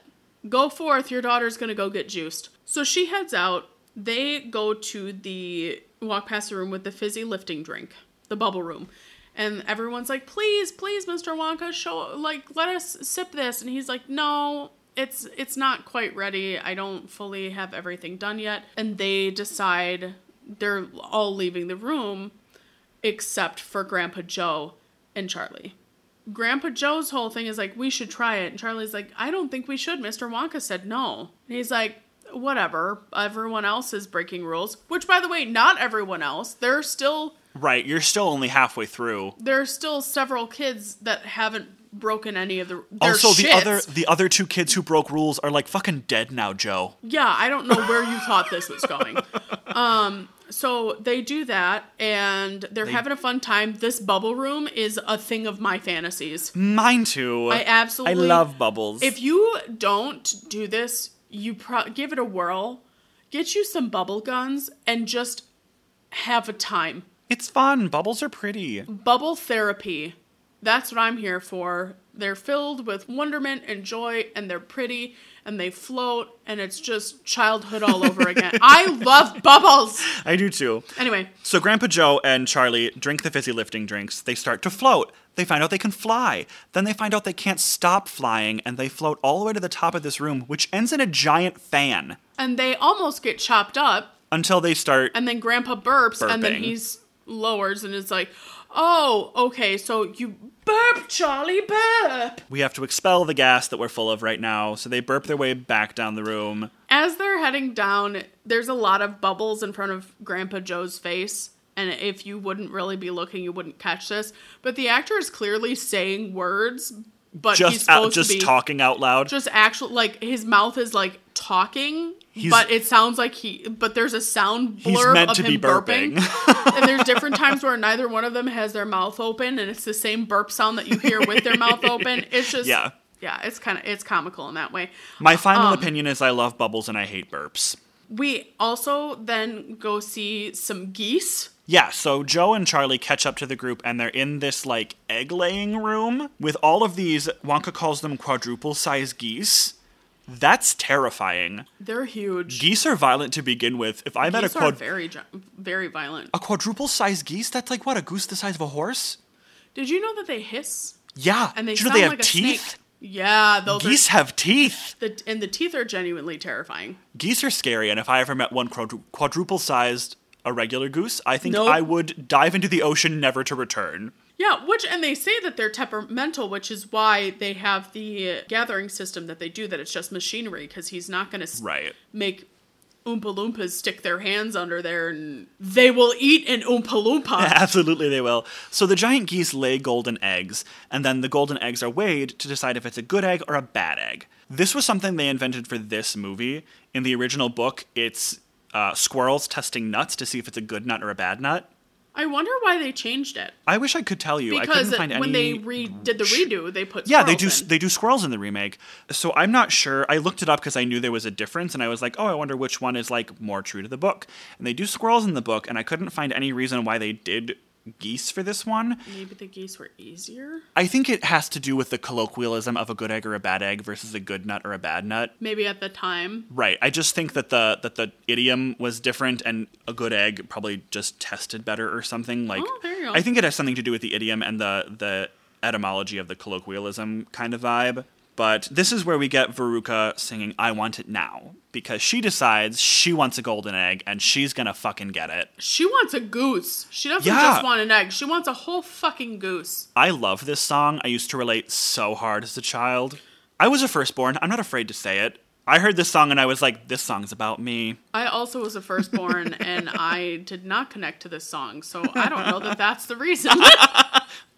[SPEAKER 2] Go forth. Your daughter's gonna go get juiced. So she heads out. They go to the walk past the room with the fizzy lifting drink, the bubble room, and everyone's like, "Please, please, Mr. Wonka, show like let us sip this." And he's like, "No." It's it's not quite ready. I don't fully have everything done yet. And they decide they're all leaving the room except for Grandpa Joe and Charlie. Grandpa Joe's whole thing is like, we should try it. And Charlie's like, I don't think we should. Mr. Wonka said no. And he's like, whatever. Everyone else is breaking rules. Which, by the way, not everyone else. There are still
[SPEAKER 1] Right, you're still only halfway through.
[SPEAKER 2] there are still several kids that haven't broken any of the their
[SPEAKER 1] Also, the
[SPEAKER 2] shits.
[SPEAKER 1] other the other two kids who broke rules are like fucking dead now, Joe.
[SPEAKER 2] Yeah, I don't know where you thought this was
[SPEAKER 1] [LAUGHS]
[SPEAKER 2] going. Um, so they do that, and they're having a fun time. This bubble room is a thing of my fantasies.
[SPEAKER 1] Mine too.
[SPEAKER 2] I absolutely
[SPEAKER 1] I love bubbles.
[SPEAKER 2] If you don't do this, you pro- give it a whirl. Get you some bubble guns and just have a time.
[SPEAKER 1] it's fun. Bubbles are pretty.
[SPEAKER 2] Bubble therapy. That's what I'm here for. They're filled with wonderment and joy and they're pretty and they float and it's just childhood all over again. I love bubbles.
[SPEAKER 1] I do too.
[SPEAKER 2] Anyway,
[SPEAKER 1] So Grandpa Joe and Charlie drink the fizzy lifting drinks. They start to float. They find out they can fly. Then they find out they can't stop flying, and they float all the way to the top of this room, which ends in a giant fan.
[SPEAKER 2] and they almost get chopped up
[SPEAKER 1] Until they start
[SPEAKER 2] and then grandpa burps and then
[SPEAKER 1] Burping.
[SPEAKER 2] he's lowers and it's like oh okay so you burp charlie burp
[SPEAKER 1] We have to expel the gas that we're full of right now. So they burp their way back down the room.
[SPEAKER 2] as they're heading down there's a lot of bubbles in front of grandpa joe's face and if you wouldn't really be looking you wouldn't catch this but the actor is clearly saying words but he's
[SPEAKER 1] Just
[SPEAKER 2] supposed
[SPEAKER 1] out, just
[SPEAKER 2] to be
[SPEAKER 1] talking out loud.
[SPEAKER 2] just actual like his mouth is like talking but it sounds like he but there's a sound blurb
[SPEAKER 1] He's meant
[SPEAKER 2] of
[SPEAKER 1] to
[SPEAKER 2] him
[SPEAKER 1] be
[SPEAKER 2] burping,
[SPEAKER 1] burping. [LAUGHS]
[SPEAKER 2] and there's different times where neither one of them has their mouth open and it's the same burp sound that you hear with their mouth open it's just
[SPEAKER 1] [LAUGHS] Yeah.
[SPEAKER 2] yeah it's kind of it's comical in that way
[SPEAKER 1] My final
[SPEAKER 2] um,
[SPEAKER 1] opinion is I love bubbles and I hate burps.
[SPEAKER 2] we also then go see some geese
[SPEAKER 1] Yeah, so Joe and Charlie catch up to the group and they're in this like egg laying room with all of these, Wonka calls them quadruple size geese. That's terrifying.
[SPEAKER 2] they're huge
[SPEAKER 1] Geese are violent to begin with. If I met a,
[SPEAKER 2] geese are
[SPEAKER 1] quad-
[SPEAKER 2] very gi- very violent
[SPEAKER 1] a quadruple size geese, that's like what, a goose the size of a horse?
[SPEAKER 2] did you know that they hiss
[SPEAKER 1] Yeah.
[SPEAKER 2] and they
[SPEAKER 1] Do
[SPEAKER 2] sound
[SPEAKER 1] you know they have
[SPEAKER 2] like a
[SPEAKER 1] teeth?
[SPEAKER 2] snake yeah those
[SPEAKER 1] Geese
[SPEAKER 2] are
[SPEAKER 1] have teeth.
[SPEAKER 2] the, and the teeth are genuinely terrifying
[SPEAKER 1] Geese are scary, and if I ever met one quadru- quadruple sized irregular goose, I think
[SPEAKER 2] Nope.
[SPEAKER 1] I would dive into the ocean never to return.
[SPEAKER 2] Yeah, which and they say that they're temperamental, which is why they have the gathering system that they do. That it's just machinery because he's not going to
[SPEAKER 1] Right.
[SPEAKER 2] make oompa loompas stick their hands under there and they will eat an oompa loompa.
[SPEAKER 1] [LAUGHS] Absolutely, they will. So the giant geese lay golden eggs, and then the golden eggs are weighed to decide if it's a good egg or a bad egg. This was something they invented for this movie. In the original book, it's uh, squirrels testing nuts to see if it's a good nut or a bad nut.
[SPEAKER 2] I wonder why they changed it
[SPEAKER 1] I wish I could tell you. I
[SPEAKER 2] because
[SPEAKER 1] couldn't find
[SPEAKER 2] when
[SPEAKER 1] any
[SPEAKER 2] they redid the redo, they put
[SPEAKER 1] Yeah, they do.
[SPEAKER 2] squirrels in.
[SPEAKER 1] They do squirrels in the remake. So I'm not sure. I looked it up because I knew there was a difference, and I was like, oh, I wonder which one is like more true to the book. And they do squirrels in the book, and I couldn't find any reason why they did geese for this one.
[SPEAKER 2] Maybe the geese were easier.
[SPEAKER 1] I think it has to do with the colloquialism of a good egg or a bad egg versus a good nut or a bad nut.
[SPEAKER 2] Maybe at the time.
[SPEAKER 1] Right. I just think that the that the idiom was different, and a good egg probably just tested better or something. Like,
[SPEAKER 2] Oh, there you go.
[SPEAKER 1] I think it has something to do with the idiom and the the etymology of the colloquialism kind of vibe. But this is where we get Veruca singing I Want It Now because she decides she wants a golden egg and she's going to fucking get it.
[SPEAKER 2] She wants a goose. She doesn't
[SPEAKER 1] Yeah.
[SPEAKER 2] just want an egg. She wants a whole fucking goose.
[SPEAKER 1] I love this song. I used to relate so hard as a child. I was a firstborn. I'm not afraid to say it. I heard this song and I was like, this song's about me.
[SPEAKER 2] I also was a
[SPEAKER 1] [LAUGHS]
[SPEAKER 2] firstborn and I did not connect to this song, so I don't know that that's the
[SPEAKER 1] [LAUGHS]
[SPEAKER 2] reason.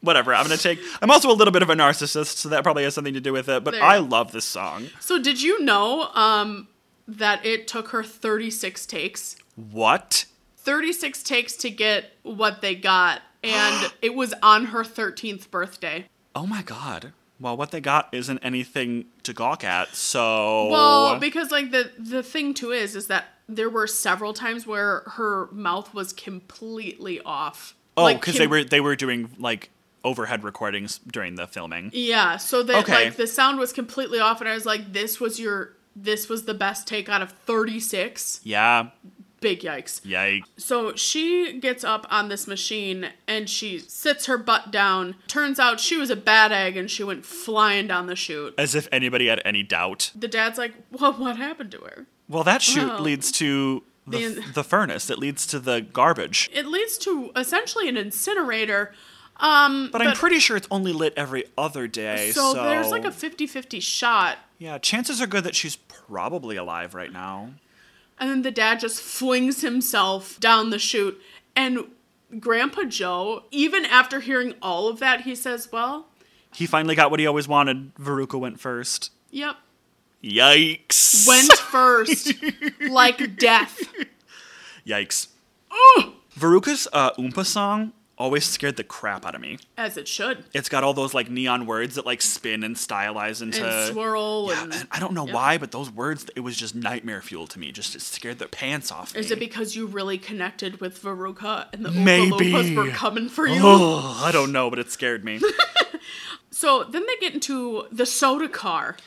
[SPEAKER 1] Whatever, I'm gonna take. I'm also a little bit of a narcissist, so that probably has something to do with it, but
[SPEAKER 2] There.
[SPEAKER 1] I love this song.
[SPEAKER 2] so did you know um that it took her 36 takes?
[SPEAKER 1] What?
[SPEAKER 2] 36 takes to get what they got
[SPEAKER 1] [GASPS]
[SPEAKER 2] and it was on her 13th birthday.
[SPEAKER 1] Oh my god. Well, what they got isn't anything to gawk at, so.
[SPEAKER 2] Well, because like the the thing too is is that there were several times where her mouth was completely off.
[SPEAKER 1] oh,
[SPEAKER 2] Like,
[SPEAKER 1] because
[SPEAKER 2] com-
[SPEAKER 1] they were they were doing like overhead recordings during the filming.
[SPEAKER 2] Yeah, so that
[SPEAKER 1] Okay.
[SPEAKER 2] like the sound was completely off, and I was like, "This was your, this was the best take out of thirty six.
[SPEAKER 1] Yeah.
[SPEAKER 2] Big yikes!"
[SPEAKER 1] Yikes.
[SPEAKER 2] So she gets up on this machine and she sits her butt down. Turns out she was a bad egg, and she went flying down the chute.
[SPEAKER 1] As if anybody had any doubt.
[SPEAKER 2] The dad's like, "Well, what happened to her?"
[SPEAKER 1] Well, that shoot
[SPEAKER 2] Well,
[SPEAKER 1] leads to the,
[SPEAKER 2] the-
[SPEAKER 1] the furnace. It leads to the garbage.
[SPEAKER 2] It leads to essentially an incinerator. Um,
[SPEAKER 1] But, I'm pretty sure it's only lit every other day. So,
[SPEAKER 2] So, there's like a 50 50 shot.
[SPEAKER 1] yeah. Chances are good that she's probably alive right now.
[SPEAKER 2] And then the dad just flings himself down the chute. And Grandpa Joe, even after hearing all of that, he says, Well,
[SPEAKER 1] He finally got what he always wanted. Veruca went first.
[SPEAKER 2] yep, [LAUGHS]
[SPEAKER 1] Yikes.
[SPEAKER 2] went first. like death.
[SPEAKER 1] Yikes. Veruca's uh, Oompa song always scared the crap out of me.
[SPEAKER 2] As it should.
[SPEAKER 1] It's got all those like neon words that like spin and stylize into.
[SPEAKER 2] And swirl. and
[SPEAKER 1] I don't know why, but those words, it was just nightmare fuel to me. Just it scared the pants off me.
[SPEAKER 2] Is it because you really connected with Veruca and the
[SPEAKER 1] Maybe.
[SPEAKER 2] Oompa Loompas were coming for you?
[SPEAKER 1] Oh, I don't know, but it scared me.
[SPEAKER 2] So then they get into the soda car.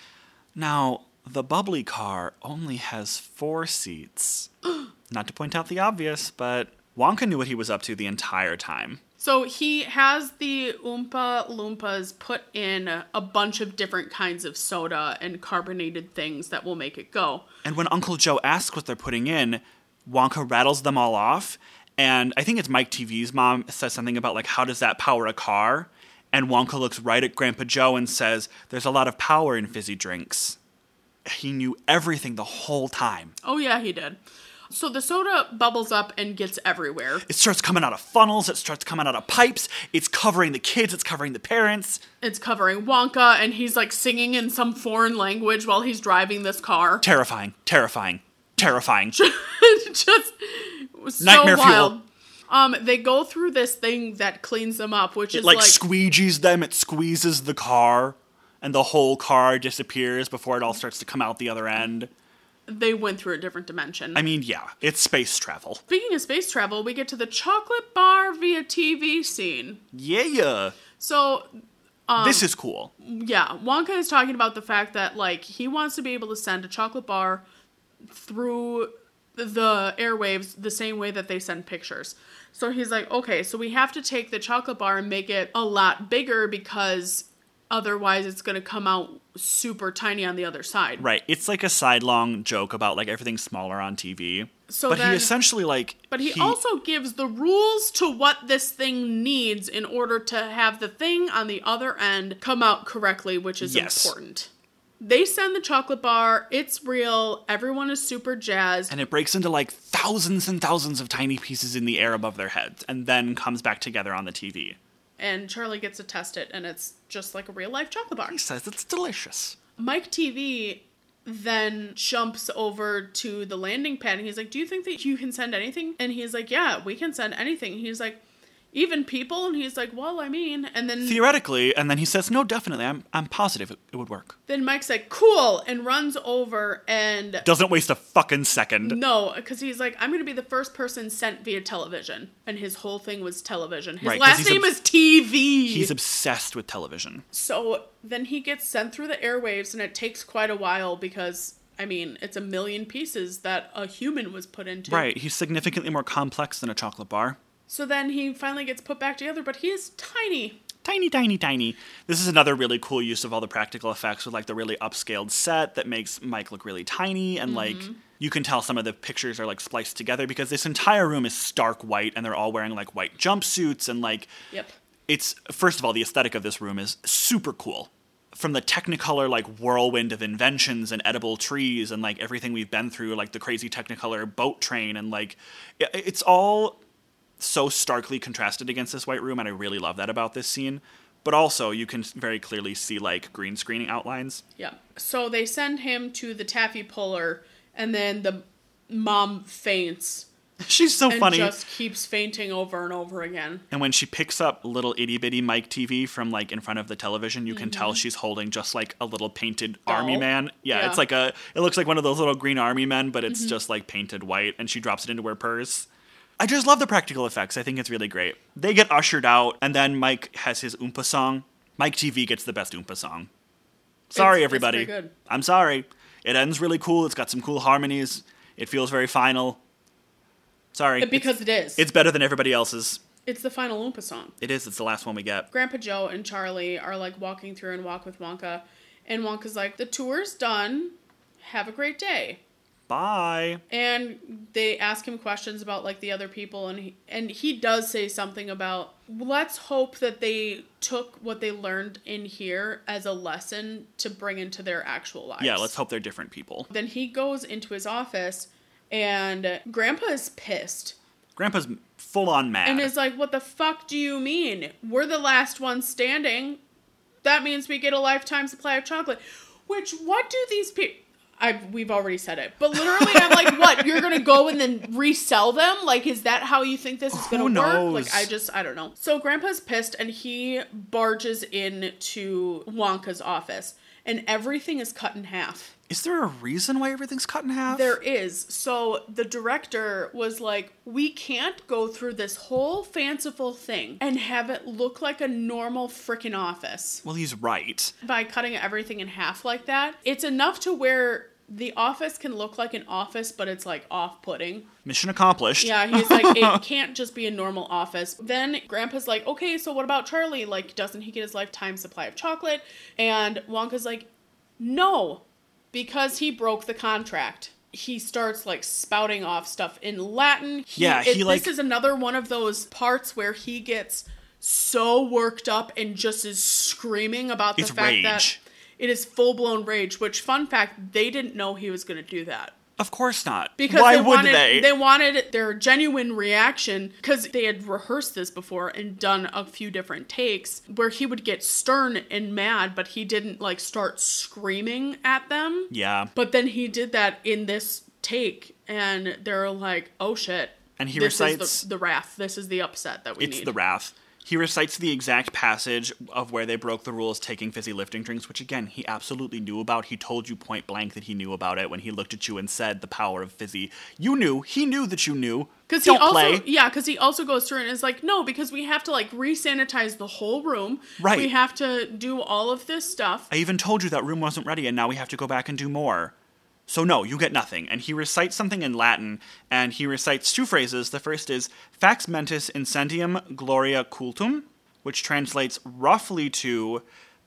[SPEAKER 1] now, the bubbly car only has four seats. Not to point out the obvious, but Wonka knew what he was up to the entire time.
[SPEAKER 2] So he has the Oompa Loompas put in a bunch of different kinds of soda and carbonated things that will make it go.
[SPEAKER 1] And when Uncle Joe asks what they're putting in, Wonka rattles them all off. And I think it's Mike TV's mom says something about, like, how does that power a car? And Wonka looks right at Grandpa Joe and says, There's a lot of power in fizzy drinks. He knew everything the whole time.
[SPEAKER 2] Oh, yeah, he did. So the soda bubbles up and gets everywhere.
[SPEAKER 1] It starts coming out of funnels, it starts coming out of pipes, it's covering the kids, it's covering the parents.
[SPEAKER 2] It's covering Wonka, and he's like singing in some foreign language while he's driving this car. [LAUGHS]
[SPEAKER 1] Terrifying, terrifying, terrifying.
[SPEAKER 2] Just it was so
[SPEAKER 1] Nightmare fuel.
[SPEAKER 2] wild. Um, they go through this thing that cleans them up, which is
[SPEAKER 1] like,
[SPEAKER 2] like
[SPEAKER 1] squeegees them, it squeezes the car, and the whole car disappears before it all starts to come out the other end.
[SPEAKER 2] they went through a different dimension.
[SPEAKER 1] I mean, yeah, it's space travel.
[SPEAKER 2] Speaking of space travel, we get to the chocolate bar via TV scene.
[SPEAKER 1] Yeah.
[SPEAKER 2] So,
[SPEAKER 1] this
[SPEAKER 2] Um,
[SPEAKER 1] is cool.
[SPEAKER 2] yeah, Wonka is talking about the fact that, like, he wants to be able to send a chocolate bar through the airwaves the same way that they send pictures. So he's like, okay, so we have to take the chocolate bar and make it a lot bigger because otherwise it's going to come out super tiny on the other side.
[SPEAKER 1] Right. It's like a sidelong joke about like everything smaller on TV.
[SPEAKER 2] So
[SPEAKER 1] but
[SPEAKER 2] then-
[SPEAKER 1] he essentially like
[SPEAKER 2] But he, also gives the rules to what this thing needs in order to have the thing on the other end come out correctly, which is
[SPEAKER 1] Yes.
[SPEAKER 2] important. They send the chocolate bar, it's real, everyone is super jazzed.
[SPEAKER 1] and it breaks into like thousands and thousands of tiny pieces in the air above their heads and then comes back together on the TV.
[SPEAKER 2] and Charlie gets to test it, and it's just like a real life chocolate bar.
[SPEAKER 1] He says it's delicious.
[SPEAKER 2] Mike TV then jumps over to the landing pad and he's like, Do you think that you can send anything? And he's like, Yeah, we can send anything. He's like, Even people? And he's like, Well, I mean, and then
[SPEAKER 1] Theoretically, and then he says, "No, definitely. I'm I'm positive it, it would work."
[SPEAKER 2] Then Mike's like, cool, and runs over and
[SPEAKER 1] Doesn't waste a fucking second.
[SPEAKER 2] no, because he's like, I'm gonna be the first person sent via television, and his whole thing was television. His
[SPEAKER 1] Right, 'cause
[SPEAKER 2] last
[SPEAKER 1] he's
[SPEAKER 2] name
[SPEAKER 1] obs-
[SPEAKER 2] is TV.
[SPEAKER 1] He's obsessed with television.
[SPEAKER 2] so then he gets sent through the airwaves, and it takes quite a while because I mean, it's a million pieces that a human was put into.
[SPEAKER 1] Right. He's significantly more complex than a chocolate bar.
[SPEAKER 2] So then he finally gets put back together, but he is tiny.
[SPEAKER 1] tiny, tiny, tiny. This is another really cool use of all the practical effects with like the really upscaled set that makes Mike look really tiny and like you can tell some of the pictures are like spliced together because this entire room is stark white and they're all wearing like white jumpsuits and like
[SPEAKER 2] Yep.
[SPEAKER 1] it's first of all the aesthetic of this room is super cool from the technicolor like whirlwind of inventions and edible trees and like everything we've been through like the crazy technicolor boat train and like i- it's all so starkly contrasted against this white room and i really love that about this scene but also you can very clearly see like green screening outlines [LAUGHS]
[SPEAKER 2] Yep. So they send him to the taffy puller, and then the mom faints
[SPEAKER 1] she's so
[SPEAKER 2] and
[SPEAKER 1] funny
[SPEAKER 2] just keeps fainting over and over again.
[SPEAKER 1] And when she picks up little itty bitty Mike TV from like in front of the television, you can tell she's holding just like a little painted army
[SPEAKER 2] Mm-hmm. Doll?
[SPEAKER 1] man. Yeah,
[SPEAKER 2] Yeah. Mm-hmm.
[SPEAKER 1] it's like a it looks like one of those little green army men, but it's just like painted white and she drops it into her purse. I just love the practical effects. I think it's really great. They get ushered out and then Mike has his Oompa song. Mike TV gets the best Oompa song. Sorry
[SPEAKER 2] it's
[SPEAKER 1] everybody.
[SPEAKER 2] pretty good.
[SPEAKER 1] I'm sorry. It ends really cool. It's got some cool harmonies. It feels very final. Sorry. It's-
[SPEAKER 2] Because it is.
[SPEAKER 1] it's better than everybody else's.
[SPEAKER 2] It's the final Oompa song.
[SPEAKER 1] It is. It's the last one we get.
[SPEAKER 2] Grandpa Joe and Charlie are like walking through and walk with Wonka, and Wonka's like, "The tour's done. Have a great day."
[SPEAKER 1] Bye.
[SPEAKER 2] And they ask him questions about like the other people, and he, and he does say something about, "Let's hope that they took what they learned in here as a lesson to bring into their actual lives."
[SPEAKER 1] Yeah, let's hope they're different people.
[SPEAKER 2] Then he goes into his office, and Grandpa is pissed.
[SPEAKER 1] Grandpa's full on mad.
[SPEAKER 2] and is like, "What the fuck do you mean? We're the last ones standing. That means we get a lifetime supply of chocolate." Which what do these people? I we've already said it, but literally, I'm like, "What? You're gonna go and then resell them? Like, is that how you think this is gonna work?"
[SPEAKER 1] knows?
[SPEAKER 2] Like, I just I don't know. So Grandpa's pissed, and he barges into Wonka's office, and everything is cut in half.
[SPEAKER 1] is there a reason why everything's cut in half?
[SPEAKER 2] There is. So the director was like, we can't go through this whole fanciful thing and have it look like a normal freaking office
[SPEAKER 1] Well, he's right.
[SPEAKER 2] by cutting everything in half like that. It's enough to where the office can look like an office, but it's like off putting.
[SPEAKER 1] Mission accomplished.
[SPEAKER 2] Yeah, he's like,
[SPEAKER 1] [LAUGHS]
[SPEAKER 2] it can't just be a normal office. Then Grandpa's like, okay, so what about Charlie? Like, doesn't he get his lifetime supply of chocolate? And Wonka's like, no, because he broke the contract. He starts like spouting off stuff in Latin. He,
[SPEAKER 1] Yeah, he,
[SPEAKER 2] it-
[SPEAKER 1] like-
[SPEAKER 2] this is another one of those parts where he gets so worked up and just is screaming about the
[SPEAKER 1] It's
[SPEAKER 2] fact that
[SPEAKER 1] rage.
[SPEAKER 2] it is full blown rage. Which fun fact, they didn't know he was going to do that
[SPEAKER 1] Of course not.
[SPEAKER 2] because
[SPEAKER 1] why
[SPEAKER 2] they
[SPEAKER 1] would
[SPEAKER 2] wanted,
[SPEAKER 1] they?
[SPEAKER 2] wanted their genuine reaction because they had rehearsed this before and done a few different takes where he would get stern and mad, but he didn't like start screaming at them.
[SPEAKER 1] Yeah.
[SPEAKER 2] But then he did that in this take, and they're like, "Oh shit!"
[SPEAKER 1] And he
[SPEAKER 2] this
[SPEAKER 1] recites-
[SPEAKER 2] is the, the wrath. This is the upset that we
[SPEAKER 1] It's
[SPEAKER 2] need.
[SPEAKER 1] the wrath. He recites the exact passage of where they broke the rules taking fizzy lifting drinks, which again, he absolutely knew about. He told you point blank that he knew about it when he looked at you and said the power of fizzy. You knew. He knew that you knew.
[SPEAKER 2] Because he
[SPEAKER 1] Don't
[SPEAKER 2] also,
[SPEAKER 1] play.
[SPEAKER 2] yeah, because he also goes through and is like, no, because we have to like re-sanitize the whole room.
[SPEAKER 1] Right.
[SPEAKER 2] We have to do all of this stuff.
[SPEAKER 1] I even told you that room wasn't ready and now we have to go back and do more. So no, you get nothing. And he recites something in Latin, and he recites two phrases. The first is fax mentis incendium gloria cultum, which translates roughly to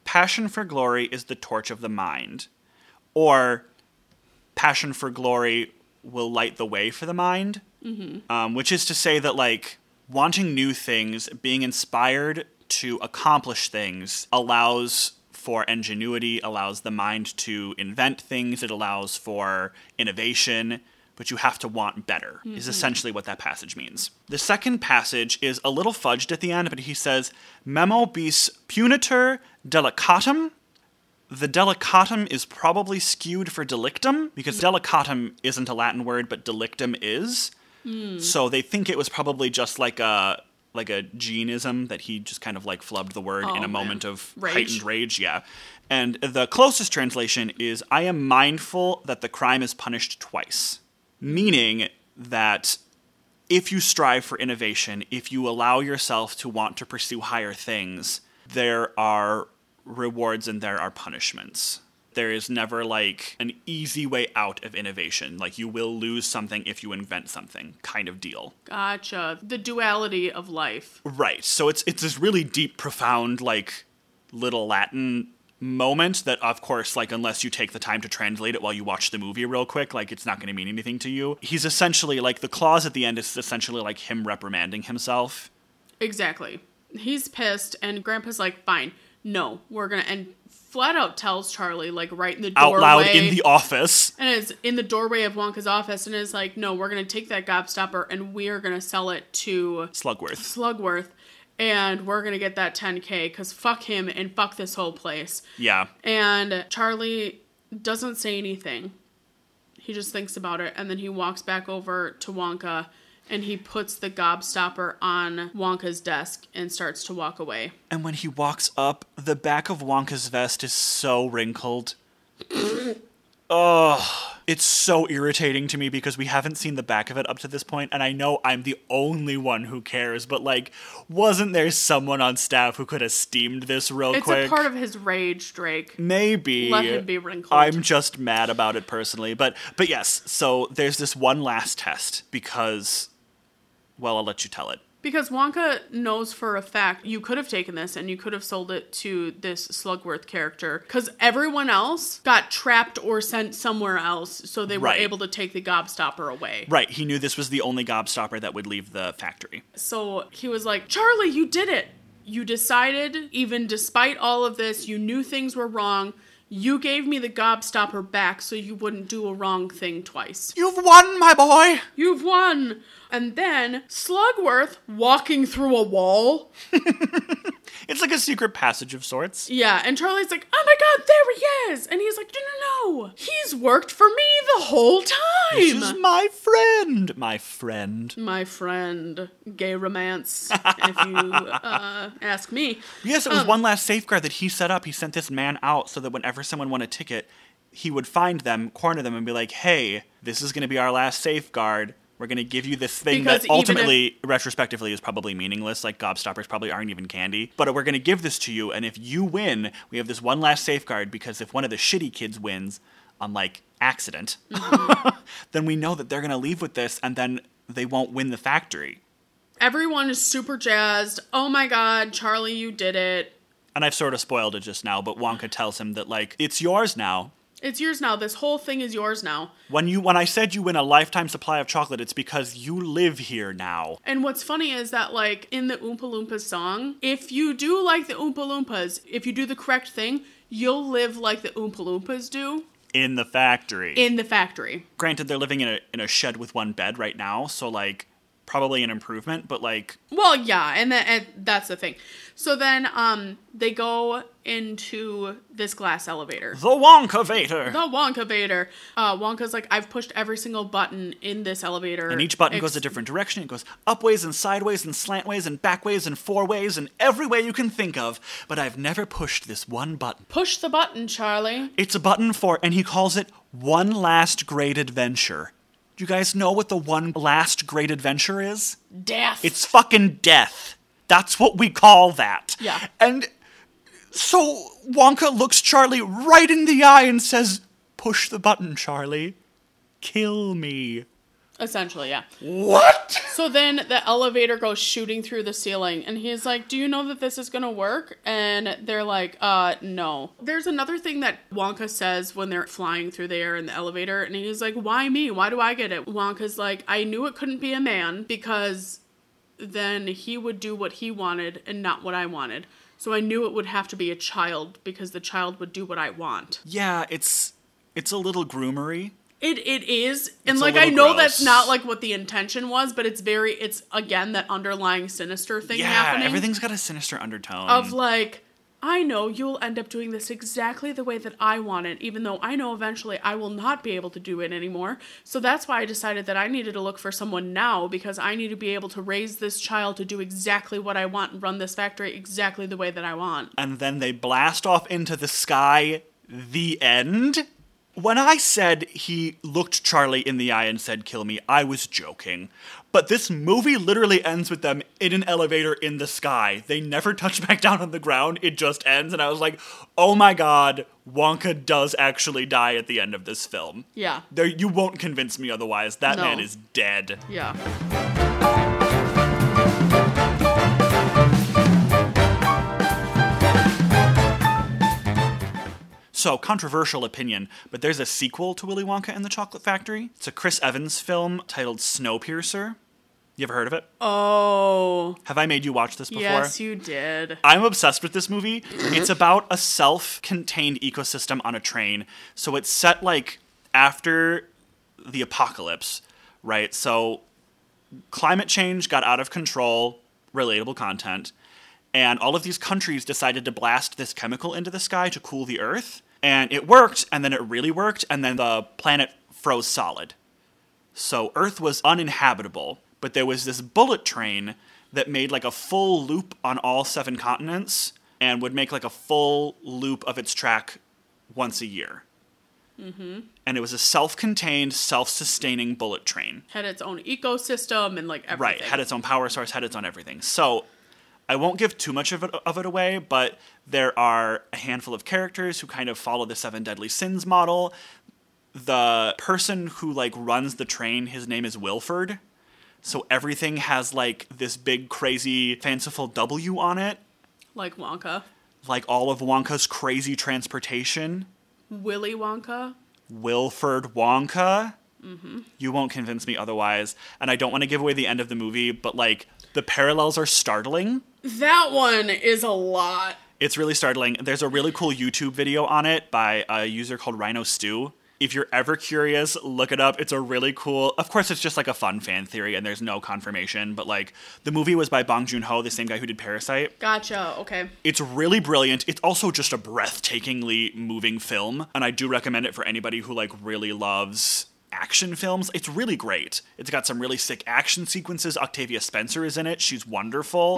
[SPEAKER 1] passion for glory is the torch of the mind. Or passion for glory will light the way for the mind, um, which is to say that like wanting new things, being inspired to accomplish things, allows for ingenuity, allows the mind to invent things, it allows for innovation. But you have to want better, is essentially what that passage means. The second passage is a little fudged at the end, but he says, Memo bis punitor delicatum, the delicatum is probably skewed for delictum because delicatum isn't a Latin word, but delictum is.
[SPEAKER 2] Hmm.
[SPEAKER 1] So they think it was probably just like a like a genism that he just kind of like flubbed the word in a
[SPEAKER 2] Oh, man.
[SPEAKER 1] moment of
[SPEAKER 2] Rage.
[SPEAKER 1] heightened rage. Yeah, and the closest translation is "I am mindful that the crime is punished twice," meaning that if you strive for innovation, if you allow yourself to want to pursue higher things, there are rewards and there are punishments. there is never like an easy way out of innovation. Like you will lose something if you invent something, kind of deal.
[SPEAKER 2] Gotcha. The duality of life.
[SPEAKER 1] Right. So it's it's this really deep, profound, like little Latin moment that of course like unless you take the time to translate it while you watch the movie real quick like it's not going to mean anything to you he's essentially like the clause at the end is essentially like him reprimanding himself
[SPEAKER 2] Exactly. He's pissed, and Grandpa's like, fine, no, we're gonna. And flat out tells Charlie, like, right in the
[SPEAKER 1] out
[SPEAKER 2] doorway.
[SPEAKER 1] loud in the office
[SPEAKER 2] and is in the doorway of Wonka's office and is like, no, we're gonna take that gobstopper and we are gonna sell it to
[SPEAKER 1] slugworth
[SPEAKER 2] Slugworth and we're gonna get that 10k because fuck him and fuck this whole place.
[SPEAKER 1] yeah
[SPEAKER 2] And Charlie doesn't say anything. He just thinks about it and then he walks back over to Wonka and he puts the gobstopper on Wonka's desk and starts to walk away.
[SPEAKER 1] and when he walks up the back of wonka's vest is
[SPEAKER 2] [CLEARS THROAT]
[SPEAKER 1] so wrinkled Ugh. it's so irritating to me because we haven't seen the back of it up to this point, and I know I'm the only one who cares. But like, wasn't there someone on staff who could have steamed this real
[SPEAKER 2] It's
[SPEAKER 1] quick?
[SPEAKER 2] a part of his rage, Drake.
[SPEAKER 1] Maybe.
[SPEAKER 2] Let him be wrinkled.
[SPEAKER 1] I'm just mad about it personally, but but yes. So there's this one last test because, well, I'll let you tell it.
[SPEAKER 2] Because Wonka knows for a fact you could have taken this and you could have sold it to this Slugworth character. Because everyone else got trapped or sent somewhere else, so they
[SPEAKER 1] Right.
[SPEAKER 2] were able to take the gobstopper away.
[SPEAKER 1] Right. He knew this was the only gobstopper that would leave the factory.
[SPEAKER 2] So he was like, Charlie, you did it. You decided, even despite all of this, you knew things were wrong. You gave me the gobstopper back so you wouldn't do a wrong thing twice.
[SPEAKER 1] You've won, my boy.
[SPEAKER 2] You've won! And then Slugworth walking through a wall.
[SPEAKER 1] It's like a secret passage of sorts.
[SPEAKER 2] Yeah, and Charlie's like, oh my god, there he is! And he's like, no, no, no! He's worked for me the whole
[SPEAKER 1] This
[SPEAKER 2] time!
[SPEAKER 1] is my friend, my friend.
[SPEAKER 2] my friend, gay romance, if
[SPEAKER 1] [LAUGHS]
[SPEAKER 2] you uh, ask me.
[SPEAKER 1] Yes, it was
[SPEAKER 2] Um.
[SPEAKER 1] one last safeguard that he set up. He sent this man out so that whenever someone won a ticket, he would find them, corner them, and be like, "Hey, this is going to be our last safeguard. We're going to give you this thing
[SPEAKER 2] Because
[SPEAKER 1] that
[SPEAKER 2] even if-
[SPEAKER 1] ultimately, retrospectively, is probably meaningless. Like gobstoppers probably aren't even candy, but we're going to give this to you. And if you win, we have this one last safeguard because if one of the shitty kids wins, on like accident,
[SPEAKER 2] Mm-hmm.
[SPEAKER 1] [LAUGHS] then we know that they're going to leave with this, and then they won't win the factory.
[SPEAKER 2] Everyone is super jazzed. Oh my god, Charlie, you did it.
[SPEAKER 1] and I've sort of spoiled it just now, but Wonka tells him that like it's yours now.
[SPEAKER 2] It's yours now. This whole thing is yours now.
[SPEAKER 1] When you when I said you win a lifetime supply of chocolate, it's because you live here now.
[SPEAKER 2] And what's funny is that, like, in the Oompa Loompas song, if you do like the Oompa Loompas, if you do the correct thing, you'll live like the Oompa Loompas do
[SPEAKER 1] In the factory.
[SPEAKER 2] in the factory.
[SPEAKER 1] Granted, they're living in a in a shed with one bed right now, so like probably an improvement, but like
[SPEAKER 2] Well, yeah, and, that and that's the thing. So then um, they go into this glass elevator.
[SPEAKER 1] the Wonka Vader.
[SPEAKER 2] The Wonka Vader. Uh, Wonka's like, I've pushed every single button in this elevator.
[SPEAKER 1] and each button goes a
[SPEAKER 2] ex-
[SPEAKER 1] different direction. It goes upways and sideways and slantways and backways and fourways and every way you can think of. But I've never pushed this one button.
[SPEAKER 2] Push the button, Charlie.
[SPEAKER 1] It's a button for, and he calls it One Last Great Adventure. Do you guys know what the One Last Great Adventure is?
[SPEAKER 2] Death.
[SPEAKER 1] It's fucking death. That's what we call that.
[SPEAKER 2] Yeah.
[SPEAKER 1] And so Wonka looks Charlie right in the eye and says, Push the button, Charlie. Kill me.
[SPEAKER 2] essentially, yeah.
[SPEAKER 1] What?
[SPEAKER 2] So then the elevator goes shooting through the ceiling, and he's like, Do you know that this is gonna work? And they're like, Uh, no. There's another thing that Wonka says when they're flying through the air in the elevator, and he's like, Why me? Why do I get it? Wonka's like, I knew it couldn't be a man because then he would do what he wanted and not what I wanted. So I knew it would have to be a child because the child would do what I want.
[SPEAKER 1] Yeah, it's it's a little groomery.
[SPEAKER 2] It it is, and
[SPEAKER 1] It's a
[SPEAKER 2] like I
[SPEAKER 1] little
[SPEAKER 2] know
[SPEAKER 1] gross.
[SPEAKER 2] that's not like what the intention was, but it's very it's again that underlying sinister thing
[SPEAKER 1] Yeah,
[SPEAKER 2] happening
[SPEAKER 1] everything's got a sinister undertone.
[SPEAKER 2] of like I know you'll end up doing this exactly the way that I want it, even though I know eventually I will not be able to do it anymore. So that's why I decided that I needed to look for someone now because I need to be able to raise this child to do exactly what I want and run this factory exactly the way that I want.
[SPEAKER 1] and then they blast off into the sky. The end. When I said he looked Charlie in the eye and said, kill me, I was joking. But this movie literally ends with them in an elevator in the sky. They never [LAUGHS] touch back down on the ground, it just ends. And I was like, oh my god, Wonka does actually die at the end of this film.
[SPEAKER 2] Yeah.
[SPEAKER 1] There, you won't convince me otherwise. That
[SPEAKER 2] No.
[SPEAKER 1] man is dead.
[SPEAKER 2] Yeah.
[SPEAKER 1] So, controversial opinion, but there's a sequel to Willy Wonka and the Chocolate Factory. It's a Chris Evans film titled Snowpiercer. You ever heard of it?
[SPEAKER 2] Oh.
[SPEAKER 1] Have I made you watch this before?
[SPEAKER 2] Yes, you did.
[SPEAKER 1] [LAUGHS] I'm obsessed with this movie. It's about a self contained ecosystem on a train. So it's set like after the apocalypse, right? So climate change got out of control, relatable content, and all of these countries decided to blast this chemical into the sky to cool the earth. And it worked, and then it really worked, and then the planet froze solid. So Earth was uninhabitable, but there was this bullet train that made like a full loop on all seven continents and would make like a full loop of its track once a year. And it was a self contained, self sustaining bullet train.
[SPEAKER 2] Had its own ecosystem and like everything.
[SPEAKER 1] Right. Had its own power source, had its own everything. So I won't give too much of it, of it away, but there are a handful of characters who kind of follow the seven deadly sins model. The person who like runs the train, his name is Wilford. So everything has like this big crazy fanciful W on it,
[SPEAKER 2] like Wonka.
[SPEAKER 1] like all of Wonka's crazy transportation.
[SPEAKER 2] Willy Wonka.
[SPEAKER 1] Wilford Wonka. You won't convince me otherwise. And I don't want to give away the end of the movie, but like the parallels are startling.
[SPEAKER 2] That one is a lot.
[SPEAKER 1] It's really startling. There's a really cool YouTube video on it by a user called Rhino Stew. If you're ever curious, look it up. It's a really cool. Of course, it's just like a fun fan theory, and there's no confirmation. But like, the movie was by Bong Joon Ho, the same guy who did Parasite.
[SPEAKER 2] Gotcha. Okay.
[SPEAKER 1] It's really brilliant. It's also just a breathtakingly moving film, and I do recommend it for anybody who like really loves action films. It's really great. It's got some really sick action sequences. Octavia Spencer is in it. She's wonderful.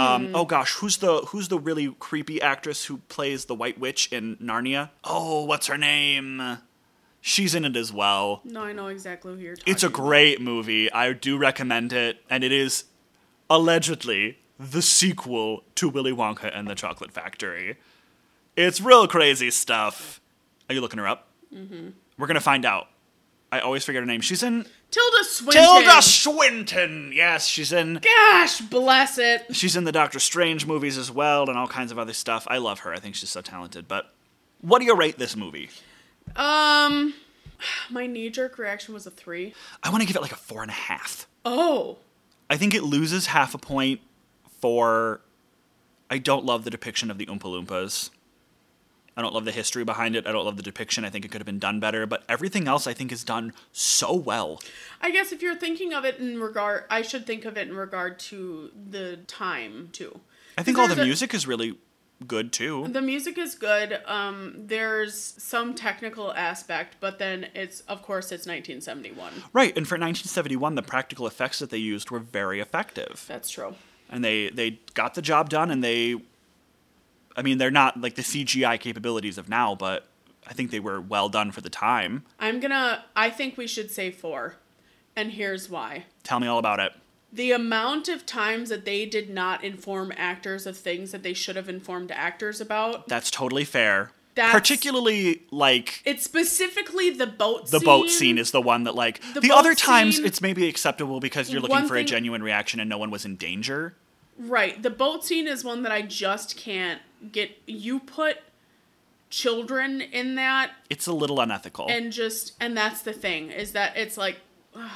[SPEAKER 1] Um, oh gosh, who's the who's the really creepy actress who plays the White Witch in Narnia? Oh, what's her name? She's in it as well.
[SPEAKER 2] No, I know exactly who you're talking.
[SPEAKER 1] It's a great movie. I do recommend it, and it is allegedly the sequel to Willy Wonka and the Chocolate Factory. It's real crazy stuff. Are you looking her up? Mm-hmm. We're gonna find out. I always forget her name. She's in
[SPEAKER 2] Tilda Swinton.
[SPEAKER 1] Tilda Swinton. Yes, she's in.
[SPEAKER 2] Gosh, bless it.
[SPEAKER 1] She's in the Doctor Strange movies as well, and all kinds of other stuff. I love her. I think she's so talented. But what do you rate this movie?
[SPEAKER 2] Um, [SIGHS] my knee jerk reaction was a three.
[SPEAKER 1] I want to give it like a four and a half.
[SPEAKER 2] Oh,
[SPEAKER 1] I think it loses half a point for. I don't love the depiction of the Oompa Loompas. I don't love the history behind it. I don't love the depiction. I think it could have been done better, but everything else I think is done so well.
[SPEAKER 2] I guess if you're thinking of it in regard, I should think of it in regard to the time too.
[SPEAKER 1] I think all the
[SPEAKER 2] There's a-
[SPEAKER 1] music is really good too.
[SPEAKER 2] The music is good. Um, there's some technical aspect, but then it's of course it's 1971.
[SPEAKER 1] Right, and for 1971, the practical effects that they used were very effective.
[SPEAKER 2] That's true.
[SPEAKER 1] And they, they got the job done, and they. I mean, they're not like the CGI capabilities of now, but I think they were well done for the time.
[SPEAKER 2] I'm gonna. I think we should say four, and here's why.
[SPEAKER 1] Tell me all about it.
[SPEAKER 2] the amount of times that they did not inform actors of things that they should have informed actors about.
[SPEAKER 1] That's totally fair.
[SPEAKER 2] That's-
[SPEAKER 1] Particularly like
[SPEAKER 2] It's specifically the boat
[SPEAKER 1] the
[SPEAKER 2] scene.
[SPEAKER 1] boat scene is the one that like
[SPEAKER 2] The
[SPEAKER 1] the, other
[SPEAKER 2] boat
[SPEAKER 1] times
[SPEAKER 2] scene-
[SPEAKER 1] it's maybe acceptable because you're
[SPEAKER 2] One
[SPEAKER 1] looking for a
[SPEAKER 2] thing-
[SPEAKER 1] genuine reaction and no one was in danger.
[SPEAKER 2] Right. The boat scene is one that I just can't get. You put children in that
[SPEAKER 1] It's a little unethical.
[SPEAKER 2] and just. And that's the thing, is that it's like. ugh.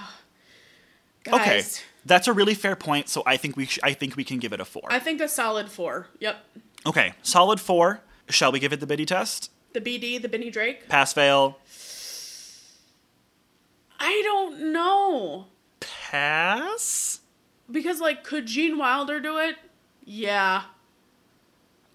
[SPEAKER 1] okay.
[SPEAKER 2] guys.
[SPEAKER 1] That's a really fair point, so I think we sh- I think we can give it a 4.
[SPEAKER 2] I think a solid four. Yep.
[SPEAKER 1] okay, solid 4. Shall we give it the biddy test?
[SPEAKER 2] The BD, the Benny Drake.
[SPEAKER 1] Pass fail.
[SPEAKER 2] I don't know.
[SPEAKER 1] Pass?
[SPEAKER 2] Because, like, could Gene Wilder do it? Yeah.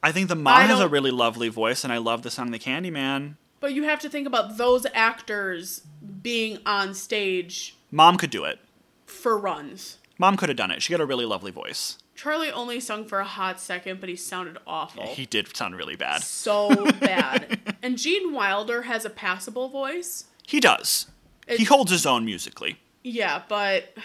[SPEAKER 1] I think the
[SPEAKER 2] I
[SPEAKER 1] mom has a
[SPEAKER 2] don't-
[SPEAKER 1] really lovely voice and I love the song The Candyman.
[SPEAKER 2] But you have to think about those actors being on stage
[SPEAKER 1] Mom could do it.
[SPEAKER 2] for runs.
[SPEAKER 1] Mom could have done it. She got a really lovely voice.
[SPEAKER 2] Charlie Oh. only sung for a hot second, but he sounded awful.
[SPEAKER 1] He did sound really bad. [LAUGHS]
[SPEAKER 2] so bad. And Gene Wilder has a passable voice.
[SPEAKER 1] He does. he
[SPEAKER 2] It's-
[SPEAKER 1] holds his own musically.
[SPEAKER 2] Yeah, but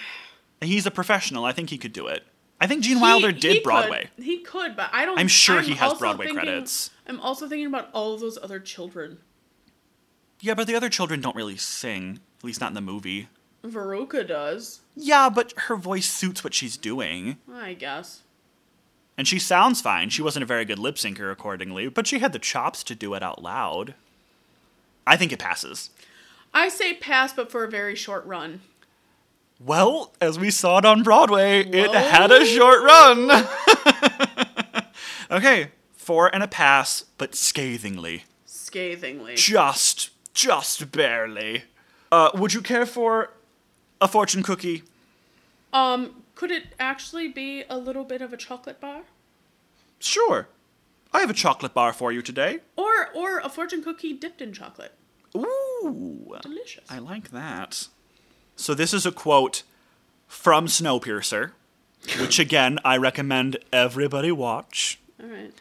[SPEAKER 1] He's a professional. I think he could do it. I think Gene
[SPEAKER 2] he-
[SPEAKER 1] Wilder
[SPEAKER 2] he
[SPEAKER 1] did
[SPEAKER 2] could-
[SPEAKER 1] Broadway.
[SPEAKER 2] he could, but I don't.
[SPEAKER 1] I'm sure he has
[SPEAKER 2] also
[SPEAKER 1] Broadway
[SPEAKER 2] thinking-
[SPEAKER 1] credits.
[SPEAKER 2] I'm also thinking about all of those other children.
[SPEAKER 1] Yeah, but the other children don't really sing, at least not in the movie.
[SPEAKER 2] Veruca does,
[SPEAKER 1] Yeah, but her voice suits what she's doing.
[SPEAKER 2] I guess.
[SPEAKER 1] And she sounds fine. She wasn't a very good lip syncer, accordingly, but she had the chops to do it out loud. I think it passes.
[SPEAKER 2] I say pass, but for a very short run.
[SPEAKER 1] Well, as we saw it on Broadway, it
[SPEAKER 2] Whoa.
[SPEAKER 1] had a short run. [LAUGHS] okay, four and a pass, but scathingly.
[SPEAKER 2] Scathingly.
[SPEAKER 1] Just, just barely. Uh, would you care for a fortune cookie?
[SPEAKER 2] Um, could it actually be a little bit of a chocolate bar?
[SPEAKER 1] Sure. I have a chocolate bar for you today.
[SPEAKER 2] Or or a fortune cookie dipped in chocolate.
[SPEAKER 1] Ooh.
[SPEAKER 2] Delicious.
[SPEAKER 1] I like that. So this is a quote from Snowpiercer, which again I recommend everybody watch.
[SPEAKER 2] All right.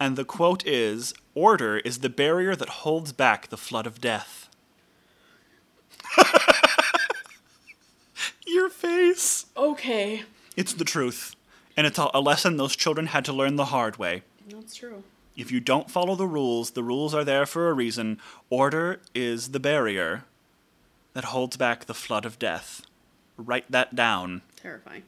[SPEAKER 1] And the quote is Order is the barrier that holds back the flood of death. [LAUGHS] Your face.
[SPEAKER 2] Okay.
[SPEAKER 1] It's the truth. And it's a a lesson those children had to learn the hard way.
[SPEAKER 2] That's true.
[SPEAKER 1] If you don't follow the rules, the rules are there for a reason. Order is the barrier that holds back the flood of death. Write that down.
[SPEAKER 2] Terrifying.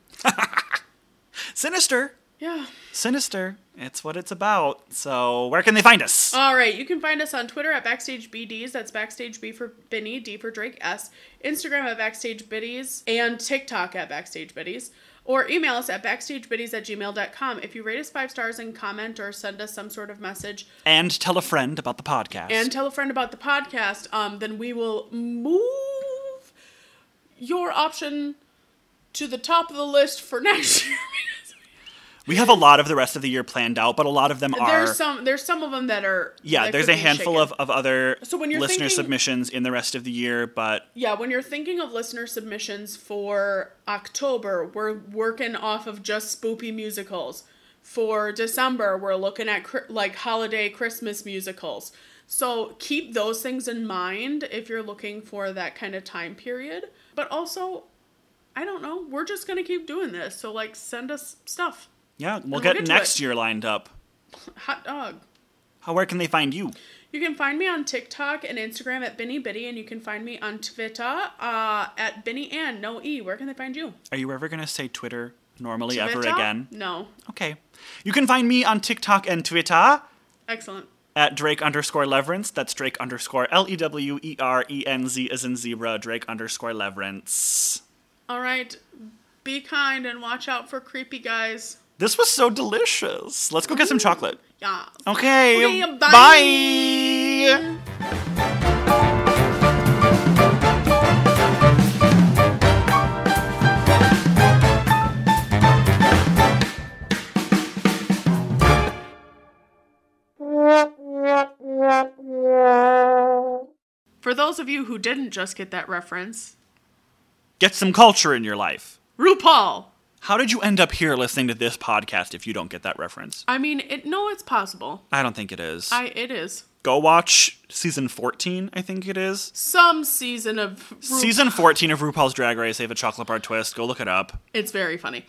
[SPEAKER 1] Sinister.
[SPEAKER 2] Yeah.
[SPEAKER 1] Sinister. It's what it's about. So, where can they find us?
[SPEAKER 2] All right, you can find us on Twitter at BackstageBDs. That's Backstage B for Benny, D for Drake S. Instagram at BackstageBiddies and TikTok at BackstageBiddies. Or email us at BackstageBiddies at gmail.com. If you rate us five stars and comment or send us some sort of message
[SPEAKER 1] and tell a friend about the podcast.
[SPEAKER 2] and tell a friend about the podcast, um, then we will move your option to the top of the list for [LAUGHS] next year.
[SPEAKER 1] we have a lot of the rest of the year planned out, but a lot of them are.
[SPEAKER 2] there's some there's some of them that are
[SPEAKER 1] yeah,
[SPEAKER 2] that
[SPEAKER 1] there's
[SPEAKER 2] could
[SPEAKER 1] a
[SPEAKER 2] be
[SPEAKER 1] handful
[SPEAKER 2] shaken.
[SPEAKER 1] of, of other
[SPEAKER 2] So when you're
[SPEAKER 1] listener
[SPEAKER 2] thinking-
[SPEAKER 1] submissions in the rest of the year, but
[SPEAKER 2] Yeah, when you're thinking of listener submissions for October, we're working off of just spoopy musicals. For December, we're looking at cri- like holiday Christmas musicals. So keep those things in mind if you're looking for that kind of time period. But also, I don't know, we're just going to keep doing this. So, like, send us stuff.
[SPEAKER 1] yeah, we'll
[SPEAKER 2] we'll
[SPEAKER 1] get,
[SPEAKER 2] get to
[SPEAKER 1] next
[SPEAKER 2] it.
[SPEAKER 1] year lined up.
[SPEAKER 2] Hot dog.
[SPEAKER 1] How, where can they find you?
[SPEAKER 2] You can find me on TikTok and Instagram at Binny Biddy, and you can find me on Twitter uh, at Binny Ann, no E. Where can they find you?
[SPEAKER 1] Are you ever going to say Twitter normally ever
[SPEAKER 2] Twitter?
[SPEAKER 1] again?
[SPEAKER 2] No.
[SPEAKER 1] Okay. You can find me on TikTok and Twitter
[SPEAKER 2] Excellent.
[SPEAKER 1] at Drake underscore Leverance. That's Drake underscore L E W E R E N Z as in zebra, Drake underscore Leverance.
[SPEAKER 2] All right. Be kind and watch out for creepy guys.
[SPEAKER 1] This was so delicious. Let's go get some chocolate.
[SPEAKER 2] Yeah.
[SPEAKER 1] Okay.
[SPEAKER 2] Okay, bye.
[SPEAKER 1] bye.
[SPEAKER 2] For those of you who didn't just get that reference,
[SPEAKER 1] Get some culture in your life.
[SPEAKER 2] RuPaul.
[SPEAKER 1] How did you end up here listening to this podcast if you don't get that reference?
[SPEAKER 2] I mean, it. No, it's possible.
[SPEAKER 1] I don't think it is.
[SPEAKER 2] I. It is
[SPEAKER 1] Go watch season 14, I think it is.
[SPEAKER 2] some season of Ru-
[SPEAKER 1] Season 14 of RuPaul's Drag Race, they have a chocolate bar twist. Go look it up.
[SPEAKER 2] It's very funny.